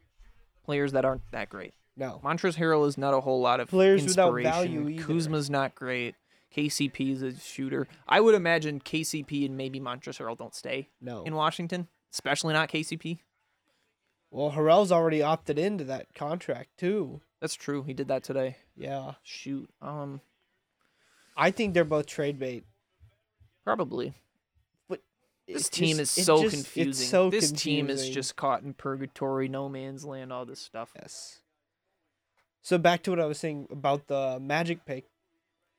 Players that aren't that great.
No.
Montrezl Harrell is not a whole lot of
Players without
inspiration.
value either.
Kuzma's not great. KCP is a shooter. I would imagine KCP and maybe Montrezl Harrell don't stay
No.
in Washington, especially not KCP.
Well, Harrell's already opted into that contract too.
That's true. He did that today.
Yeah.
Shoot. Um,
I think they're both trade bait.
probably. This
It
team
just-
is
it
so
just- it's
confusing.
so
this team is
confusing.
just caught in purgatory, no man's land, all this stuff.
Yes. So back to what I was saying about the Magic pick.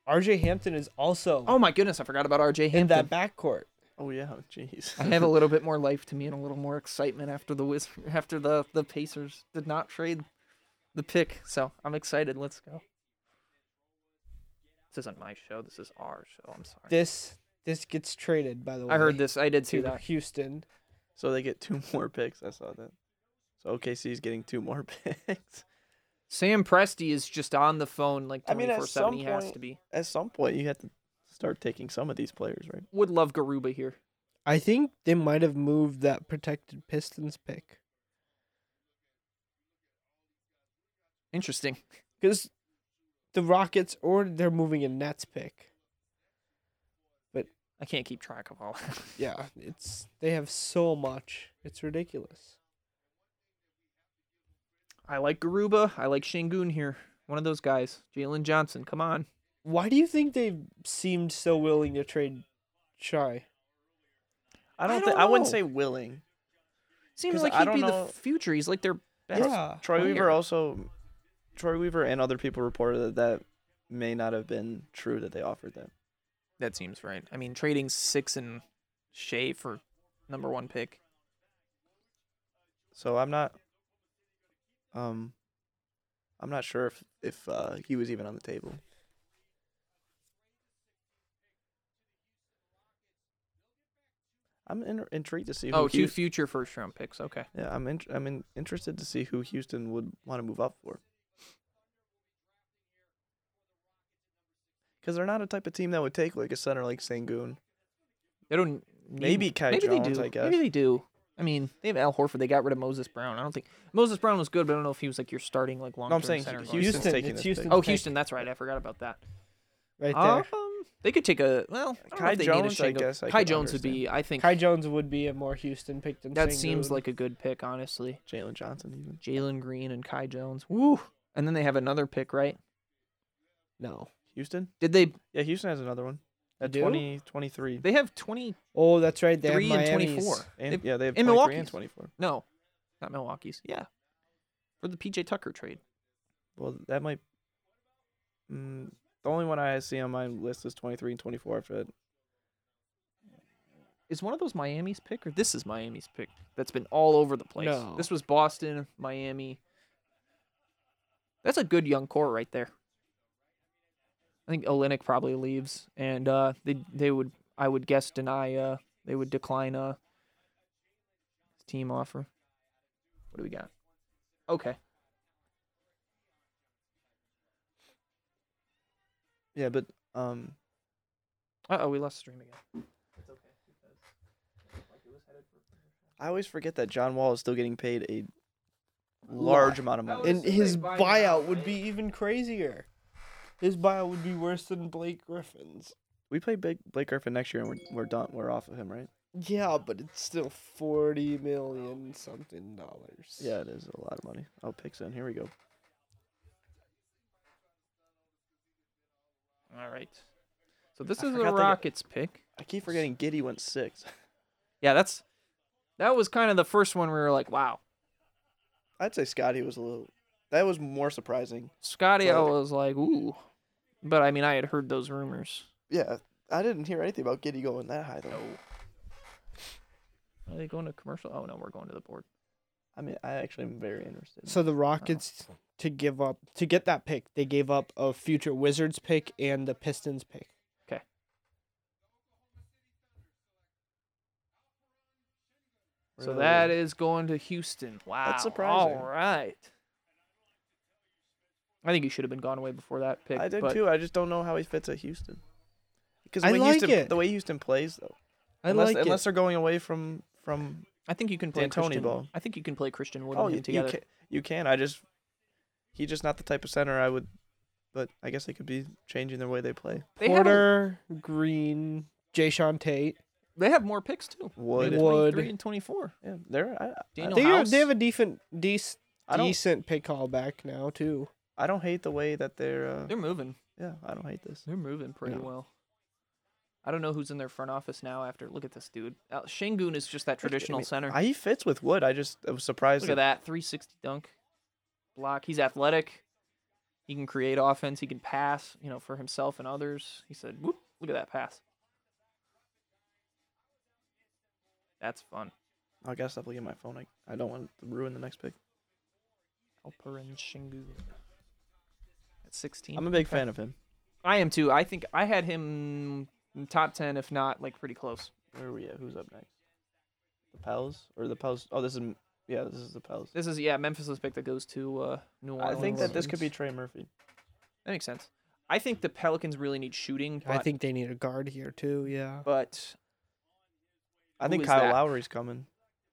RJ Hampton is also
Oh my goodness, I forgot about RJ Hampton.
in that backcourt.
Oh yeah, jeez.
I have a little bit more life to me and a little more excitement after the Wiz- after the the Pacers did not trade the pick. So I'm excited. Let's go. This isn't my show. This is our show. I'm sorry.
This this gets traded by the way.
I heard this. I did see
to
that.
Houston.
So they get two more picks. I saw that. So OKC is getting two more picks.
Sam Presti is just on the phone like
I mean, at
24 7. He
some
has
point-
to be.
At some point, you have to start taking some of these players, right?
Would love Garuba here.
I think they might have moved that protected Pistons pick
Interesting.
because the Rockets or they're moving a Nets pick.
I can't keep track of all.
Yeah, it's they have so much. It's ridiculous.
I like Garuba. I like Shangoon here. One of those guys. Jalen Johnson. Come on.
Why do you think they seemed so willing to trade Shy?
I
I
don't.
don't
think, I wouldn't
know.
say willing.
Seems
'Cause
like
I
he'd
don't
be
know-
the future. He's like their best.
Yeah.
Troy Weaver
player.
also. Troy Weaver and other people reported that that may not have been true that they offered that.
That seems right. I mean, trading six and Shea for number one pick.
So I'm not. Um. I'm not sure if if uh, he was even on the table. I'm in, intrigued to see. Who
Oh, two
Houston-
future first round picks. Okay.
Yeah, I'm in, I'm in, interested to see who Houston would want to move up for. Because they're not a type of team that would take like a center like Sangoon.
They don't. Need,
Maybe Kai
maybe they
Jones,
do.
I guess.
Maybe they do. I mean, they have Al Horford. They got rid of Moses Brown. I don't think Moses Brown was good, but I don't know if he was like your starting like long term
I'm saying
center.
Houston's
going
Houston-
forward.
taking
it's
this
Houston.
pick.
Oh,
pick
Houston. That's right. I forgot about that.
right there.
Um, they could take a well. I don't know
Kai
if they
Jones, I
Need a Shingo.
guess I
Kai
could
Jones would be. I think
Kai Jones would be a more Houston pick than
that seems
Sengun.
like a good pick, honestly.
Jalen Johnson, even.
Jalen Green and Kai Jones. Woo! And then they have another pick, right?
no.
Houston?
Did they?
Yeah, Houston has another one. At
do?
20, 23.
They have twenty
Oh, that's right. They have
three and twenty
Miami's.
four.
And, yeah, they have
in
23 and
Milwaukee's.
24.
No, not Milwaukee's. Yeah, for the PJ Tucker trade.
Well, that might. Mm, the only one I see on my list is 23 and 24 after that.
Is one of those Miami's pick or this is Miami's pick that's been all over the place?
No.
This was Boston, Miami. That's a good young core right there. I think Olenek probably leaves, and uh, they they would I would guess deny uh, they would decline uh, his team offer. What do we got? Okay,
Yeah, but um,
uh oh, we lost stream again.
I always forget that John Wall is still getting paid a large amount of money.
And his buyout would be even crazier. His buyout would be worse than Blake Griffin's.
We play Blake, Blake Griffin next year, and we're we're done. We're off of him, right?
Yeah, but it's still forty million something dollars.
Yeah, it is a lot of money. Oh, Pixon, here we go.
All right. So this
I
is
forgot
the
they got-
Rockets pick.
I keep forgetting Giddy went six.
Yeah, that's that was kind of the first one we were like, wow.
I'd say Scotty was a little. That was more surprising.
Scotty, I
Totally.
was like, ooh. But I mean, I had heard those rumors.
Yeah, I didn't hear anything about Giddy going that high though.
Are they going to commercial? Oh no, we're going to the board.
I mean, I actually am very interested.
So the Rockets to give up to get that pick, they gave up a future Wizards pick and the Pistons pick.
So
Really?
that is going to Houston. Wow.
surprising.
All right. I think he should have been gone away before that pick.
I did
but
too. I just don't know how he fits at Houston. Because
I like
Houston,
it.
the way Houston plays though,
I
unless
like
unless
it.
they're going away from from
I think you can play
D'Antoni
Christian.
ball.
I think you can play Christian Wood
Oh,
and
you,
him together.
You can, you can. I just he's just not the type of center I would but I guess they could be changing the way they play.
They have, a-
Porter, Green, Jay Sean Tate.
they have more picks too.
Wood.
They have
Wood.
23 and 24.
Yeah, they're. I, I,
Daniel
They have,
House.
they have a decent, decent,
I don't.
decent pick call back now too.
I don't hate the way that they're. Uh,
They're moving.
yeah, I don't hate this.
They're moving pretty
No.
well. I don't know who's in their front office now after. Look at this dude. Uh, Shingun is just that traditional
I mean,
center.
I, he fits with Wood. I just I was surprised.
Look at that 360 dunk block. He's athletic. He can create offense. He can pass, you know, for himself and others. He said, whoop, look at that pass. That's fun.
I gotta stop looking at my phone. I, I don't want to ruin the next pick.
Helper and Shingu. At 16.
I'm a big
Okay.
fan of him.
I am too. I think I had him in top 10, if not like pretty close.
Where are we at? Who's up next? The Pels or the Pels? Oh, this is yeah, this is the Pels.
This is, yeah, Memphis' pick that goes to uh, New
I
Orleans.
think that this could be
Pelicans.
Trey Murphy.
That makes sense. I think the Pelicans really need shooting. But,
I think they need a guard here too. Yeah.
But
I
Who
think
is
Kyle
that?
Lowry's coming.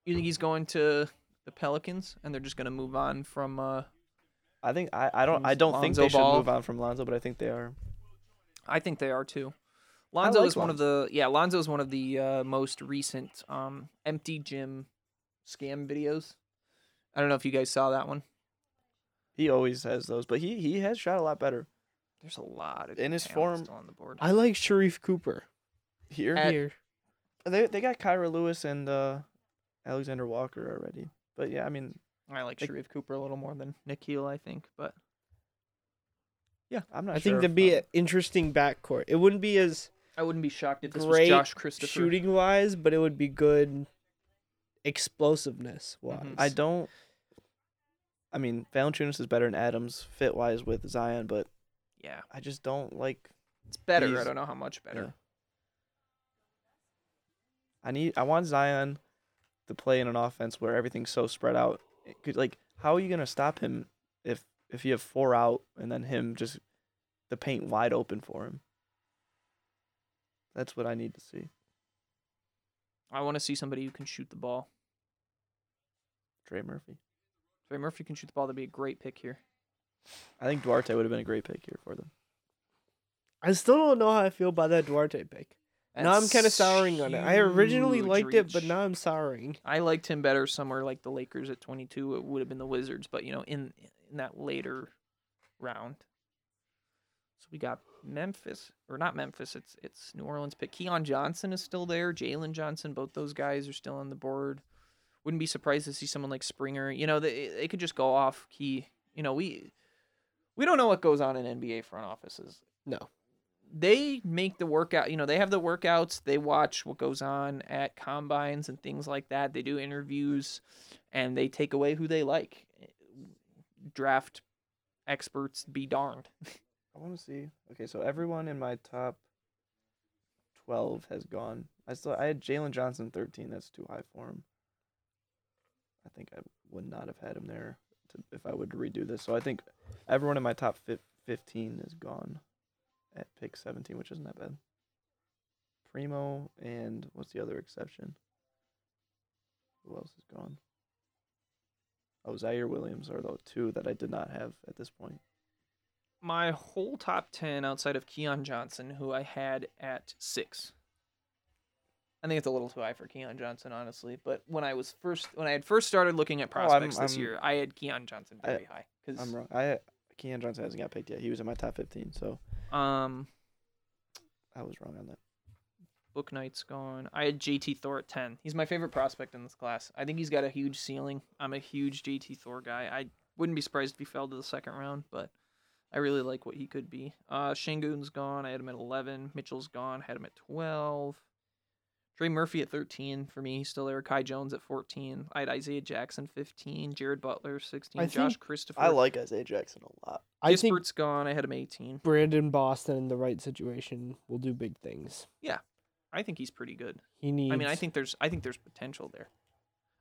You think he's going to the Pelicans and they're just going to move on from uh
I think I, I don't I
Comes
don't think they
Lonzo
should
Ball.
move on from Lonzo, but I think they are.
I think they are too. Lonzo
like
is one of the yeah, Lonzo is one of the uh, most recent um empty gym scam videos. I don't know if you guys saw that one.
He always has those, but he he has shot a lot better
There's a lot of
In
good
his
talent
form-
still on the board.
I like Sharif Cooper
here.
At-
here.
they they got Kyra Lewis and uh, Alexander Walker already, but yeah, I mean
I like
like-
Sharif Cooper a little more than Nikhil, I think, but
I'm not.
I
sure
think
if um,
that'd be
I'm-
an interesting backcourt. It wouldn't be as
I wouldn't be shocked if this
Great
was Josh Christopher.
shooting wise, but it would be good explosiveness wise.
Mhm.
Mm-hmm. I don't. I mean, Valanciunas is better than Adams fit wise with Zion, but
Yeah.
I just don't like.
It's better. I
He's-
don't know how much better.
yeah. I need. I want Zion to play in an offense where everything's so spread out. It could- like, how are you gonna stop him if if you have four out and then him just the paint wide open for him? That's what I need to see.
I want to see somebody who can shoot the ball.
Trey Murphy.
Trey Murphy can shoot the ball. That'd be a great pick here.
I think Duarte would have been a great pick here for them.
I still don't know how I feel about that Duarte pick. now I'm kind of
That's
souring on it. I originally
huge
liked it, but
reach.
now I'm souring.
I liked him better somewhere like the Lakers at 22. It would have been the Wizards, but you know, in in that later round. So we got Memphis, or not Memphis. It's it's New Orleans. Pick Keon Johnson is still there. Jalen Johnson, both those guys are still on the board. Wouldn't be surprised to see someone like Springer. You know, they they could just go off key. You know, we we don't know what goes on in NBA front offices
No.
they make the workout you know they have the workouts they watch what goes on at combines and things like that they do interviews and they take away who they like draft experts be darned
I want to see. Okay, so everyone in my top twelve has gone. I still I had Jalen Johnson thirteen. That's too high for him. I think I would not have had him there to, if I would redo this. So I think everyone in my top fif- fifteen is gone at pick seventeen, which isn't that bad. Primo and what's the other exception? Who else is gone? Oh, Zaire Williams are the two that I did not have at this point.
my whole top 10 outside of keon johnson who i had at six i think it's a little too high for keon johnson honestly but when i was first when i had first started looking at
Oh, I'm-
prospects this
I'm-
year i had keon johnson
I-
very high
I'm
because
wrong. I Keon Johnson hasn't got picked yet. He was in my top 15, so
um
I was wrong on that.
Book Knight's gone. I had JT Thor at 10. He's my favorite prospect in this class. I think he's got a huge ceiling. I'm a huge JT Thor guy. I wouldn't be surprised if he fell to the second round, but I really like what he could be. Uh, Shangoon's gone. I had him at 11. Mitchell's gone. Had him at 12. Trey Murphy at 13 for me. He's still there. Kai Jones at 14. I had Isaiah Jackson 15. Jared Butler 16.
I
Josh
think-
Christopher.
I like Isaiah Jackson a lot.
I think
Gisbert's gone. I had him 18.
Brandon Boston in the right situation will do big things.
I think he's pretty good.
He needs.
I mean, I think there's I think there's potential there.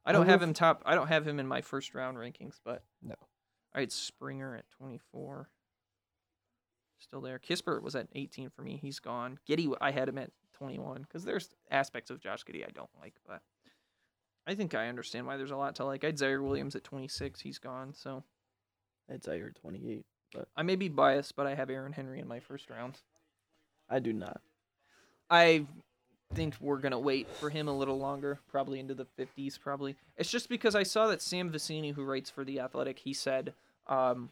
I
I
don't
wonder
have
if-
him top. I don't have him in my first round rankings, but
No.
I had Springer at 24. Still there. Kispert was at 18 for me. He's gone. Giddy, I had him at 21 because there's aspects of Josh Giddy I don't like, but I think I understand why there's a lot to like. I had Zaire Williams at 26. He's gone. So
It's Zaire 28.
I may be biased, but I have Aaron Henry in my first round.
I do not.
I think we're gonna wait for him a little longer, probably into the fifties. Probably it's just because I saw that Sam Vicini, who writes for the Athletic, he said um,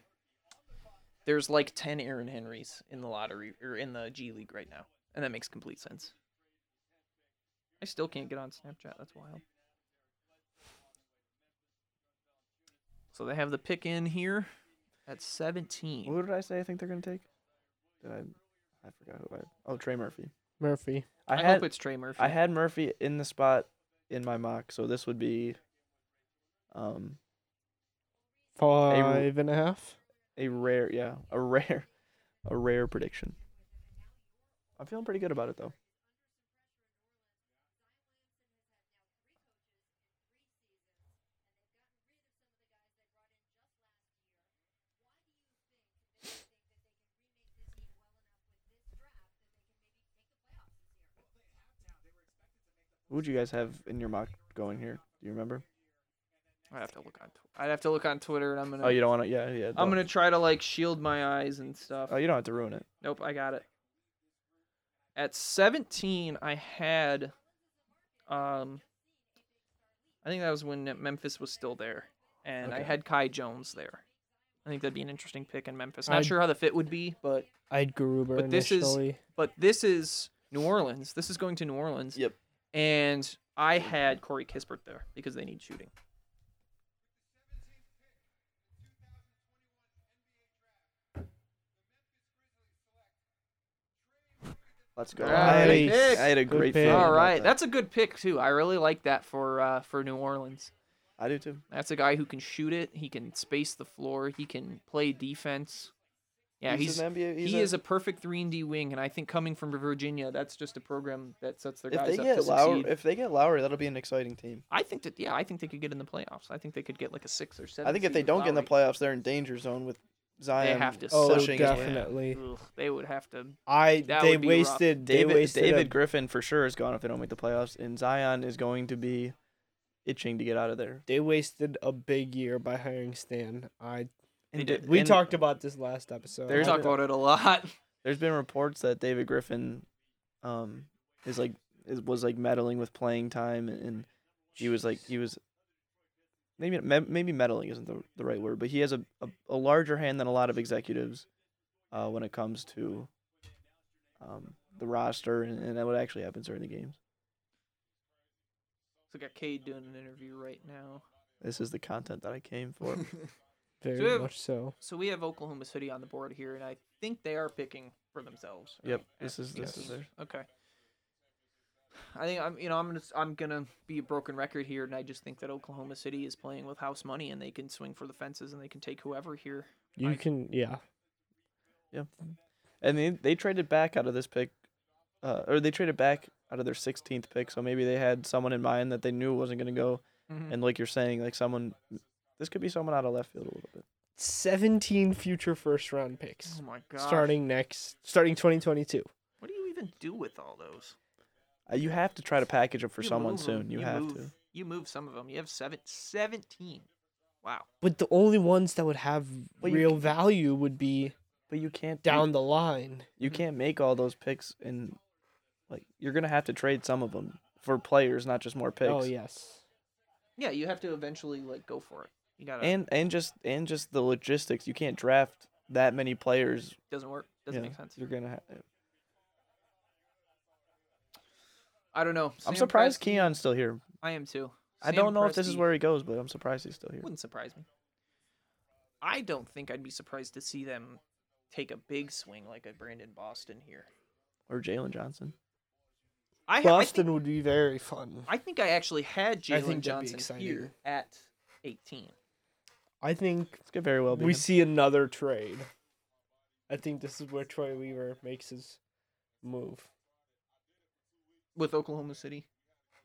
there's like ten Aaron Henrys in the lottery or in the G League right now, and that makes complete sense. I still can't get on Snapchat. That's wild. So they have the pick in here at 17.
Who did I say I think they're gonna take? Did I? I forgot who I. Oh, Trey Murphy.
Murphy.
I,
I, had
hope it's Trey Murphy.
I had Murphy in the spot in my mock, so this would be, um,
Five and a half.
a rare yeah a rare, a rare prediction. I'm feeling pretty good about it though. Who would you guys have in your mock going here? Do you remember?
I have to look on. Tw- I'd have to look on Twitter, and I'm gonna.
Oh, you don't want to? Yeah, yeah.
I'm
don't-
gonna try to like shield my eyes and stuff.
Oh, you don't have to ruin it.
Nope, I got it. At 17, I had, um, I think that was when Memphis was still there, and I
Okay.
had Kai Jones there. I think that'd be an interesting pick in Memphis. Not
I'd-
sure how the fit would be, but
I'd Gruber
But this is-
initially.
but this is New Orleans. This is going to New Orleans.
Yep.
And I had Corey Kispert there because they need shooting.
Let's go.
All
I, had
right.
a,
Pick.
I had a
Good
great
pick.
feeling.
All
about
right,
that.
that's a good pick too. I really like that for uh, for New Orleans.
I do too.
That's a guy who can shoot it. He can space the floor. He can play defense. Yeah, he's,
He's an NBA he's
he is a perfect three and D wing, and I think coming from Virginia, that's just a program that sets their
if
guys
they
up
get
to
Lowry,
succeed.
if they get Lowry, that'll be an exciting team.
I think that yeah, I think they could get in the playoffs. I think they could get like a six or seven.
I think if
seed
they
with
don't get in the
Lowry.
playoffs, they're in danger zone with Zion.
have to
Oh,
Such
pushing his way.
definitely.
Ugh, they would have to.
I
That
they
would be rough.
wasted they
David
wasted
David
a-
Griffin for sure is gone if they don't make the playoffs, and Zion is going to be itching to get out of there.
they wasted a big year by hiring Stan. I
They
And
did.
Da-
we
and
talked about this last episode.
We
There's
talk
talked
about it a lot.
There's been reports that David Griffin, um, is like is, was like meddling with playing time, and he was like he was. Maybe me- maybe meddling isn't the, the right word, but he has a, a, a larger hand than a lot of executives, uh, when it comes to, um, the roster and, and what actually happens during the games.
So we got Cade doing an interview right now.
This is the content that I came for.
very
Dude.
much so.
So we have Oklahoma City on the board here, and I think they are picking for themselves. right?
Yep,
At
this is this is
16.
their
Okay. I think I'm you know I'm gonna s- I'm gonna be a broken record here, and I just think that Oklahoma City is playing with house money, and they can swing for the fences, and they can take whoever here.
You
I-
can yeah.
And they they traded back out of this pick, uh, or they traded back out of their 16th pick. So maybe they had someone in mind that they knew wasn't going to go.
Hmm.
And like you're saying, like someone, this could be someone out of left field a little bit.
17 future first round
oh
picks
my god!
starting next starting 2022.
What do you even do with all those?
Uh, you have to try to package them for
You
someone
move 'em.
soon. You, have
move,
to.
You move some of them. You have seven, 17. Wow.
But the only ones that would have
Well, you
real value would be
But you can't
down the line.
You, can't make all those picks and like you're gonna have to trade some of them for players, not just more picks.
Oh yes.
Yeah, you have to eventually like go for it. You gotta.
And and just and just the logistics. You can't draft that many players.
doesn't work. Doesn't
Yeah,
make sense.
You're gonna. Ha-
I don't know.
I'm
Sam
surprised
Presti-
Keon's still here.
I am too.
I
Sam
don't know if this is
Presti-
where he goes, but I'm surprised he's still here.
Wouldn't surprise me. I don't think I'd be surprised to see them take a big swing like a Brandon Boston here.
Or Jalen Johnson.
I, ha- I
Boston
think,
would be very fun.
I think I actually had
I think that'd
Jalen
be
Johnson
exciting.
here at 18.
I think
This could very well be.
we
him.
see another trade. I think this is where Troy Weaver makes his move.
With Oklahoma City.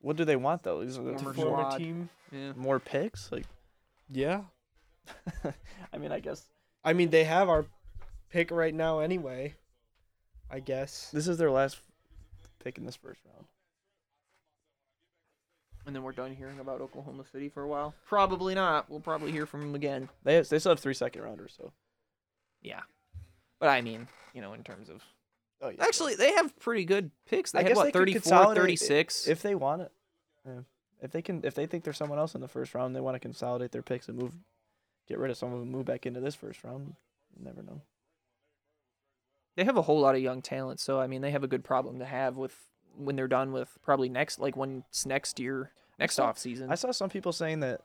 what do they want though? Is it to
Former
Former
form
squad.
team.
Yeah.
more picks? Like,
Yeah.
I mean, I guess
I mean, they have our pick right now anyway. I guess.
this is their last pick in this first round.
And then we're done hearing about Oklahoma City for a while. Probably not. We'll probably hear from them again.
They have, they still have three second rounders, so
Yeah. But I mean, you know, in terms of
Oh, yeah.
actually, they have pretty good picks. They
I
had
guess
what
they could
34,
consolidate i-
36.
if they want it. Yeah. If they can, if they think there's someone else in the first round, they want to consolidate their picks and move, get rid of some of them, move back into this first round. You never know.
they have a whole lot of young talent, so I mean, they have a good problem to have with when they're done with probably next, like when it's next year, next
saw-
off season.
I saw some people saying that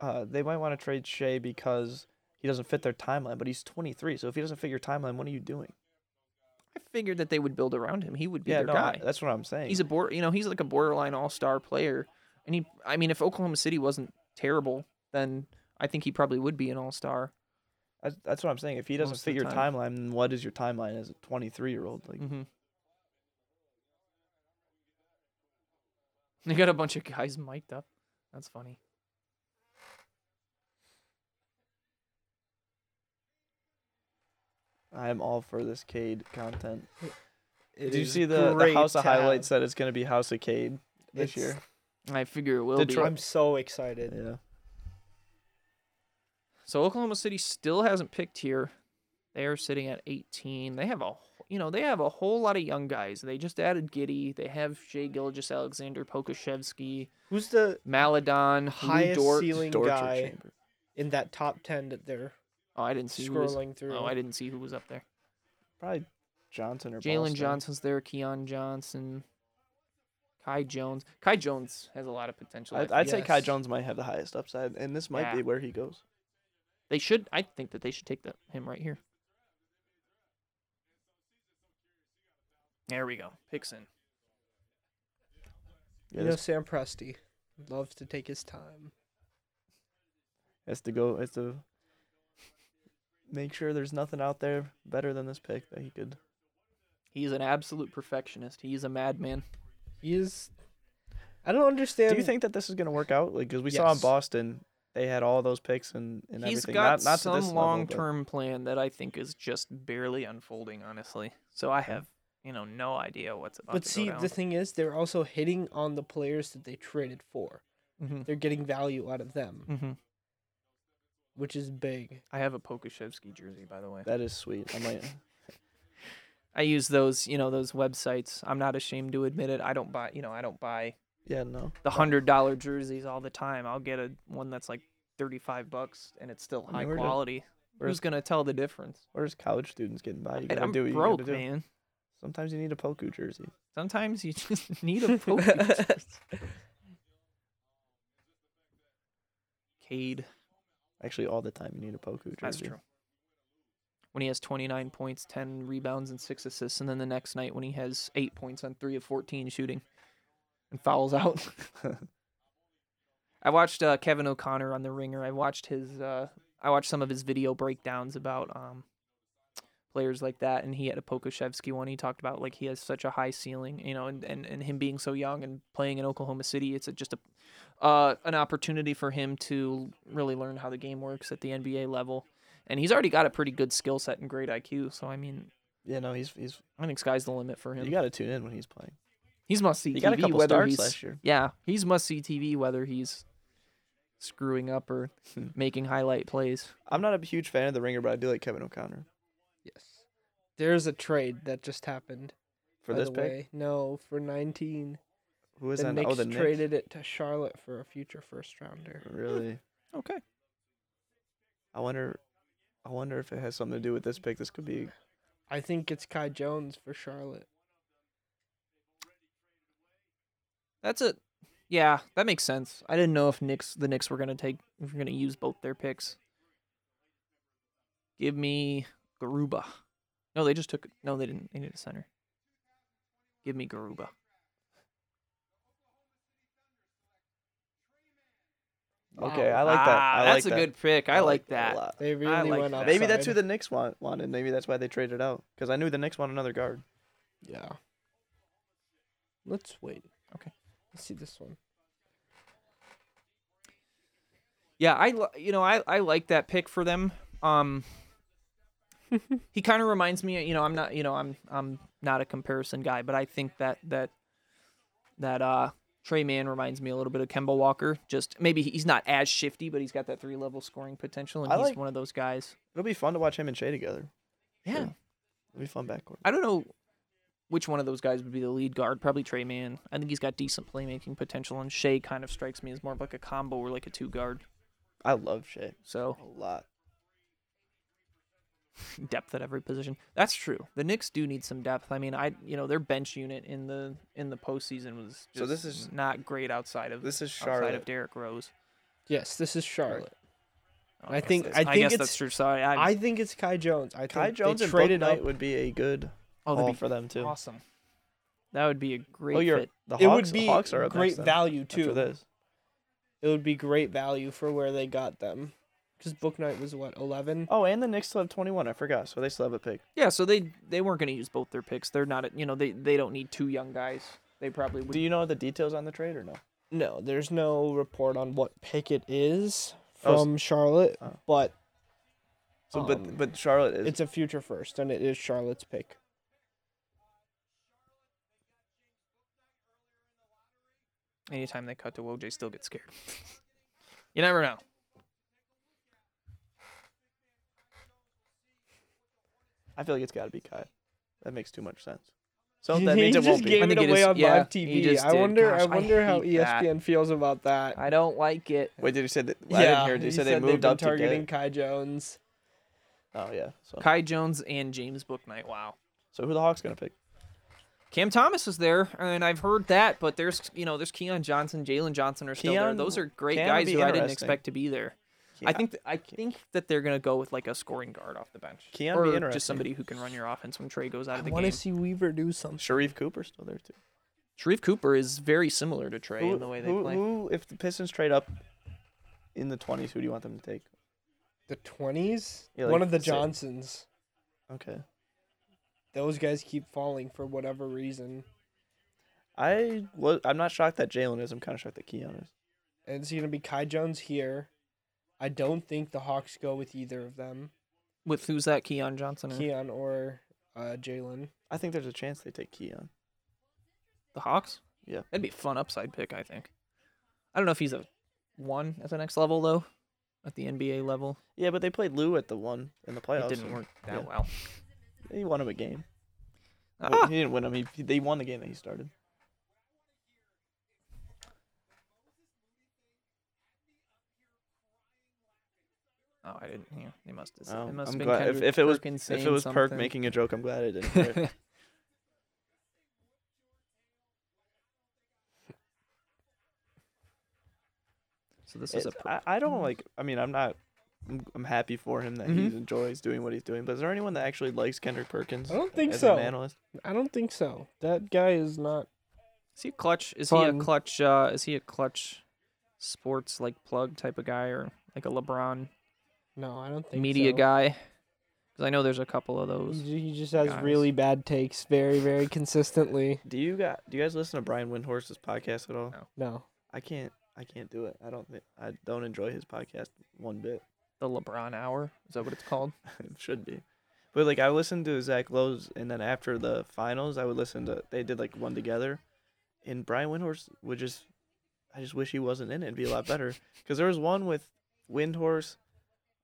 uh, they might want to trade Shea because he doesn't fit their timeline, but he's 23. So if he doesn't fit your timeline, what are you doing?
I figured that they would build around him. He would be
yeah,
their
no, I-
guy.
that's what I'm saying.
he's a border, you know, he's like a borderline all-star player. And he, I mean, if Oklahoma City wasn't terrible, then I think he probably would be an all-star.
That's- that's what I'm saying. If he doesn't
Most of
fit
the
your
time.
timeline, then what is your timeline as a 23 year old? Like,
Mm-hmm. They got a bunch of guys mic'd up. That's funny.
I'm all for this Cade content.
It
Did you
is
see the, the
great
House of
to have.
Highlights said it's going to be House of Cade this
It's-
year?
I figure it will be.
Detroit-
I'm so excited.
Yeah.
So Oklahoma City still hasn't picked here. They are sitting at 18. They have a wh- you know they have a whole lot of young guys. They just added Giddy. They have Shea Gilgis Alexander, Pokashevsky,
Who's the
Maladon, Lou
highest
Dort.
ceiling
Dortch or
guy
Chamber.
in that top ten that they're
Oh, I didn't see who was.
scrolling through?
Oh, I didn't see who was up there.
Probably Johnson or
Jalen
Boston.
Johnson's there. Keon Johnson. Kai Jones. Kai Jones has a lot of potential. I
I'd,
think.
I'd say Kai
Yes.
Jones might have the highest upside, and this might
Yeah.
be where he goes.
They should. I think that they should take the, him right here. There we go. Picks in.
Yeah,
you know
this
Sam Presti loves to take his time.
has to go. Has to make sure there's nothing out there better than this pick that he could.
He's an absolute perfectionist. He's a madman.
He is. I don't understand.
Do you think that this is going to work out? Like, because we saw in
Yes.
Boston, they had all those picks and and
He's
everything.
got
not, not to this
some
level,
long
but-
term plan that I think is just barely unfolding, honestly. So I have, you know, no idea what's about
But
to
see,
go down.
the thing is, they're also hitting on the players that they traded for.
Mhm.
They're getting value out of them,
Mhm.
which is big.
I have a Pokashevsky jersey, by the way.
That is sweet. I might.
I use those, you know, those websites. I'm not ashamed to admit it. I don't buy, you know, I don't buy
Yeah, no.
the hundred dollar jerseys all the time. I'll get a one that's like thirty five bucks and it's still
I mean,
high
we're do-
quality.
we're-
Who's gonna tell the difference?
Where's college students getting by? You
And
gotta
I'm
do what you gotta
broke,
do.
man.
Sometimes you need a Poku jersey.
Sometimes you just need a Pokemon. Cade.
Actually, all the time you need a Poku jersey.
That's true. When he has 29 points, 10 rebounds, and 6 assists, and then the next night when he has 8 points on 3 of 14 shooting and fouls out. I watched uh, Kevin O'Connor on The Ringer. I watched his, uh, I watched some of his video breakdowns about um, players like that, and he had a Pokushevsky one. He talked about like he has such a high ceiling, you know, and, and, and him being so young and playing in Oklahoma City, it's a, just a uh, an opportunity for him to really learn how the game works at the NBA level. And he's already got a pretty good skill set and great IQ. So, I mean,
Yeah, no, he's he's.
I think sky's the limit for
You
him.
gotta tune in when he's playing.
He's must see
He got a
TV,
couple
whether
starts
he's.
last year.
Yeah, he's must see TV, whether he's screwing up or
Hmm.
making highlight plays.
I'm not a huge fan of the Ringer, but I do like Kevin O'Connor
Yes. There's a trade that just happened.
for
by
this
the
pick.
way. No, for 19.
Who is
the
that?
Knicks
Oh, the Knicks.
traded it to Charlotte for a future first rounder.
Really?
Okay.
I wonder. I wonder if it has something to do with this pick. This could be.
I think it's Kai Jones for Charlotte.
That's it. Yeah, that makes sense. I didn't know if Knicks the Knicks were gonna take if we're gonna use both their picks. Give me Garuba. No, they just took no, they didn't. They needed a center. Give me Garuba.
Okay,
Wow.
I like that.
Ah,
I
that's
like
a
that.
good pick. I, like
a
that.
lot.
They really
like
went
that.
up.
Maybe that's who the Knicks want, wanted. Maybe that's why they traded out. Because I knew the Knicks want another guard.
Yeah. Let's wait.
Okay.
Let's see this one.
Yeah, I li- you know I I like that pick for them. Um, he kind of reminds me. You know, I'm not. You know, I'm I'm not a comparison guy, but I think that that that uh Trey Mann reminds me a little bit of Kemba Walker. Just maybe he's not as shifty, but he's got that three level scoring potential, and
I
he's
like-
one of those guys.
It'll be fun to watch him and Shea together.
Yeah,
Sure. It'll be fun backcourt.
I don't know which one of those guys would be the lead guard. Probably Trey Mann. I think he's got decent playmaking potential, and Shea kind of strikes me as more of like a combo or like a two guard.
I love Shea
So
a lot.
depth at every position. That's true. The Knicks do need some depth. I mean, I you know their bench unit in the in the postseason was just
So this is-
not great outside of
This is
outside of
Charlotte.
Derrick Rose.
Yes, this is Charlotte.
Oh,
I
guess
think-
that's-
I think
guess
it's-
that's true. Sorry, I,
I think it's Kai Jones. I think
Kai
they
Jones and Book
traded up.
Knight would be a good
oh, that'd
haul
be
for them too.
awesome. That would be a great
Oh, you're
fit.
the Hawks.
it would be
the Hawks are up
great
next then,
value
After
too.
this,
It would be great value for where they got them, because Book Knight was what eleven.
oh, and the Knicks still have 21. I forgot, so they still have a pick.
Yeah, so they they weren't going to use both their picks. They're not, you know, they they don't need two young guys. They probably would.
Do you know the details on the trade or no?
No, there's no report on what pick it is
Oh, s-
from Charlotte,
Oh.
but
Oh,
So,
Um,
but but Charlotte is.
it's a future first, and it is Charlotte's pick.
Anytime they cut to OJ, still get scared. you never know.
I feel like it's got to be Kai. That makes too much sense. So that means it
just
won't be.
gave
I
it
think it
away
is-
on
yeah,
live
he
TV.
just
I
did.
wonder.
Gosh,
I
I
wonder how E
hate that.
ESPN feels about that.
I don't like it.
Wait, did you say that? I didn't hear. Did you
he
say they
said they've
moved
been
up to
targeting
get?
Kai Jones.
Oh yeah. So
Kai Jones and James Booknight. Wow.
so who the Hawks gonna pick?
Cam Thomas is there, and I've heard that. But there's, you know, there's Keon Johnson, Jalen Johnson are still there.
Keon-
Those are great
Keon would
guys
be
who I didn't
interesting.
expect to be there. I think th- I think that they're gonna go with like a scoring guard off the bench,
Keon would be
or
interesting.
just somebody who can run your offense when Trey goes out
I
of the
want
game.
to see Weaver do something.
Sharif Cooper's still there too.
Sharif Cooper is very similar to Trey in the way they
who,
play.
who- if the Pistons trade up in the 20s, who do you want them to take?
The twenties.
Yeah, like,
One of the
say-
Johnsons.
Okay.
Those guys keep falling for whatever reason.
I was. I'm not shocked that Jalen is. I'm kind of shocked that Keon is.
And it's gonna be Kai Jones here. I don't think the Hawks go with either of them,
With who's that? Keon Johnson. Or
Keon or uh, Jalen.
I think there's a chance they take Keon.
The Hawks.
Yeah.
that'd be a fun upside pick. I think. I don't know if he's a one at the next level though, at the NBA level.
Yeah, but they played Lou at the one in the playoffs.
It didn't
and
work that
yeah.
well.
He won him a game. Well,
Ah,
He didn't win him. He, he- they won the game that he started.
Oh, I didn't hear. They must have.
Oh,
it must
I'm
have been
glad-
Kendrick
if, if it was
Perkins
if it
saying
was Perk
something.
making a joke, I'm glad I didn't. hear it.
so this is
It's-
a per- Mm-hmm.
I, I don't like. I mean, I'm not. I'm, I'm happy for him that
Mhm.
he enjoys doing what he's doing. But is there anyone that actually likes Kendrick Perkins?
I don't think
as
so.
An analyst,
I don't think so. That guy is not.
is he a clutch? Is he
Fun.
a clutch? Uh, is he a clutch sports like plug type of guy or like a LeBron
No, I don't think
media
so.
guy? Because I know there's a couple of
He
those.
ju- He just has
guys.
really bad takes, very, very consistently.
do you got? Do you guys listen to Brian Windhorse's podcast at all?
No.
No,
I can't. I can't do it. I don't. thi- I don't enjoy his podcast one bit.
The LeBron Hour is that what it's called?
it should be. But like I listened to Zach Lowe's, and then after the finals, I would listen to. They did like one together, and Brian Windhorse would just. I just wish he wasn't in it. It'd be a lot better because there was one with Windhorse,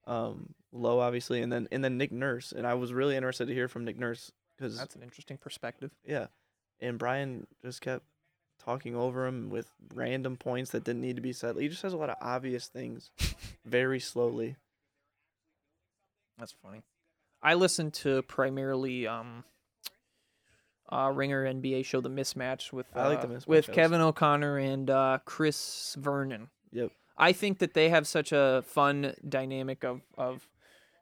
um, Lowe obviously, and then and then Nick Nurse, and I was really interested to hear from Nick Nurse because
That's an interesting perspective.
yeah, and Brian just kept talking over him with random points that didn't need to be said. He just says a lot of obvious things, very slowly.
That's funny. I listen to primarily um uh Ringer NBA show The Mismatch with uh,
I like The Mismatch
with
shows.
Kevin O'Connor and uh Chris Vernon.
Yep.
I think that they have such a fun dynamic of of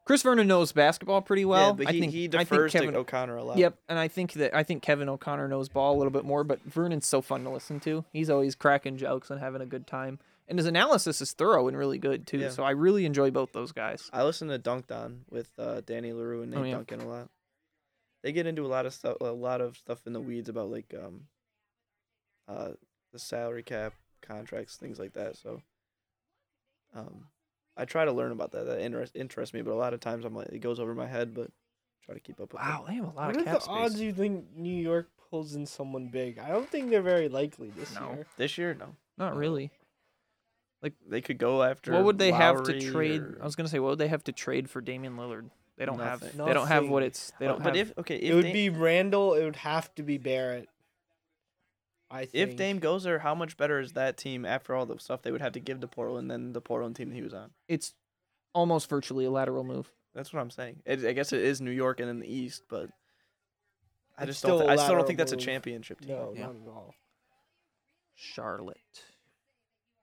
Chris Vernon knows basketball pretty well.
yeah, but he,
I think
he
I think
defers
Kevin-
to O'Connor a lot.
Yep, and I think that I think Kevin O'Connor knows ball a little bit more, but Vernon's so fun to listen to. He's always cracking jokes and having a good time, and his analysis is thorough and really good too.
Yeah.
So I really enjoy both those guys.
I listen to Dunked On with uh, Danny Larue and Nate
Oh, yeah.
Duncan a lot. They get into a lot of stuff, a lot of stuff in the weeds about like um, uh, the salary cap, contracts, things like that. So, um, I try to learn about that. That interest interests me, but a lot of times I'm like it goes over my head. But Try to keep up with.
Wow, they have a lot
What
of
are
cap
the
space.
odds you think New York pulls in someone big? I don't think they're very likely this
No.
year.
them. This year, no.
Not really.
They could go after.
What would they have to
Lowry
trade?
or-
I was gonna say, what would they have to trade for Damian Lillard? They don't have.
Nothing.
They don't have what
Nothing.
it's. They don't
but
have.
if okay, if
it would
Dame,
be Randall. It would have to be Barrett. I think.
if Dame goes there, how much better is that team after all the stuff they would have to give to Portland than the Portland team that he was on?
it's almost virtually a lateral move.
That's what I'm saying. It, I guess it is New York and then the East, but I
It's
just don't.
still
Th-
a
I still don't
lateral
think that's a
move.
championship team.
no,
Yeah.
not at all.
Charlotte.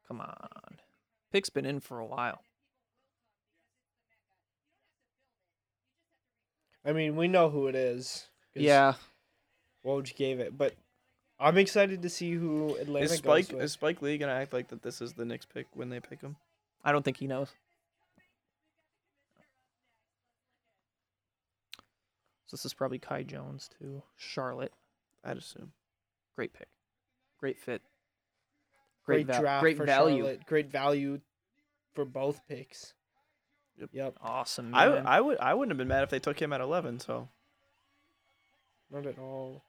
Come on. Pick's been in for a while.
I mean, we know who it is. 'cause
Yeah.
Woj gave it, but I'm excited to see who Atlanta
Is Spike
goes with.
is Spike Lee gonna act like that? This is the Knicks pick when they pick him.
I don't think he knows. So this is probably Kai Jones to Charlotte.
I'd assume.
Great pick. Great fit.
great,
val-
draft,
great
for
value.
Charlotte, Great value for both picks.
Yep.
yep.
Awesome.
I,
Man.
I would I wouldn't have been mad if they took him at eleven. So
Not at all.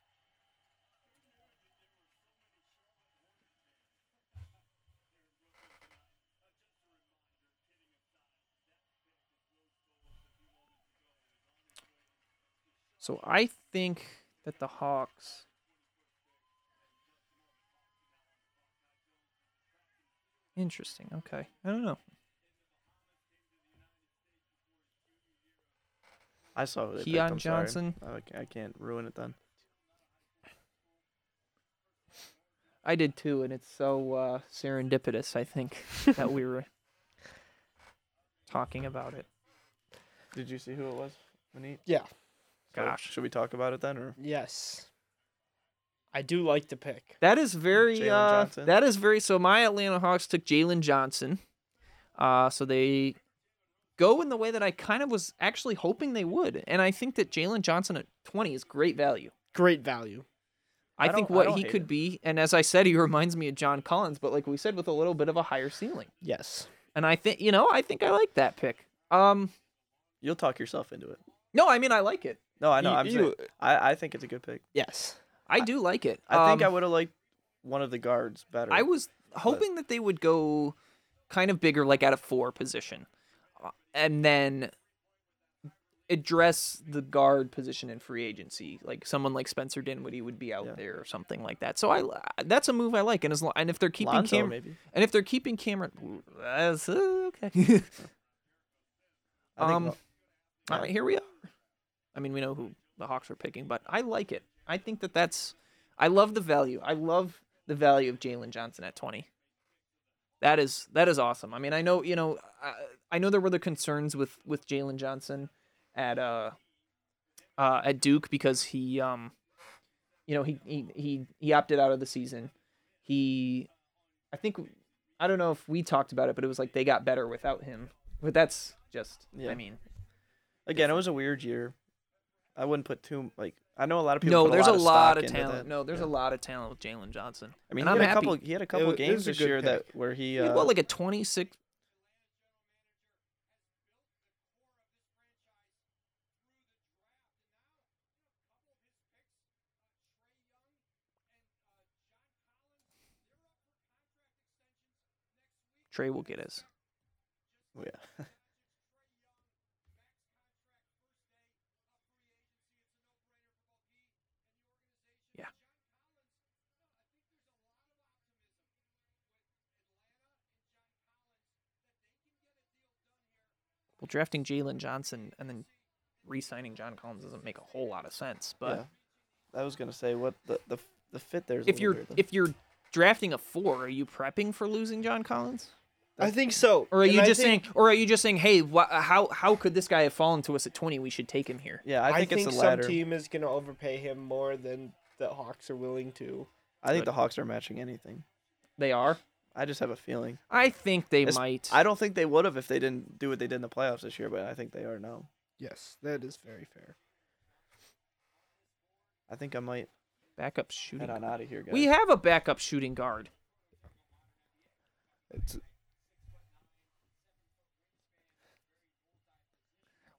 So I think that the Hawks. Interesting. Okay. I don't know.
I saw who they picked,
Keon
I'm sorry.
Johnson.
I, ca- I can't ruin it then.
I did too, and it's so uh, serendipitous. I think that we were talking about it.
Did you see who it was? Manit.
Yeah.
So,
Gosh.
should we talk about it then, or
Yes. I do like the pick.
That is very.
Jalen
Uh,
Johnson.
that is very. So my Atlanta Hawks took Jalen Johnson. Uh, so they go in the way that I kind of was actually hoping they would, and I think that Jalen Johnson at twenty is great value.
Great value.
I,
I
think
don't- I
what
don't
he
hate
could
it.
be, and as I said, he reminds me of John Collins, but like we said, with a little bit of a higher ceiling.
Yes.
And I think you know, I think I like that pick. Um,
you'll talk yourself into it?
no, I mean I like it.
No, I know.
You-
I'm saying, I I think it's a good pick.
Yes.
I do like it.
I think I
Um,
would have liked one of the guards better.
I was hoping that they would go kind of bigger, like at a four position, uh, and then address the guard position in free agency. Like someone like Spencer Dinwiddie would be out
Yeah.
there or something like that. So I uh, that's a move I like. And as long, and if they're keeping
Lonzo,
Cam-
maybe.
and if they're keeping Cameron, that's, uh, okay.
I think
um,
Lo-
all right, here we are. I mean, we know who the Hawks are picking, but I like it. I think that that's. I love the value. I love the value of Jalen Johnson at twenty. That is that is awesome. I mean, I know you know I, I know there were the concerns with with Jalen Johnson at uh uh at Duke because he um you know he he he he opted out of the season. He I think I don't know if we talked about it, but it was like they got better without him. But that's just
Yeah.
I mean
again, it was a weird year. I wouldn't put too like. I know a lot of people.
No,
put
there's
a
a
lot, of,
lot
stock
of
into
talent.
that.
No, there's a
Yeah.
lot of talent with Jalen Johnson.
I mean,
and
he
I'm
had a
happy.
couple. He had a couple
was- it
games
was a
this
good
year
pick.
that where he.
He had,
Uh,
what, like a 26? Trey will get his.
oh, yeah.
Well, drafting Jalen Johnson and then re-signing John Collins doesn't make a whole lot of sense. But
yeah. I was gonna say what the the the fit there's.
if you're if you're drafting a four, are you prepping for losing John Collins?
I think so.
Or are
And
you
I
just
think-
saying, or are you just saying, hey, wh- how how could this guy have fallen to us at twenty? We should take him here.
yeah, I think, it's the
some
latter.
team is going to overpay him more than the Hawks are willing to.
I think the Hawks are matching anything.
They are.
I just have a feeling.
I think they
It's-
might.
I don't think they would have if they didn't do what they did in the playoffs this year, but I think they are now.
Yes, that is very fair.
I think I might
backup shooting.
head on out of here, guys.
We have a backup shooting guard.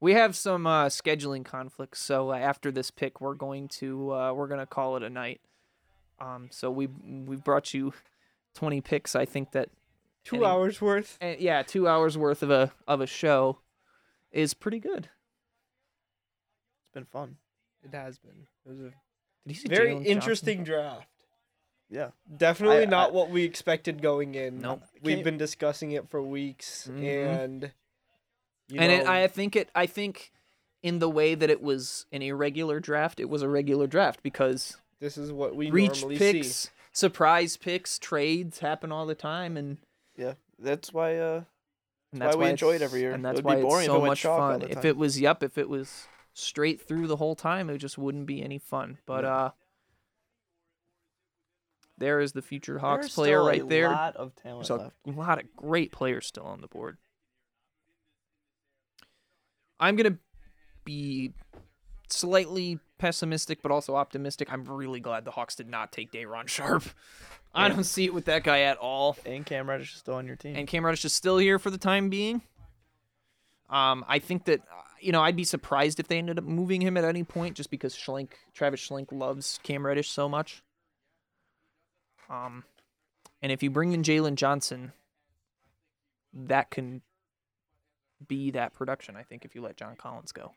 We have some uh, scheduling conflicts, so uh, after this pick, we're going to uh, we're gonna call it a night. Um, so we we brought you twenty picks. I think that
Two
Any-
hours worth.
eh, yeah, two hours worth of a of a show is pretty good.
It's been fun.
It has been. It was a
Did you say
very
Jalen Johnson?
interesting draft.
Yeah.
Definitely
I-
not
I-
what we expected going in.
Nope.
We've
Can-
been discussing it for weeks,
Mhm.
and you
and it,
know,
I think it. I think in the way that it was an irregular draft, it was a regular draft because
this is what we
reach
normally
picks,
see.
surprise picks, trades happen all the time, and,
Yeah. That's why uh
and
That's why
that's
we
why
enjoy it
it's-
every year.
And
It
that's
would be
why it's
boring if
so
it went
much
chalk all
fun.
the
If
time.
it was, yep, if it was straight through the whole time, it just wouldn't be any fun. But
No.
uh, there is the future Hawks
there's
player
still
right
a
there.
lot of talent
There's a
left.
lot of great players still on the board. I'm gonna be slightly pessimistic, but also optimistic. I'm really glad the Hawks did not take Dayron Sharp. I
Yeah.
don't see it with that guy at all.
And Cam Reddish is still on your team.
And Cam Reddish is still here for the time being. Um, I think that uh, you know I'd be surprised if they ended up moving him at any point, just because Schlink, Travis Schlink loves Cam Reddish so much. Um, and if you bring in Jalen Johnson, that can be that production. I think if you let John Collins go.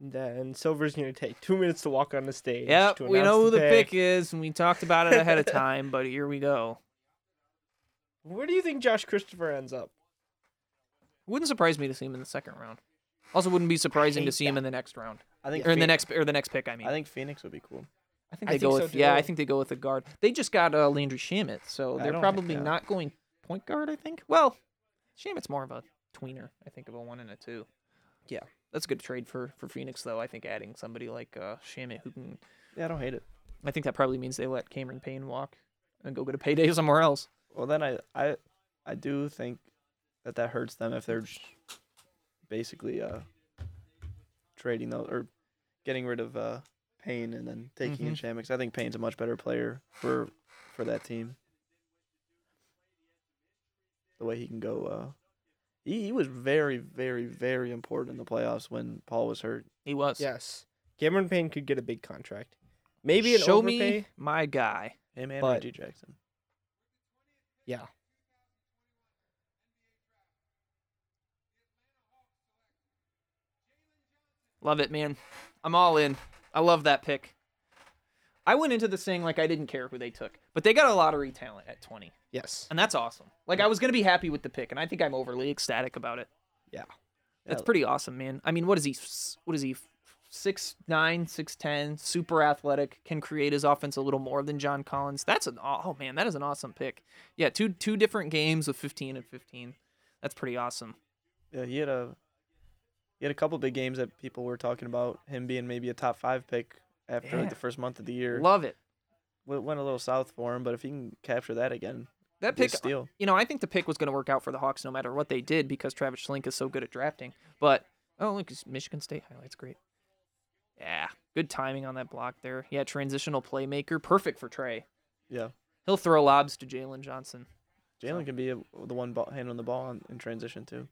Then uh, Silver's gonna take two minutes to walk on the stage.
Yep,
to
we
announce
know who the
pick.
pick is, and we talked about it ahead of time. But here we go.
Where do you think Josh Christopher ends up?
Wouldn't surprise me to see him in the second round. Also, wouldn't be surprising to
hate
see him in the next round.
I think
or in the
Phoenix-
next or the next pick. I mean,
I think Phoenix would be cool.
I think
I
they
think
go
so
with yeah. I
too.
think they go with a guard. They just got uh, Landry Shamit, so
I
they're
don't-
probably
yeah.
not going point guard. I think. Well, Shamit's more of a tweener. I think of a one and a two.
Yeah.
that's a good trade for for Phoenix though. I think adding somebody like uh, Shamit who can.
Yeah, I don't hate it.
I think that probably means they let Cameron Payne walk and go get a payday somewhere else.
Well, then I I I do think that that hurts them if they're j- basically uh trading those or getting rid of uh Payne and then taking in
Mm-hmm.
Shamix. I think Payne's a much better player for for that team. The way he can go uh he, he was very very very important in the playoffs when Paul was hurt.
He was.
Yes, Cameron Payne could get a big contract. Maybe an
Show
overpay.
me my guy.
Him and
But-
Reggie Jackson.
Yeah.
Love it, man. I'm all in. I love that pick. I went into this thing like I didn't care who they took, but they got a lottery talent at 20.
Yes.
and that's awesome. Like I was gonna be happy with the pick, and I think I'm overly ecstatic about it.
Yeah.
that's
Yeah.
pretty awesome, man. I mean, what is he? s- What is he? Six nine, six ten, super athletic, can create his offense a little more than John Collins. That's an aw- oh man, that is an awesome pick. Yeah, two two different games of 15 and 15. That's pretty awesome.
Yeah, he had a he had a couple big games that people were talking about him being maybe a top 5 pick after like,
Yeah.
the first month of the year.
Love it.
w- went a little south for him, but if he can capture that again,
That
be a
pick uh,
steal.
you know, I think the pick was going to work out for the Hawks no matter what they did because Travis Schlink is so good at drafting. But oh, look, it's Michigan State highlights great. Yeah, good timing on that block there. Yeah, transitional playmaker, perfect for Trey.
Yeah,
He'll throw lobs to Jalen Johnson.
Jalen can be a, the one ball, handling the ball in, in transition too.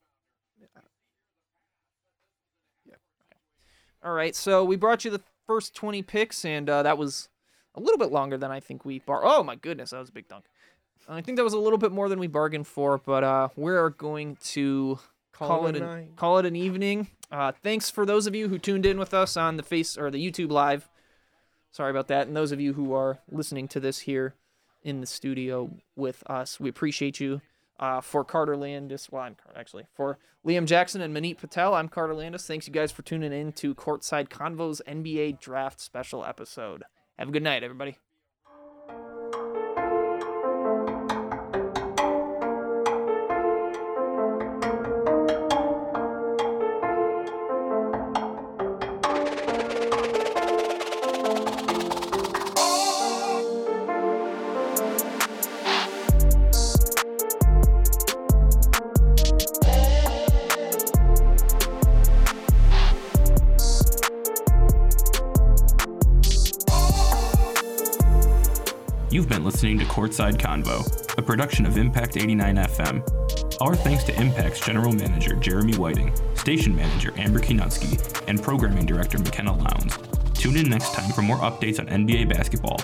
All right, so we brought you the first 20 picks, and uh, that was a little bit longer than I think we bar. Oh my goodness, that was a big dunk. I think that was a little bit more than we bargained for, but uh, we're going to call, it an
night.
call it an evening. Uh, thanks for those of you who tuned in with us on the face or the YouTube live. Sorry about that, and those of you who are listening to this here in the studio with us, we appreciate you. Uh, for Carter Landis, well, I'm Car- actually for Liam Jackson and Manit Patel. I'm Carter Landis. Thanks you guys for tuning in to Courtside Convo's NBA Draft Special episode. Have a good night, everybody.
You've been listening to Courtside Convo, a production of Impact 89 FM. Our thanks to Impact's general manager Jeremy Whiting, station manager Amber Kinutsky, and programming director McKenna Lowndes. Tune in next time for more updates on NBA basketball